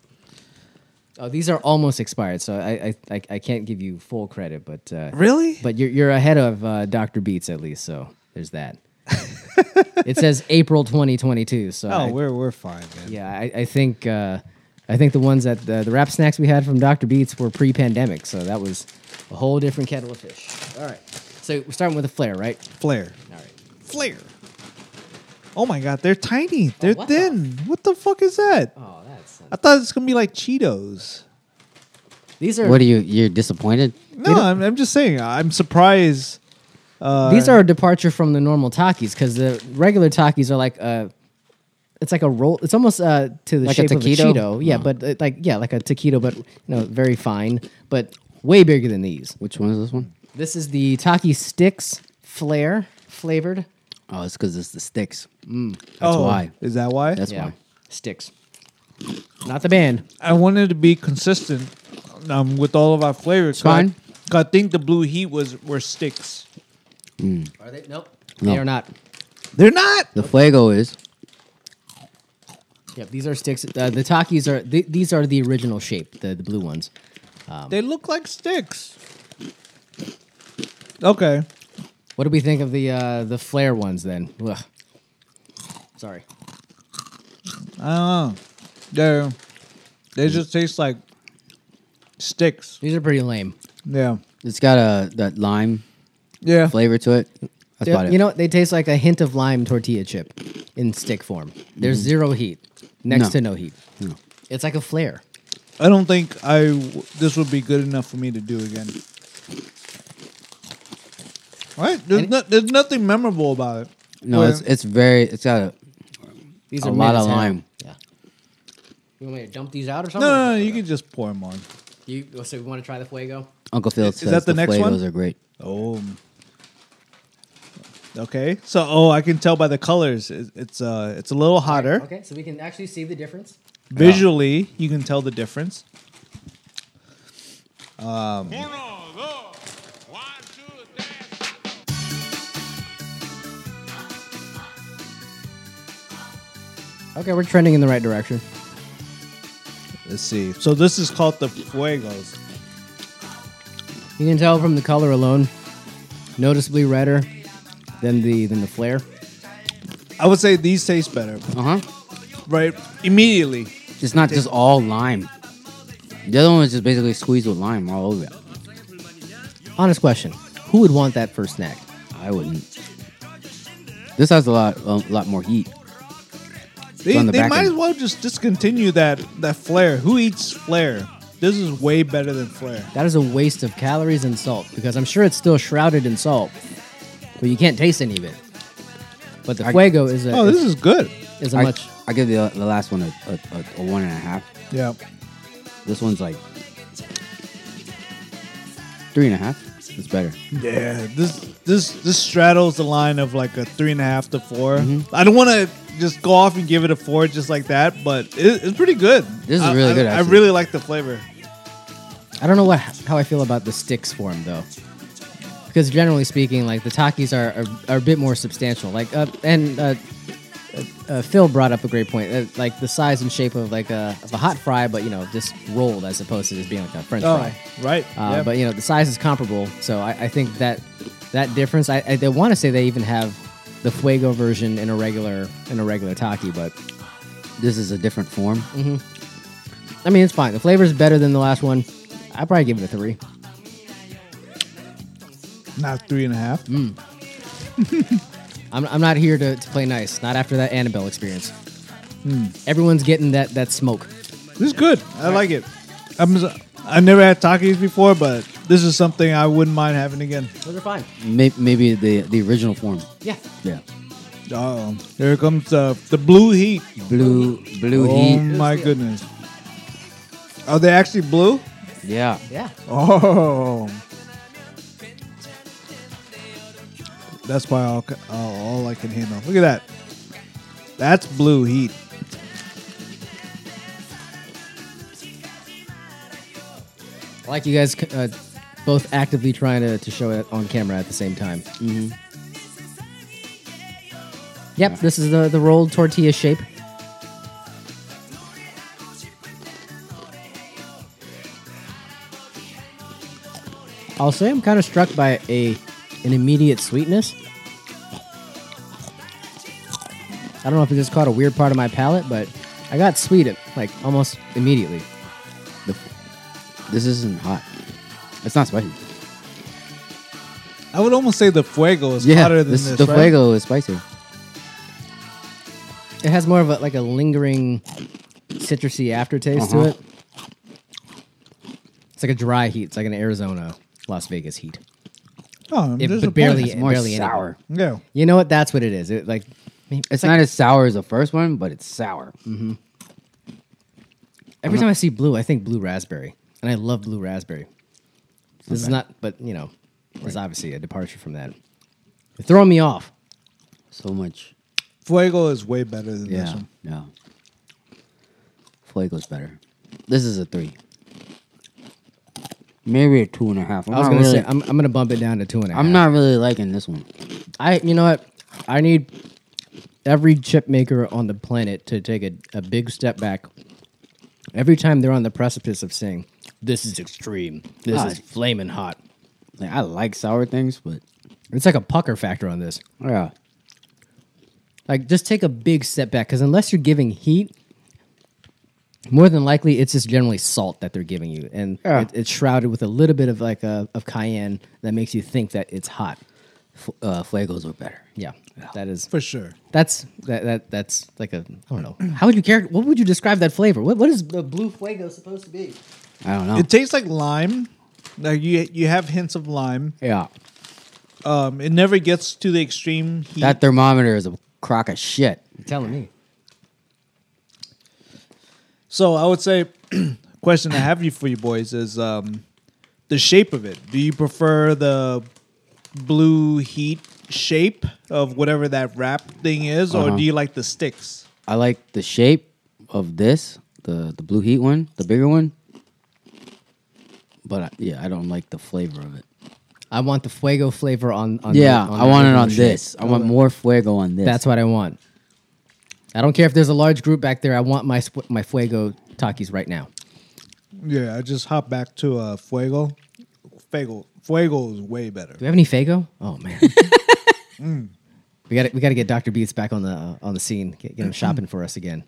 C: Oh, these are almost expired, so I I, I, I can't give you full credit, but uh,
B: Really?
C: But you're you're ahead of uh, Dr. Beats at least, so there's that. it says April 2022, so
B: Oh,
C: I-
B: we're we're fine, man.
C: yeah, I, I think uh, I think the ones that uh, the, the wrap snacks we had from Dr. Beats were pre-pandemic, so that was a whole different kettle of fish. All right, so we're starting with a flare, right?
B: Flare,
C: All right.
B: flare. Oh my god, they're tiny. They're
C: what the-
B: thin. What the fuck is that?
C: Oh, that's
B: I thought it's gonna be like Cheetos.
C: these are
F: What are you? You're disappointed?
B: No, I'm, I'm just saying. I'm surprised.
F: Uh,
C: these are a departure from the normal Takis because the regular Takis are like a. It's like a roll. It's almost uh, to the
F: Like a
C: shape of a
F: taquito? Oh.
C: Cheeto. Yeah, but uh, like yeah, like a taquito, but you know, very fine, but way bigger than these.
F: Which one is this one?
C: This is the Taki sticks flare flavored.
F: Oh, it's because it's the sticks.
B: That's
F: Mm, why.
B: Oh, Is that why?
F: That's why.
C: sticks. Not the band.
B: I wanted to be consistent um, with all of our flavors. 'cause I-
F: Fine.
B: 'cause I think the blue heat was were sticks.
C: Are they? Nope.
F: No.
C: They are not.
B: They're not.
F: The fuego is.
C: Yep, these are sticks. Uh, the Takis are th- these are the original shape, the, the blue ones.
B: They look like sticks. Okay.
C: What do we think of the uh, the flare ones then? Ugh. Sorry.
B: I don't know. They're, they just taste like sticks.
C: These are pretty lame.
B: Yeah.
F: It's got a that lime
B: Yeah.
F: flavor to it. That's
C: They're-
F: about it.
C: You know, they taste like a hint of lime tortilla chip in stick form. There's zero heat,
F: Mm-hmm.
C: next
F: No.
C: to no heat. It's like a flare.
B: I don't think I w- this would be good enough for me to do again. Right? There's, no, there's nothing memorable about it.
F: no,
B: Well,
F: it's it's very. It's got a.
C: These
F: A
C: are
F: lot
C: mid as
F: of
C: hell.
F: lime.
C: Yeah. You want me to dump these out or
B: no,
C: something?
B: no, no, you can just pour them on.
C: You, so you want to try the fuego?
F: Uncle Phil
B: Is
F: says
B: that the next one?
F: fuegos are great.
B: Oh. Okay. So, oh, I can tell by the colors. It- It's uh, it's a little hotter.
C: Okay, so we can actually see the difference.
B: Visually, you can tell the difference.
D: Uno, dos, one, two, three.
C: Okay, we're trending in the right direction.
B: Let's see. So this is called the fuegos.
C: You can tell from the color alone, noticeably redder than the than the flare.
B: I would say these taste better,
F: Uh huh.
B: right? Immediately.
F: It's not just all lime. The other one is just basically squeezed with lime all over it.
C: Honest question: Who would want that for a snack?
F: I wouldn't. This has a lot, a lot more heat.
B: They,
F: on the
B: they
F: back
B: might
F: end.
B: as well just discontinue that that flare. Who eats flare? This is way better than flare.
C: That is a waste of calories and salt because I'm sure it's still shrouded in salt, but you can't taste any of it. But the fuego is a
B: Oh, this
C: is,
B: is good.
C: is a
F: I,
C: much
F: I give the, the last one a, a, a, a one and a half.
B: Yeah.
F: This one's like three and a half.
A: It's, it's better.
B: Yeah, this this this straddles the line of like a three and a half to 4 I don't want to just go off and give it a four just like that, but it, it's pretty good.
A: This is
B: I-
A: really
B: I-
A: good,
B: I
A: actually.
B: really like the flavor.
C: I don't know what how I feel about the sticks form though, because generally speaking, like the takis are are, are a bit more substantial. Like uh, and uh, uh, uh, Phil brought up a great point, uh, like the size and shape of like a of a hot fry, but you know just rolled as opposed to just being like a French
B: Oh,
C: fry.
B: right.
C: Uh,
B: yeah.
C: But you know the size is comparable, so I, I think that that difference. I, I, want to say they even have the fuego version in a regular in a regular taki, but
A: This is a different form.
C: Mm-hmm. I mean it's fine. The flavor is better than the last one. I would probably give it a three.
B: Not three and a half.
C: I'm, I'm not here to, to play nice. Not after that Annabelle experience. Hmm. Everyone's getting that, that smoke.
B: This is good. I like it. I'm, s- I've never had Takis before, but this is something I wouldn't mind having again.
C: Those are fine.
A: May- Maybe the the original form.
C: Yeah.
A: Yeah.
B: Oh, here comes the the blue heat.
A: Blue blue
B: oh
A: heat.
B: my goodness. Are they actually blue?
A: Yeah.
C: Yeah.
B: Oh. That's why all, ca- all, all I can handle. Look at that. That's blue heat.
C: I like you guys c- uh, both actively trying to, to show it on camera at the same time. Mm-hmm. Yep, this is the, the rolled tortilla shape. I'll say I'm kind of struck by a an immediate sweetness. I don't know if it just caught a weird part of my palate, but I got sweet it like almost immediately.
A: The- this isn't hot. It's not spicy.
B: I would almost say the fuego is hotter than this.
A: the
B: right?
A: fuego is spicy.
C: It has more of a, like a lingering citrusy aftertaste
A: Uh-huh.
C: to it. It's like a dry heat. It's like an Arizona, Las Vegas heat.
B: Oh, I'm
C: It, but
B: disappointed.
C: barely,
A: It's more
C: barely any-
A: sour.
B: Yeah.
C: You know what? That's what it is. It like Mm-hmm.
A: It's not as sour as the first one, but it's sour.
C: every
A: Uh-huh.
C: time I see blue, I think blue raspberry, and I love blue raspberry. This is not, but you know, it's obviously a departure from that. It's throwing me off.
A: So much.
B: Fuego is way better than this
A: Yeah.
B: one.
A: No. Fuego's better. This is a three. Maybe a two and a half. I'm
C: I was
A: not
C: gonna
A: really,
C: say I'm, I'm gonna bump it down to two and a half.
A: I'm not really liking this one.
C: I you know what? I need every chip maker on the planet to take a, a big step back every time they're on the precipice of saying, This is extreme. This
A: Ah,
C: is flaming hot.
A: Like, I like sour things, but
C: It's like a pucker factor on this.
A: yeah.
C: Like just take a big step back because unless you're giving heat, more than likely it's just generally salt that they're giving you. And
A: Yeah.
C: it- it's shrouded with a little bit of like a of cayenne that makes you think that it's hot.
A: F- uh, Fuegos were better.
C: Yeah. That is
B: For sure.
C: That's that, that that's like a I don't know. How would you character? What would you describe that flavor? What what is the blue fuego supposed to be?
A: I don't know.
B: It tastes like lime. Like you you have hints of lime.
A: yeah.
B: Um, it never gets to the extreme heat.
A: That thermometer is a crock of shit.
C: You're telling me.
B: so I would say, question I have you for you boys is um, the shape of it. Do you prefer the blue heat shape of whatever that wrap thing is,
A: Uh-huh.
B: or do you like the sticks?
A: I like the shape of this, the the blue heat one, the bigger one. But I, yeah, I don't like the flavor of it.
C: I want the fuego flavor on. on
A: Yeah,
C: the, on
A: I
C: the
A: want it
C: original
A: on
C: shape.
A: this. I want more fuego on this.
C: That's what I want. I don't care if there's a large group back there. I want my sp- my fuego takis right now.
B: Yeah, I just hop back to uh, fuego. Fuego, fuego is way better.
C: Do we have any fuego? Oh man. We got to we got to get Dr. Beats back on the uh, on the scene. Get, get him shopping for us again,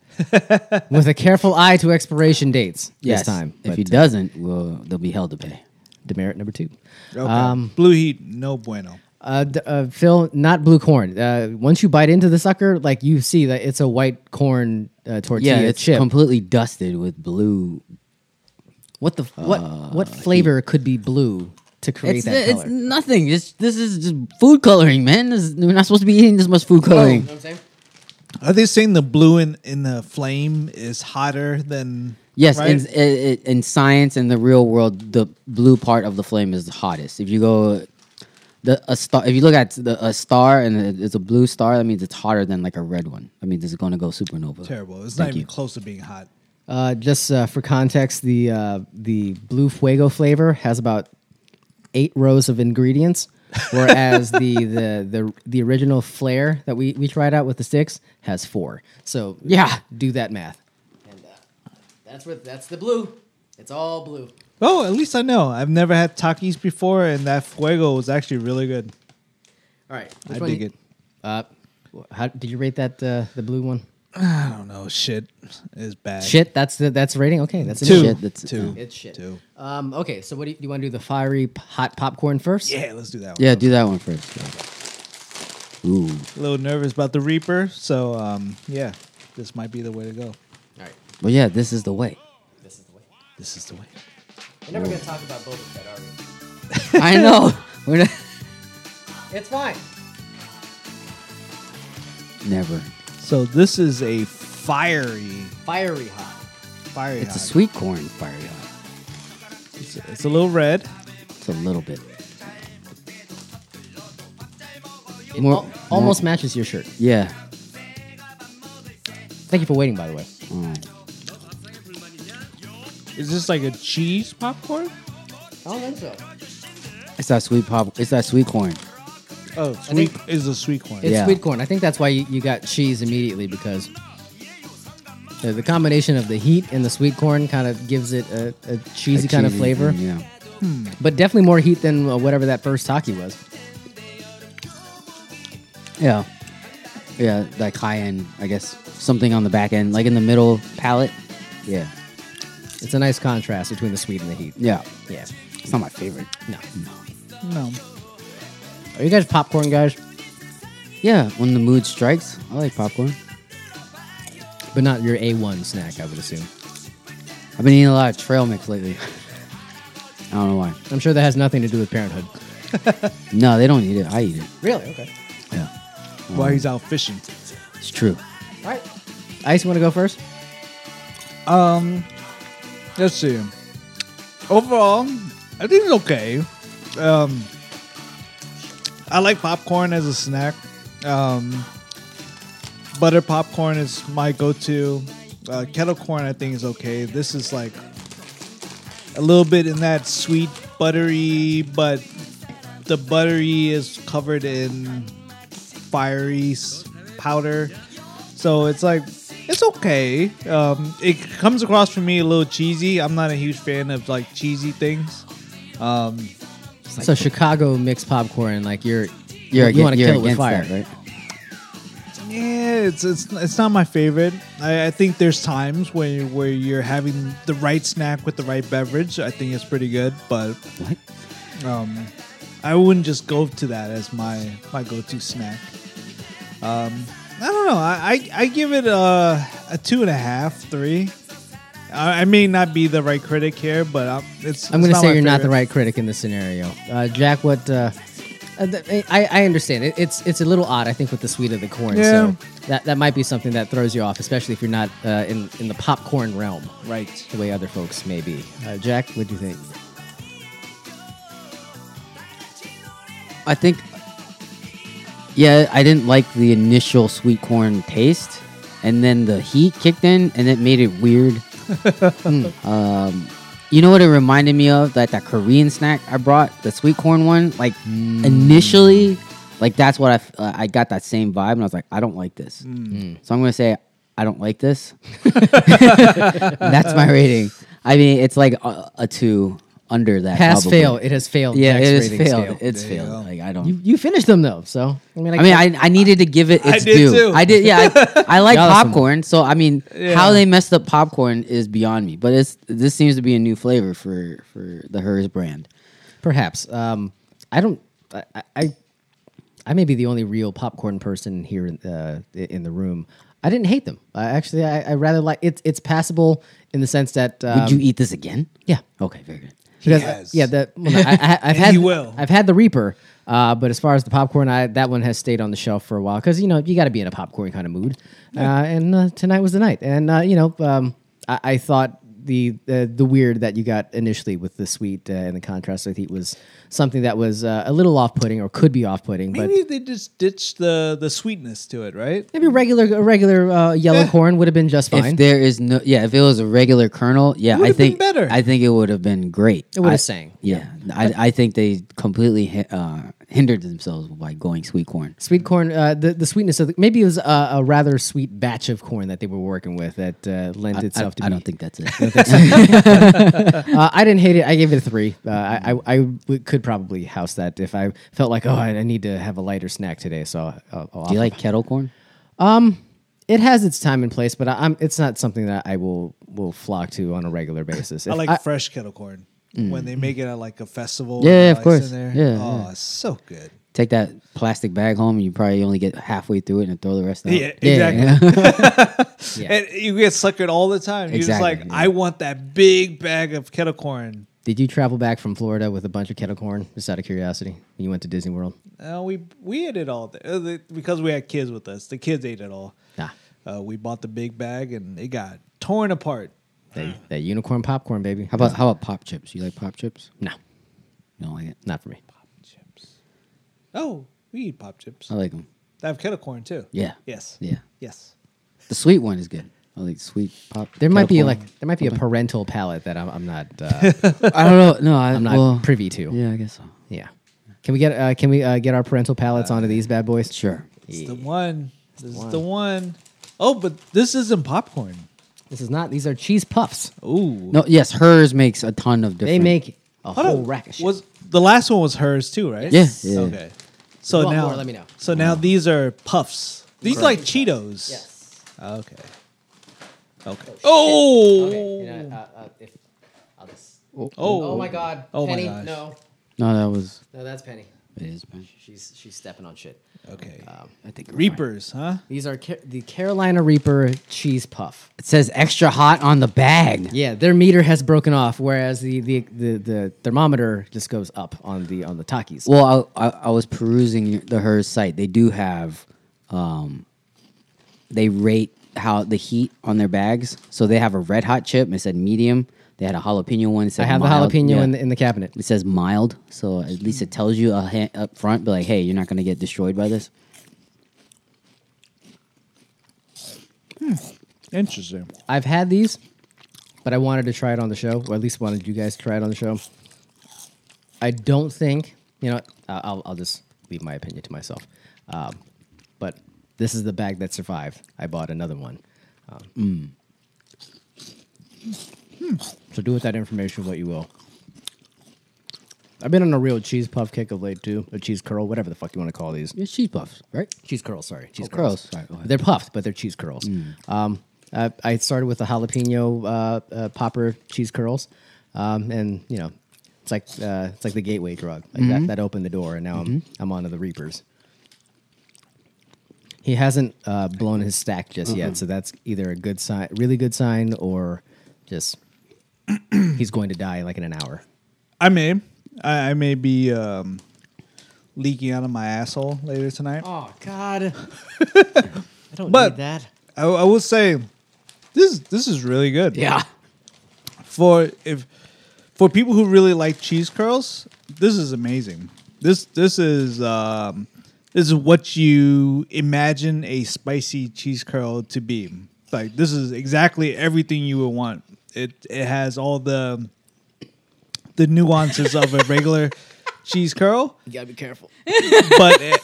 C: with a careful eye to expiration dates
A: yes.
C: this time.
A: If
C: But,
A: he doesn't, we'll, they'll be held to pay.
C: demerit number two.
B: Okay.
A: Um,
B: blue heat, no bueno.
C: Uh, d- uh, Phil, not blue corn. Uh, once you bite into the sucker, like you see that it's a white corn uh, tortilla
A: Yeah, it's
C: chip.
A: completely dusted with blue.
C: what the f what what flavor could be blue to Uh, create
A: Ah, It's,
C: that
A: it's
C: color?
A: nothing. It's, this is just food coloring, man. This, is- we're not supposed to be eating this much food
C: Oh,
A: coloring.
B: Are they saying the blue in, in the flame is hotter than
A: Yes,
B: right?
A: in, in, in science and the real world, the blue part of the flame is the hottest. If you go, the a star. If you look at the, a star and it's a blue star, that means it's hotter than like a red one. That means it's going to go supernova.
B: Terrible. It's not
A: Thank
B: even
A: you.
B: close to being hot.
C: Uh, just uh, for context, the uh, the blue fuego flavor has about eight rows of ingredients, whereas the, the the the original flare that we, we tried out with the sticks has four. So yeah, do that math. And uh, that's where that's the blue. It's all blue.
B: Oh, at least I know. I've never had Takis before, and that fuego was actually really good.
C: All right,
B: I dig it.
C: Uh, wh- how did you rate that uh, the blue one?
B: I don't know. Shit is bad.
C: Shit, that's the that's rating. Okay, that's
B: Two.
C: initial.
A: Shit, that's-
B: two.
C: It's shit.
B: Two.
C: Um, okay, so what do you, you want to do? The fiery p- hot popcorn first?
B: Yeah, let's do that one.
A: Yeah, do that one first. Ooh,
B: A little nervous about the Reaper, so um, yeah, this might be the way to go.
C: All right,
A: but yeah, this is the way.
C: this is the way.
B: This is the way.
C: We're never gonna talk about Boba Fett, are we?
A: I know. We're not,
C: It's fine.
A: never.
B: So this is a fiery,
C: Fiery hot.
B: fiery.
A: It's a
B: hot.
A: sweet corn fire. y'all.
B: It's, it's a little red.
A: It's a little bit.
C: It
A: More-
C: al- almost matches your shirt.
A: Yeah.
C: Thank you for waiting, by the way.
A: Mm.
B: Is this like a cheese popcorn?
C: I don't think so.
A: It's that sweet pop. It's that sweet corn.
B: Oh, sweet is a sweet corn.
C: It's
A: Yeah.
C: sweet corn. I think that's why you, you got cheese immediately because uh, the, the combination of the heat and the sweet corn kind of gives it a, a cheesy
A: A
C: kind of
A: cheesy
C: flavor,
A: thing, Yeah.
C: but definitely more heat than uh, whatever that first taki was.
A: Yeah. Yeah, like high end, I guess. Something on the back end, like in the middle palette. Yeah.
C: It's a nice contrast between the sweet and the heat.
A: Yeah.
C: Yeah.
A: It's not my favorite.
C: No.
B: no.
C: Are you guys popcorn guys?
A: Yeah, when the mood strikes, I like popcorn.
C: But not your A1 snack, I would assume.
A: I've been eating a lot of trail mix lately. I don't know why.
C: I'm sure that has nothing to do with parenthood.
A: No, they don't eat it. I eat it.
C: Really? Okay.
A: Yeah.
B: While he's out fishing.
A: It's true.
C: All right. Ice, you want to go first?
B: Um, let's see. Overall, I think it's okay. Um, I like popcorn as a snack. Um, butter popcorn is my go-to. Uh, kettle corn, I think, is okay. This is like a little bit in that sweet, buttery, but the buttery is covered in fiery s- powder. So it's like it's okay. Um, it comes across for me a little cheesy. I'm not a huge fan of like cheesy things.
C: so Chicago mixed popcorn, like you're,
A: You're,
C: you
A: you
C: want to
A: you're
C: kill it
A: against
C: with fire,
A: that, right?
B: Yeah, it's it's it's not my favorite. I, I think there's times where where you're having the right snack with the right beverage. I think it's pretty good, but
A: What?
B: um, I wouldn't just go to that as my my go-to snack. Um, I don't know. I, I, I give it a, a two and a half, three. I, I may not be the right critic here, but i it's. it's
C: I'm going to
B: not
C: say
B: my
C: you're not the
B: favorite.
C: right critic in this scenario. Uh, Jack, what? Uh, uh, th- I, I understand it. It's it's a little odd, I think, with the sweet of the corn.
B: Yeah.
C: So that, that might be something that throws you off, especially if you're not uh, in in the popcorn realm,
B: Right.
C: the way other folks may be. Uh, Jack, what do you think?
A: I think, yeah, I didn't like the initial sweet corn taste, and then the heat kicked in, and it made it weird. Mm, um, you know what it reminded me of? That that Korean snack I brought, the sweet corn one. Like
B: Hmm.
A: initially, like that's what I f- uh, I got that same vibe, and I was like, I don't like this.
B: Hmm.
C: Hmm.
A: So I'm gonna say I don't like this. that's my rating. I mean, it's like a, a two under that.
C: Pass
A: probably.
C: fail. It has failed.
A: Yeah,
C: Jack's
A: it is
C: rating
A: failed.
C: scale.
A: It's
B: There you
A: failed.
B: go.
A: Like I don't.
C: You, you finished them though, so I mean,
A: I mean,
C: can't-
A: I, I needed to give it its
B: did
A: due.
B: too.
A: I did, yeah. I, I like
C: Y'all are some-
A: popcorn, so I mean,
B: Yeah.
A: how they messed up popcorn is beyond me. But it's this seems to be a new flavor for for the hers brand.
C: Perhaps. Um, I don't. I, I- I. I may be the only real popcorn person here in uh, in the room. I didn't hate them. I actually, I, I rather like it's it's passable in the sense that um,
A: Would you eat this again?
C: Yeah,
A: Okay, very good.
C: because
B: has.
C: yeah, the, well, no, I, I, I've
B: And
C: had
B: he will.
C: I've had the Reaper, uh, but as far as the popcorn, I that one has stayed on the shelf for a while because you know you got to be in a popcorn kind of mood, uh, and uh, tonight was the night, and uh, you know um, I, I thought the uh, the weird that you got initially with the sweet uh, and the contrast with heat was something that was uh, a little off putting or could be off putting, but
B: Maybe they just ditched the the sweetness to it, right?
C: maybe regular a regular uh, yellow corn would have been just fine.
A: If there is no, yeah, if it was a regular kernel, yeah, I
B: would've been
A: think
B: better.
A: I think it would have been great.
C: It would've
A: I-
C: sang,
A: Yeah, I, I think they completely hi- uh, hindered themselves by going sweet corn.
C: Sweet corn, uh, the, the sweetness of the, maybe it was a, a rather sweet batch of corn that they were working with that uh, lent
A: I,
C: itself to
A: I
C: be-
A: don't think that's it.
C: Uh, I didn't hate it. I gave it a three. Uh, I, I, I w- could probably house that if I felt like, oh, I, I need to have a lighter snack today. So I'll, I'll
A: Do you
C: offer-
A: like kettle corn?
C: it has its time and place, but I, I'm, it's not something that I will, will flock to on a regular basis.
B: I
C: If
B: like fresh kettle corn when they make it at like a festival.
A: Mm. Yeah,
B: with
A: yeah, of
B: ice
A: course.
B: In there.
A: Yeah,
B: oh,
A: yeah.
B: it's so good.
A: Take that plastic bag home, and you probably only get halfway through it and throw the rest out.
B: Yeah, exactly. And you get suckered all the time. You're
A: Exactly,
B: just like,
A: yeah.
B: I want that big bag of kettle corn.
C: Did you travel back from Florida with a bunch of kettle corn? Just out of curiosity, when you went to Disney World.
B: Uh, we we ate it all th- uh, the- because we had kids with us. The kids ate it all.
C: Nah,
B: Uh, we bought the big bag and it got torn apart.
C: that, that unicorn popcorn, baby.
A: How about how about pop chips? You like pop chips?
C: no?
A: You don't like it?
C: Not for me.
B: Oh, we eat pop chips.
A: I like them.
B: I have kettle corn too.
A: Oh. Yeah.
B: Yes.
A: Yeah.
B: Yes.
A: The sweet one is good. I like sweet pop.
C: There might
A: kettle
C: be
A: corn.
C: like there might be a parental palate that I'm, I'm not uh,
A: I don't know. No, I,
C: I'm not
A: well,
C: privy to.
A: Yeah, I guess so.
C: Yeah. Can we get uh, can we uh, get our parental palettes onto these bad boys?
A: Sure.
B: It's the one. This is the one. Oh, but this isn't popcorn.
C: This is not. These are cheese puffs.
B: Ooh.
A: No, yes, hers makes a ton of different.
C: They make a
B: Hold
C: whole
B: on.
C: rack of shit.
B: Was the last one was hers too, right?
A: Yeah, yeah.
B: Okay. So
C: want
B: now,
C: more, let me know.
B: So now these are puffs. These like Cheetos.
C: yes.
B: Okay. Okay. Oh.
C: Okay. and, uh, uh, if, I'll just, oh.
B: Oh.
C: my god.
B: Oh my
C: Penny.
B: gosh.
C: No.
A: no, that was
C: No, that's Penny.
A: it is. man.
C: She's she's stepping on shit.
B: Okay.
C: um,
A: I think
B: Reapers, huh?
C: These are Ca- the Carolina Reaper cheese puff.
A: it says extra hot on the bag.
C: Yeah, their meter has broken off, whereas the the, the, the thermometer just goes up on the on the Takis.
A: Well, I, I, I was perusing the hers site. They do have, um, they rate how the heat on their bags. So they have a red hot chip. And it said medium. They had a jalapeno one. It
C: I
A: said
C: have
A: mild.
C: the jalapeno
A: Yeah.
C: in the, in the cabinet.
A: It says mild, so at least it tells you a hint up front, but like, hey, you're not gonna get destroyed by this.
B: Interesting.
C: I've had these, but I wanted to try it on the show, or at least wanted you guys to try it on the show. I don't think you know. I- I'll I'll just leave my opinion to myself. Um, but this is the bag that survived. I bought another one. Um, So do with that information what you will. I've been on a real cheese puff kick of late too, or cheese curl, whatever the fuck you want to call these.
A: It's cheese puffs, right?
C: Cheese curls, sorry. Cheese
A: Oh,
C: curls.
A: curls. Sorry, go ahead. Mm.
C: They're puffed, but they're cheese curls. Um, I, I started with the jalapeno uh, uh, popper cheese curls, um, and you know, it's like uh, it's like the gateway drug. Like
A: Mm-hmm.
C: that, that opened the door, and now I'm I'm onto the Reapers. He hasn't uh, blown his stack just yet, so that's either a good sign, really good sign, or just he's going to die like in an hour.
B: I may, I, I may be um, leaking out of my asshole later tonight.
C: Oh God! I don't
B: But- need that. I, I will say, this this is really good.
C: Yeah.
B: For if for people who really like cheese curls, this is amazing. This this is um, this is what you imagine a spicy cheese curl to be. Like this is exactly everything you would want. It it has all the the nuances of a regular cheese curl.
C: You gotta be careful.
B: but it,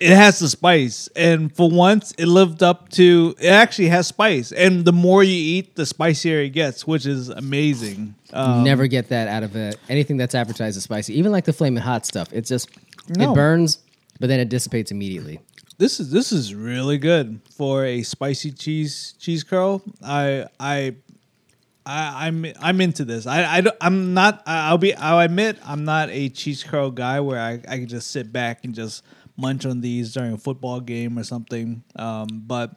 B: it has the spice. And for once, it lived up to. It actually has spice, and the more you eat, the spicier it gets, which is amazing. Uh,
A: Um,
C: Never get that out of a, anything that's advertised as spicy. Even like the flaming hot stuff, it's just
B: No.
C: it burns, but then it dissipates immediately.
B: this is this is really good for a spicy cheese cheese curl. I I. I, I'm I'm into this. I, I am not. I- I'll be. I'll admit I'm not a cheese curl guy where I, I can just sit back and just munch on these during a football game or something. Um, but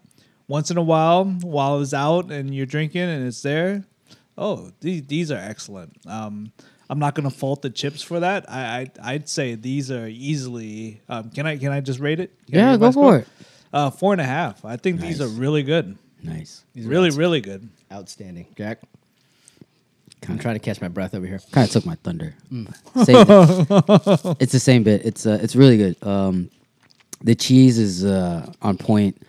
B: once in a while, while it's out and you're drinking and it's there, oh, these these are excellent. Um, I'm not gonna fault the chips for that. I, I I'd say these are easily. Um, can I can I just rate it? Can I
A: Yeah,
B: rate
A: go
B: my
A: for
B: score?
A: it.
B: Uh, four and a half. I think these are
A: Nice.
B: really good.
A: Nice.
B: Really, really good.
C: Outstanding, Jack. I'm trying to catch my breath over here.
A: Kind of took my thunder. Saved it. it's the same bit. It's uh, it's really good. Um, the cheese is uh, on point.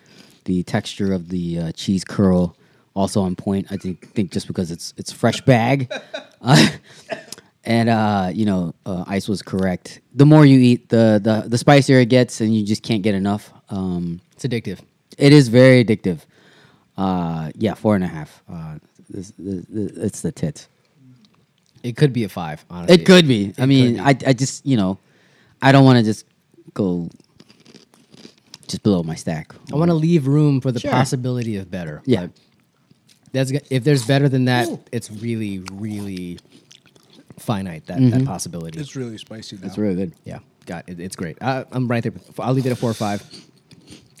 A: The texture of the uh, cheese curl also on point. I think think just because it's it's fresh bag, and uh, you know uh, ice was correct. The more you eat, the, the the spicier it gets, and you just can't get enough. Um,
C: It's addictive.
A: it is very addictive. Uh, yeah, four and a half. Uh, this, this, this, it's the tits.
C: It could be a five, honestly.
A: It could be. I
C: could
A: mean,
C: be.
A: I, I just you know, I don't want to just go just below my stack.
C: I want to leave room for the
A: Sure.
C: possibility of better.
A: Yeah.
C: Like, that's go- if there's better than that, it's really, really finite that,
A: Mm-hmm.
C: that possibility.
B: It's really spicy now.
A: It's really good.
C: yeah, God, it, it's great. I, I'm right there. I'll leave it at four or five.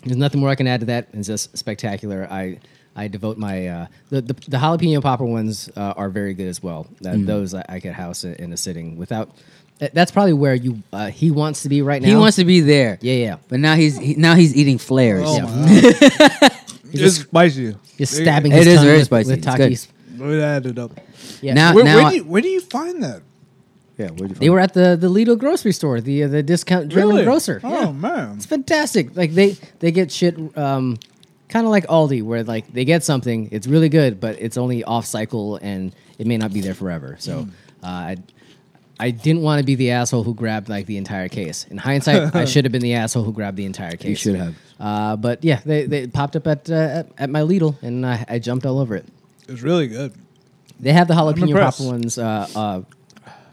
C: There's nothing more I can add to that. It's just spectacular. I I devote my uh, the, the the jalapeno popper ones uh, are very good as well. Uh,
A: Mm-hmm.
C: Those I, I could house in, in a sitting without. that- That's probably where you uh, he wants to be right now.
A: He wants to be there.
C: Yeah, yeah.
A: But now he's he, now he's eating flares.
B: Oh my god, it's spicy.
C: just
B: They-
C: stabbing.
A: It
C: his
A: is
C: tongue
A: very
C: with,
A: spicy.
C: With
A: It's good.
C: Takis.
B: It added up.
C: Yeah.
A: Now
B: Where,
A: now
B: where, do you, where do you find that?
A: yeah, where'd you
C: They
A: find
C: were at the the Lidl grocery store, the uh, the discount German
B: Really?
C: grocer.
B: Oh
C: Yeah.
B: man,
C: it's fantastic. Like they they get shit, um, kind of like Aldi, where like they get something, it's really good, but it's only off cycle and it may not be there forever. So
B: Hmm.
C: uh, I I didn't want to be the asshole who grabbed like the entire case. In hindsight, I should have been the asshole who grabbed the entire case.
A: You should have.
C: Uh, but yeah, they, they popped up at, uh, at at my Lidl and I, I jumped all over it.
B: it's really good.
C: They have the jalapeno
B: impressed.
C: popper ones uh, uh,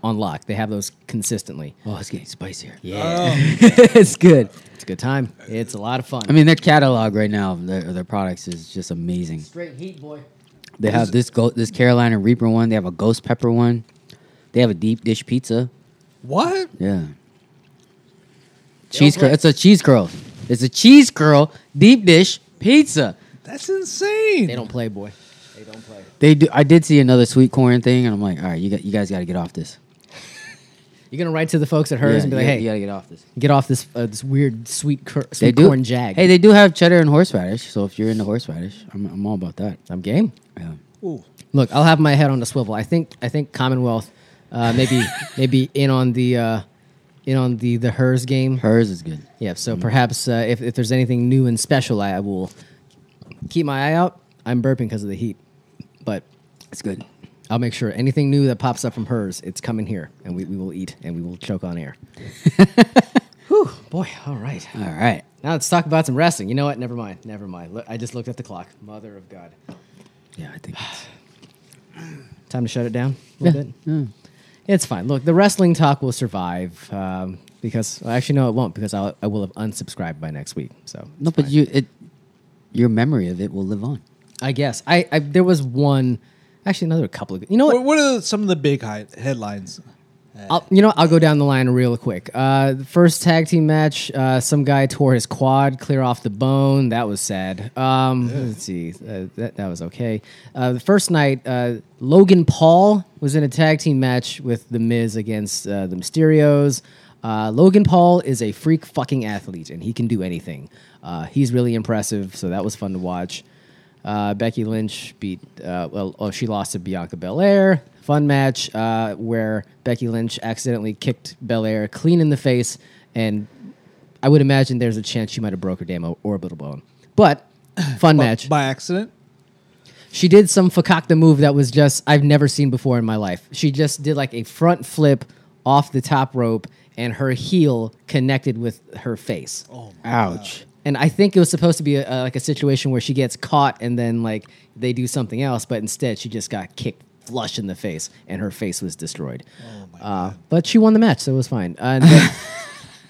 C: on lock. They have those consistently.
A: Oh, it's getting spicier.
C: Yeah,
A: it's good.
C: it's a good time. It's a lot of fun.
A: I mean, their catalog right now, of their, of their products is just amazing.
C: straight heat, boy.
A: They have this go- this Carolina Reaper one. They have a ghost pepper one. They have a deep dish pizza.
B: What?
A: Yeah. Cheese
C: also-
A: curl. It's a cheese curl. It's a cheese curl deep dish pizza.
B: That's insane.
C: They don't play, boy.
A: They do. I did see another sweet corn thing, and I'm like, all right, you got you guys got to get off this.
C: You're gonna write to the folks at hers
A: Yeah,
C: and be
A: you
C: like,
A: got-
C: "Hey,
A: you got to get off this.
C: get off this uh, this weird sweet, cur-
A: They
C: sweet
A: do.
C: corn jag."
A: Hey, they do have cheddar and horseradish. So if you're into horseradish, I'm, I'm all about that.
C: I'm game.
A: Yeah.
B: Ooh.
C: Look, I'll have my head on a swivel. I think I think Commonwealth, uh, maybe maybe in on the uh, in on the the hers game.
A: Hers is good.
C: Yeah. So perhaps uh, if if there's anything new and special, I, I will keep my eye out. I'm burping because of the heat, but
A: It's good.
C: I'll make sure anything new that pops up from hers, it's coming here, and we, we will eat and we will choke on air. Whew, boy, all right.
A: All right.
C: Now let's talk about some wrestling. You know what? Never mind. Never mind. Look, I just looked at the clock. Mother of God.
A: Yeah, I think. it's-
C: Time to shut it down a little bit. It's fine. Look, the wrestling talk will survive um, because well, actually no, it won't because I'll, I will have unsubscribed by next week. So
A: No, but you it, your memory of it will live on.
C: I guess I, I there was one, actually another couple of. You know what?
B: What, what are some of the big hi- headlines?
C: I'll, you know, I'll go down the line real quick. Uh, the first tag team match, uh, some guy tore his quad clear off the bone. That was sad. Um, Let's see, uh, that, that was okay. Uh, the first night, uh, Logan Paul was in a tag team match with The Miz against uh, the Mysterios. Uh, Logan Paul is a freak fucking athlete, and he can do anything. Uh, he's really impressive, so that was fun to watch. Uh, Becky Lynch beat, uh, well, oh, she lost to Bianca Belair. Fun match uh, where Becky Lynch accidentally kicked Belair clean in the face. And I would imagine there's a chance she might have broke her damn o- orbital bone. But fun match.
B: By accident?
C: She did some fakakta move that was just I've never seen before in my life. She just did like a front flip off the top rope, and her heel connected with her face.
A: Ouch.
C: And I think it was supposed to be a, a- like a situation where she gets caught and then like they do something else, but instead she just got kicked flush in the face and her face was destroyed. Oh my uh, but she won the match, so it was fine. Uh, and then-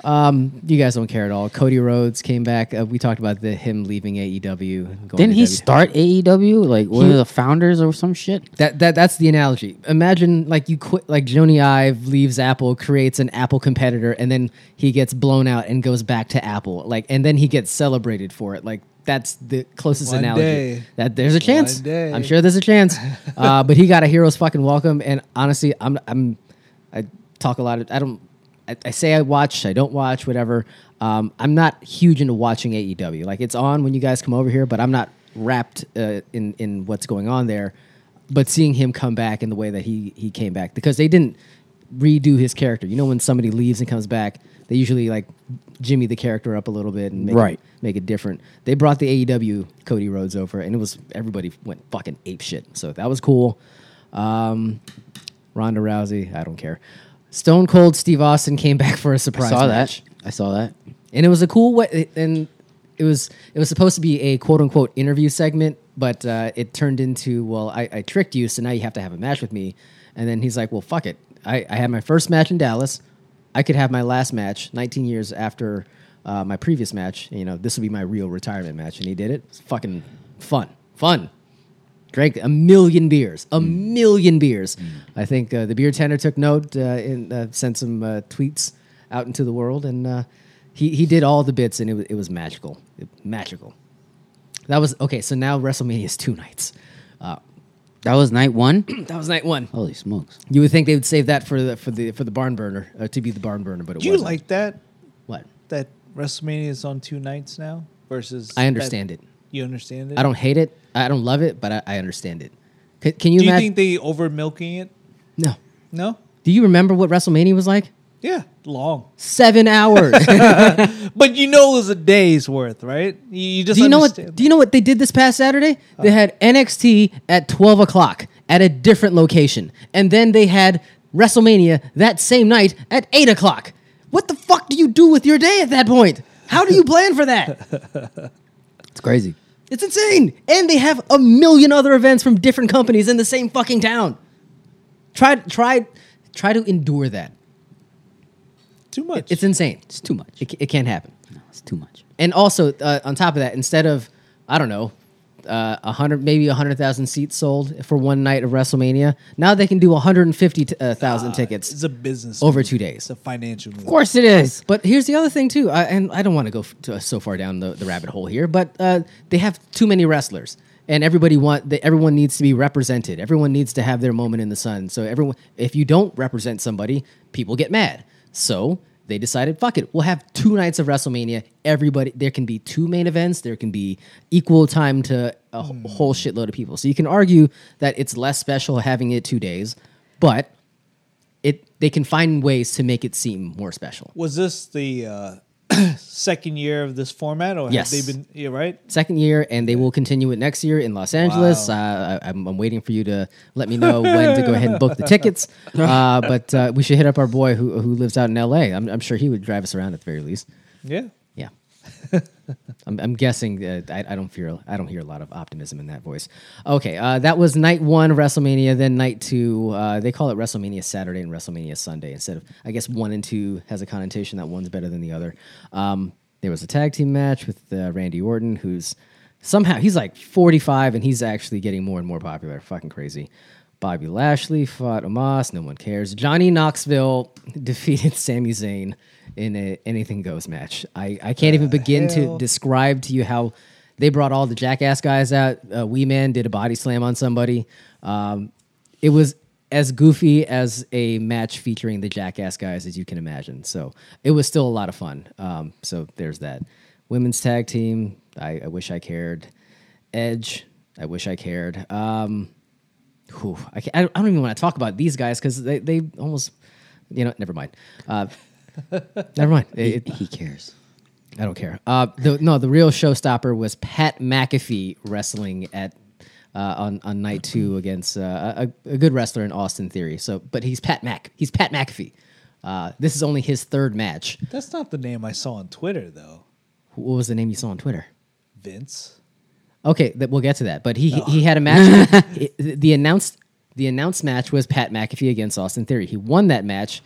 C: um, you guys don't care at all. Cody Rhodes came back. Uh, we talked about the him leaving AEW. and Going
A: Didn't
C: to
A: he
C: WWE.
A: start AEW? Like one of the founders or some shit?
C: That, that that's the analogy. Imagine like you quit like Joni Ive leaves Apple, creates an Apple competitor, and then he gets blown out and goes back to Apple. Like and then he gets celebrated for it. Like that's the closest
B: One
C: analogy.
B: day.
C: That there's a chance.
B: day.
C: I'm sure there's a chance. uh, but he got a hero's fucking welcome. And honestly, I'm I'm I talk a lot of I don't I, I say I watch, I don't watch, whatever. Um, I'm not huge into watching E AEW. Like it's on when you guys come over here, but I'm not wrapped uh, in in what's going on there. but seeing him come back in the way that he he came back because they didn't redo his character. You know, when somebody leaves and comes back, they usually like jimmy the character up a little bit and make
F: Right.
C: it, make it different. They brought the AEW Cody Rhodes over, and it was everybody went fucking ape shit. So that was cool. Um, Ronda Rousey, I don't care. Stone Cold Steve Austin came back for a surprise
A: I saw
C: match
A: that. I saw that.
C: and it was a cool way and it was it was supposed to be a quote unquote interview segment but uh, it turned into well I, I tricked you so now you have to have a match with me and then he's like well fuck it i, I had my first match in dallas i could have my last match 19 years after uh, my previous match you know this would be my real retirement match and he did it it's fucking fun fun drank a million beers, a million beers. I think uh, the beer tender took note uh, and uh, sent some uh, tweets out into the world, and uh, he he did all the bits, and it was it was magical, It- magical. That was okay. So now WrestleMania is two nights. Uh,
F: That was night one.
C: that was night one.
F: Holy smokes!
C: You would think they would save that for the for the for the barn burner uh, to be the barn burner, but it
B: Do you
C: wasn't.
B: like that?
C: what?
B: That WrestleMania is on two nights now versus.
C: I understand
B: that-
C: it.
B: You understand it.
C: I don't hate it. I don't love it, but I, I understand it. C- can you
B: Do you
C: imagine?
B: think they over milking it?
C: no.
B: No.
C: Do you remember what WrestleMania was like?
B: Yeah, long.
C: Seven hours.
B: But you know, it was a day's worth, right? You, you just
C: do you know what?
B: understand
C: Do you know what they did this past Saturday? They had NXT at twelve o'clock at a different location, and then they had WrestleMania that same night at eight o'clock. What the fuck do you do with your day at that point? How do you plan for that?
F: It's crazy.
C: It's insane. And they have a million other events from different companies in the same fucking town. Try, try, try to endure that.
B: too much.
C: It's insane.
F: It's too much.
C: It, ca- it can't happen.
F: No, it's too much.
C: and also uh, on top of that, instead of I don't know, uh, a hundred maybe a hundred thousand seats sold for one night of WrestleMania, now they can do one hundred and fifty uh, thousand
B: It's
C: tickets
B: a business
C: over
B: move.
C: two days.
B: It's a financial. Move.
F: Of course it is.
C: But here's the other thing too, I, and I don't want to go f- to, uh, so far down the, the rabbit hole here, but uh, they have too many wrestlers, and everybody want they, everyone needs to be represented. Everyone needs to have their moment in the sun. So everyone, if you don't represent somebody, people get mad. So they decided, fuck it, we'll have two nights of WrestleMania. Everybody, there can be two main events. There can be equal time to a wh- whole shitload of people. So you can argue that it's less special having it two days, but it they can find ways to make it seem more special.
B: Was this the uh, second year of this format, or
C: Yes.
B: have they been? Yeah, right.
C: second year, and they will continue it next year in Los Angeles. Uh, I, I'm, I'm waiting for you to let me know when to go ahead and book the tickets. Uh, but uh, we should hit up our boy who, who lives out in LA. I'm, I'm sure he would drive us around at the very least.
B: Yeah.
C: Yeah. I'm, I'm guessing uh, I, I don't feel I don't hear a lot of optimism in that voice. Okay, uh, that was night one of WrestleMania. Then night two, uh, they call it WrestleMania Saturday and WrestleMania Sunday instead of I guess one and two has a connotation that one's better than the other. Um, there was a tag team match with uh, Randy Orton, who's somehow he's like 45 and he's actually getting more and more popular. Fucking crazy. Bobby Lashley fought Amos. No one cares. Johnny Knoxville defeated Sami Zayn in a anything goes match. I, I can't even begin to describe to you how they brought all the jackass guys out. Uh, Wee Man did a body slam on somebody. Um, it was as goofy as a match featuring the jackass guys as you can imagine. So it was still a lot of fun. Um, so there's that. Women's tag team. I, I wish I cared. Edge. I wish I cared. Um, whew, I, ca- I don't I don't even want to talk about these guys because they, they almost, you know, never mind. Uh, never mind. It- it-
F: He cares.
C: I don't care. Uh, the, no, the real showstopper was Pat McAfee wrestling at uh, on on night two against uh, a, a good wrestler in Austin Theory. So, but he's Pat Mac. He's Pat McAfee. Uh, this is only his third match.
B: That's not the name I saw on Twitter though.
C: Wh- What was the name you saw on Twitter?
B: Vince.
C: Okay, that we'll get to that. But he he had a match. It- the announced the announced match was Pat McAfee against Austin Theory. He won that match,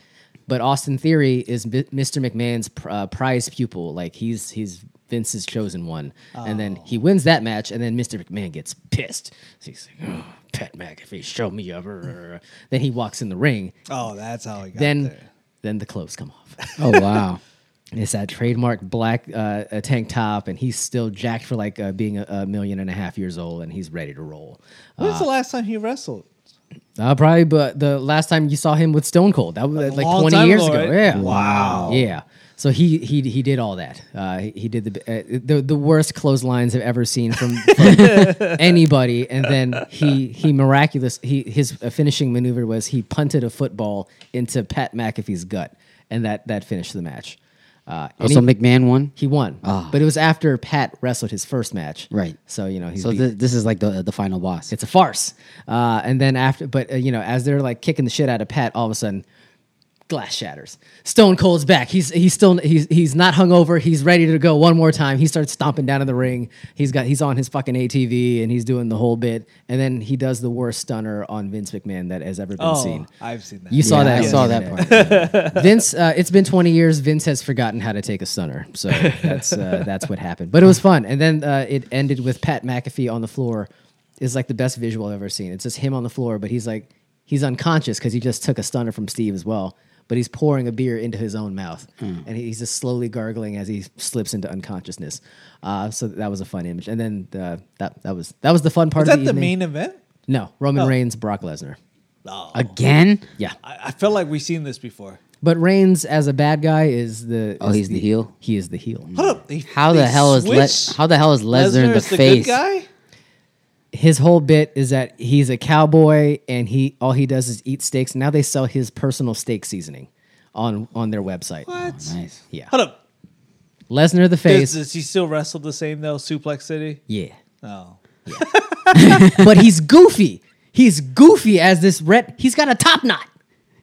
C: but Austin Theory is Mi- Mr. McMahon's pr- uh, prize pupil. Like he's he's Vince's chosen one, and then he wins that match, and then Mr. McMahon gets pissed. So he's like, oh, "Pat McAfee, show me up." Then he walks in the ring.
B: Oh, that's how I got
C: Then
B: there.
C: then the clothes come off.
F: Oh wow.
C: It's that trademark black uh, a tank top, and he's still jacked for like uh, being a, a million and a half years old, and he's ready to roll.
B: When's the last time he wrestled?
C: Uh, probably, but the last time you saw him with Stone Cold, that was uh, like
B: long
C: twenty
B: time
C: years
B: ago,
C: ago.
B: right?
C: Yeah.
B: Wow.
C: Yeah. So he he he did all that. Uh, he, he did the, uh, the the worst clotheslines I've ever seen from, from anybody. And then he he miraculous he his uh, finishing maneuver was he punted a football into Pat McAfee's gut, and that that finished the match. Uh, and
F: Also,
C: he,
F: McMahon won.
C: he won, but it was after Pat wrestled his first match.
F: Ah. Right.
C: So you know he's
F: So
C: beat-
F: th- this is like the the final boss.
C: it's a farce. Uh, and then after, but uh, you know, as they're like kicking the shit out of Pat, all of a sudden, glass shatters. Stone Cold's back. He's he's still he's he's not hungover. He's ready to go one more time. He starts stomping down in the ring. He's got he's on his fucking ATV and he's doing the whole bit. And then he does the worst stunner on Vince McMahon that has ever been
B: Oh,
C: seen.
B: I've seen that.
C: You saw
F: Yeah,
C: that.
F: I
C: on
F: saw
C: the
F: that
C: internet.
F: part.
C: Vince, uh, it's been 20 years. Vince has forgotten how to take a stunner, so that's uh, that's what happened. But it was fun, and then uh, it ended with Pat McAfee on the floor. Is like the best visual I've ever seen. It's just him on the floor, but he's like he's unconscious because he just took a stunner from Steve as well. But he's pouring a beer into his own mouth,
B: Hmm.
C: and he's just slowly gargling as he slips into unconsciousness. Uh, so that was a fun image, and then the, that that was that was the fun part.
B: Is
C: of
B: that
C: the,
B: the
C: evening.
B: main Oh. event?
C: No, Roman Reigns, Brock Lesnar.
F: Again?
C: Yeah,
B: I, I feel like we've seen this before.
C: But Reigns as a bad guy is the
F: Oh,
C: is
F: he's the heel?
C: He is the heel.
B: Hold up. They,
A: How the
B: they
A: hell is
B: switched
A: Le- how the hell is Lesnar in the,
B: as
A: face?
B: Good guy?
C: His whole bit is that he's a cowboy and he all he does is eat steaks. Now they sell his personal steak seasoning on on their website.
B: What?
F: Nice.
C: Yeah,
B: Hold up.
C: Lesnar the
B: Does,
C: Oh, face.
B: does he still wrestle the same though? Suplex City.
C: yeah,
B: Oh,
C: but he's goofy. He's goofy as this red. He's got a top knot.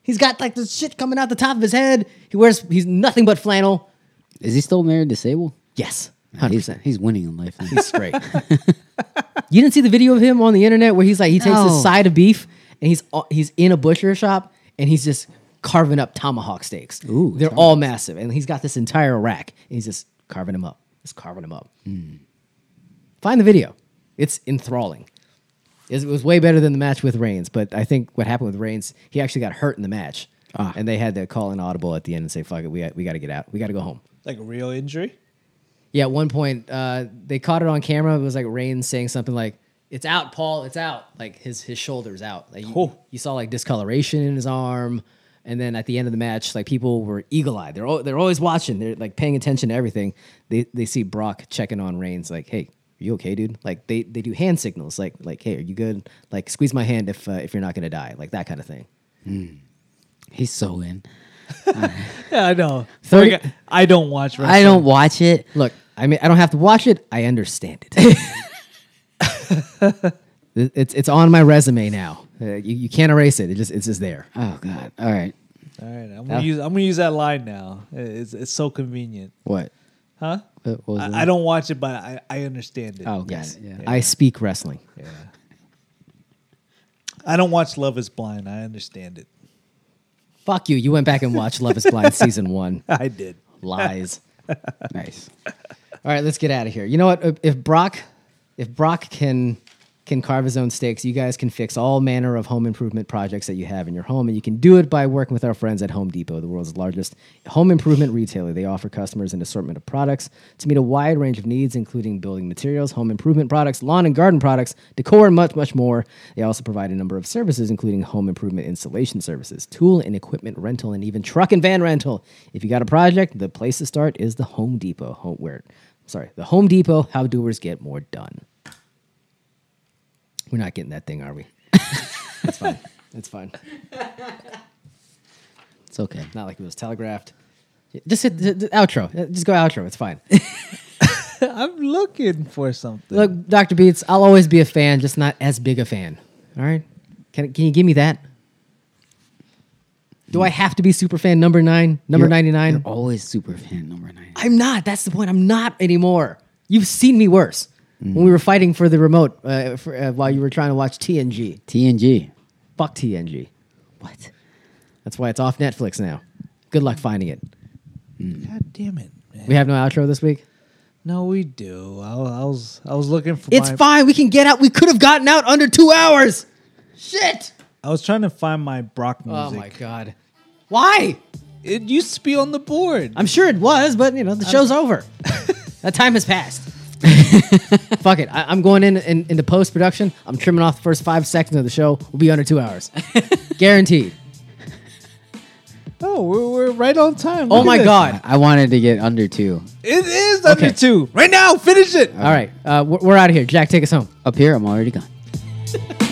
C: He's got like this shit coming out the top of his head. He wears he's nothing but flannel.
F: Is he still married to Sable?
C: Yes,
F: Nah,
C: hundred
F: He's,
C: percent.
F: he's winning in life. now.
C: He's straight. you didn't see the video of him on the internet where he's like he takes
F: No.
C: his side of beef and he's uh, he's in a butcher shop and he's just carving up tomahawk steaks.
F: Ooh,
C: They're all massive, and he's got this entire rack and he's just carving them up. Just carving them up. Mm. Find the video. It's enthralling. It was way better than the match with Reigns, but I think what happened with Reigns, he actually got hurt in the match, and they had to call an audible at the end and say, "Fuck it, we got, we got to get out. We got to go home."
B: like a real injury.
C: Yeah, at one point, uh, they caught it on camera. It was like Rain saying something like, "It's out, Paul. It's out." Like his his shoulders out. Like you,
B: Oh.
C: you saw like discoloration in his arm. And then at the end of the match, like people were eagle eyed. They're al- they're always watching. They're like paying attention to everything. They they see Brock checking on Reigns. Like, hey, are you okay, dude? Like they, they do hand signals. Like like, hey, are you good? Like squeeze my hand if uh, if you're not gonna die. Like that kind of thing.
F: he's so in.
B: Yeah, I know.
C: Thirty-
B: Like, I don't watch wrestling.
F: I don't watch it.
C: Look, I mean, I don't have to watch it. I understand it. It- it's it's on my resume now. Uh, you, you can't erase it. It just it's just there.
F: Oh God! All right.
B: All right, I'm gonna use I'm gonna use that line now. It's it's so convenient,
F: What?
B: huh?
F: What what was
C: Mm-hmm.
F: that?
B: I, I don't watch it, but I, I understand it.
F: Oh, got
C: Yes,
F: it, yeah.
C: I speak wrestling.
B: I don't watch Love Is Blind. I understand it.
C: Fuck you. You went back and watched Love Is Blind season one.
B: I did.
C: Lies.
F: Nice.
C: All right, let's get out of here. You know what? If- If Brock, if Brock can can carve his own steaks, you guys can fix all manner of home improvement projects that you have in your home, and you can do it by working with our friends at Home Depot, the world's largest home improvement retailer. They offer customers an assortment of products to meet a wide range of needs, including building materials, home improvement products, lawn and garden products, decor, and much, much more. They also provide a number of services, including home improvement installation services, tool and equipment rental, and even truck and van rental. If you got a project, the place to start is the Home Depot, home where sorry, the Home Depot, how doers get more done. We're not getting that thing, are we? it's fine. It's fine.
F: It's okay.
C: Not like it was telegraphed. Just hit the, the outro. Uh, Just go outro. It's fine.
B: I'm looking for something.
C: Look, Dr. Beats, I'll always be a fan, just not as big a fan. All right? Can, can you give me that? Do I have to be super fan number nine, number
F: You're-
C: 99?
F: You're always super fan number nine.
C: I'm not. That's the point. I'm not anymore. You've seen me worse. When we were fighting for the remote uh, for, uh, while you were trying to watch TNG.
F: TNG.
C: Fuck TNG. What? That's why it's off Netflix now. Good luck finding it.
B: God damn it, man.
C: We have no outro this week.
B: No, we do. I, I was I was looking for.
C: It's
B: my,
C: fine. We can get out. We could have gotten out under two hours. Shit.
B: I was trying to find my Brock music.
C: Oh my god. Why?
B: It used to be on the board.
C: I'm sure it was, but you know the show's over. that time has passed. Fuck it. I, I'm going in, in into post production. I'm trimming off the first five seconds of the show. We'll be under two hours, guaranteed.
B: Oh, we're, we're right on time.
C: Oh
B: Look at
C: my
B: this.
C: god!
A: I wanted to get under two.
B: It is under
C: Okay.
B: two right now. Finish it.
C: All right, uh, we're, we're out of here. Jack, take us home.
A: Up here, I'm already gone.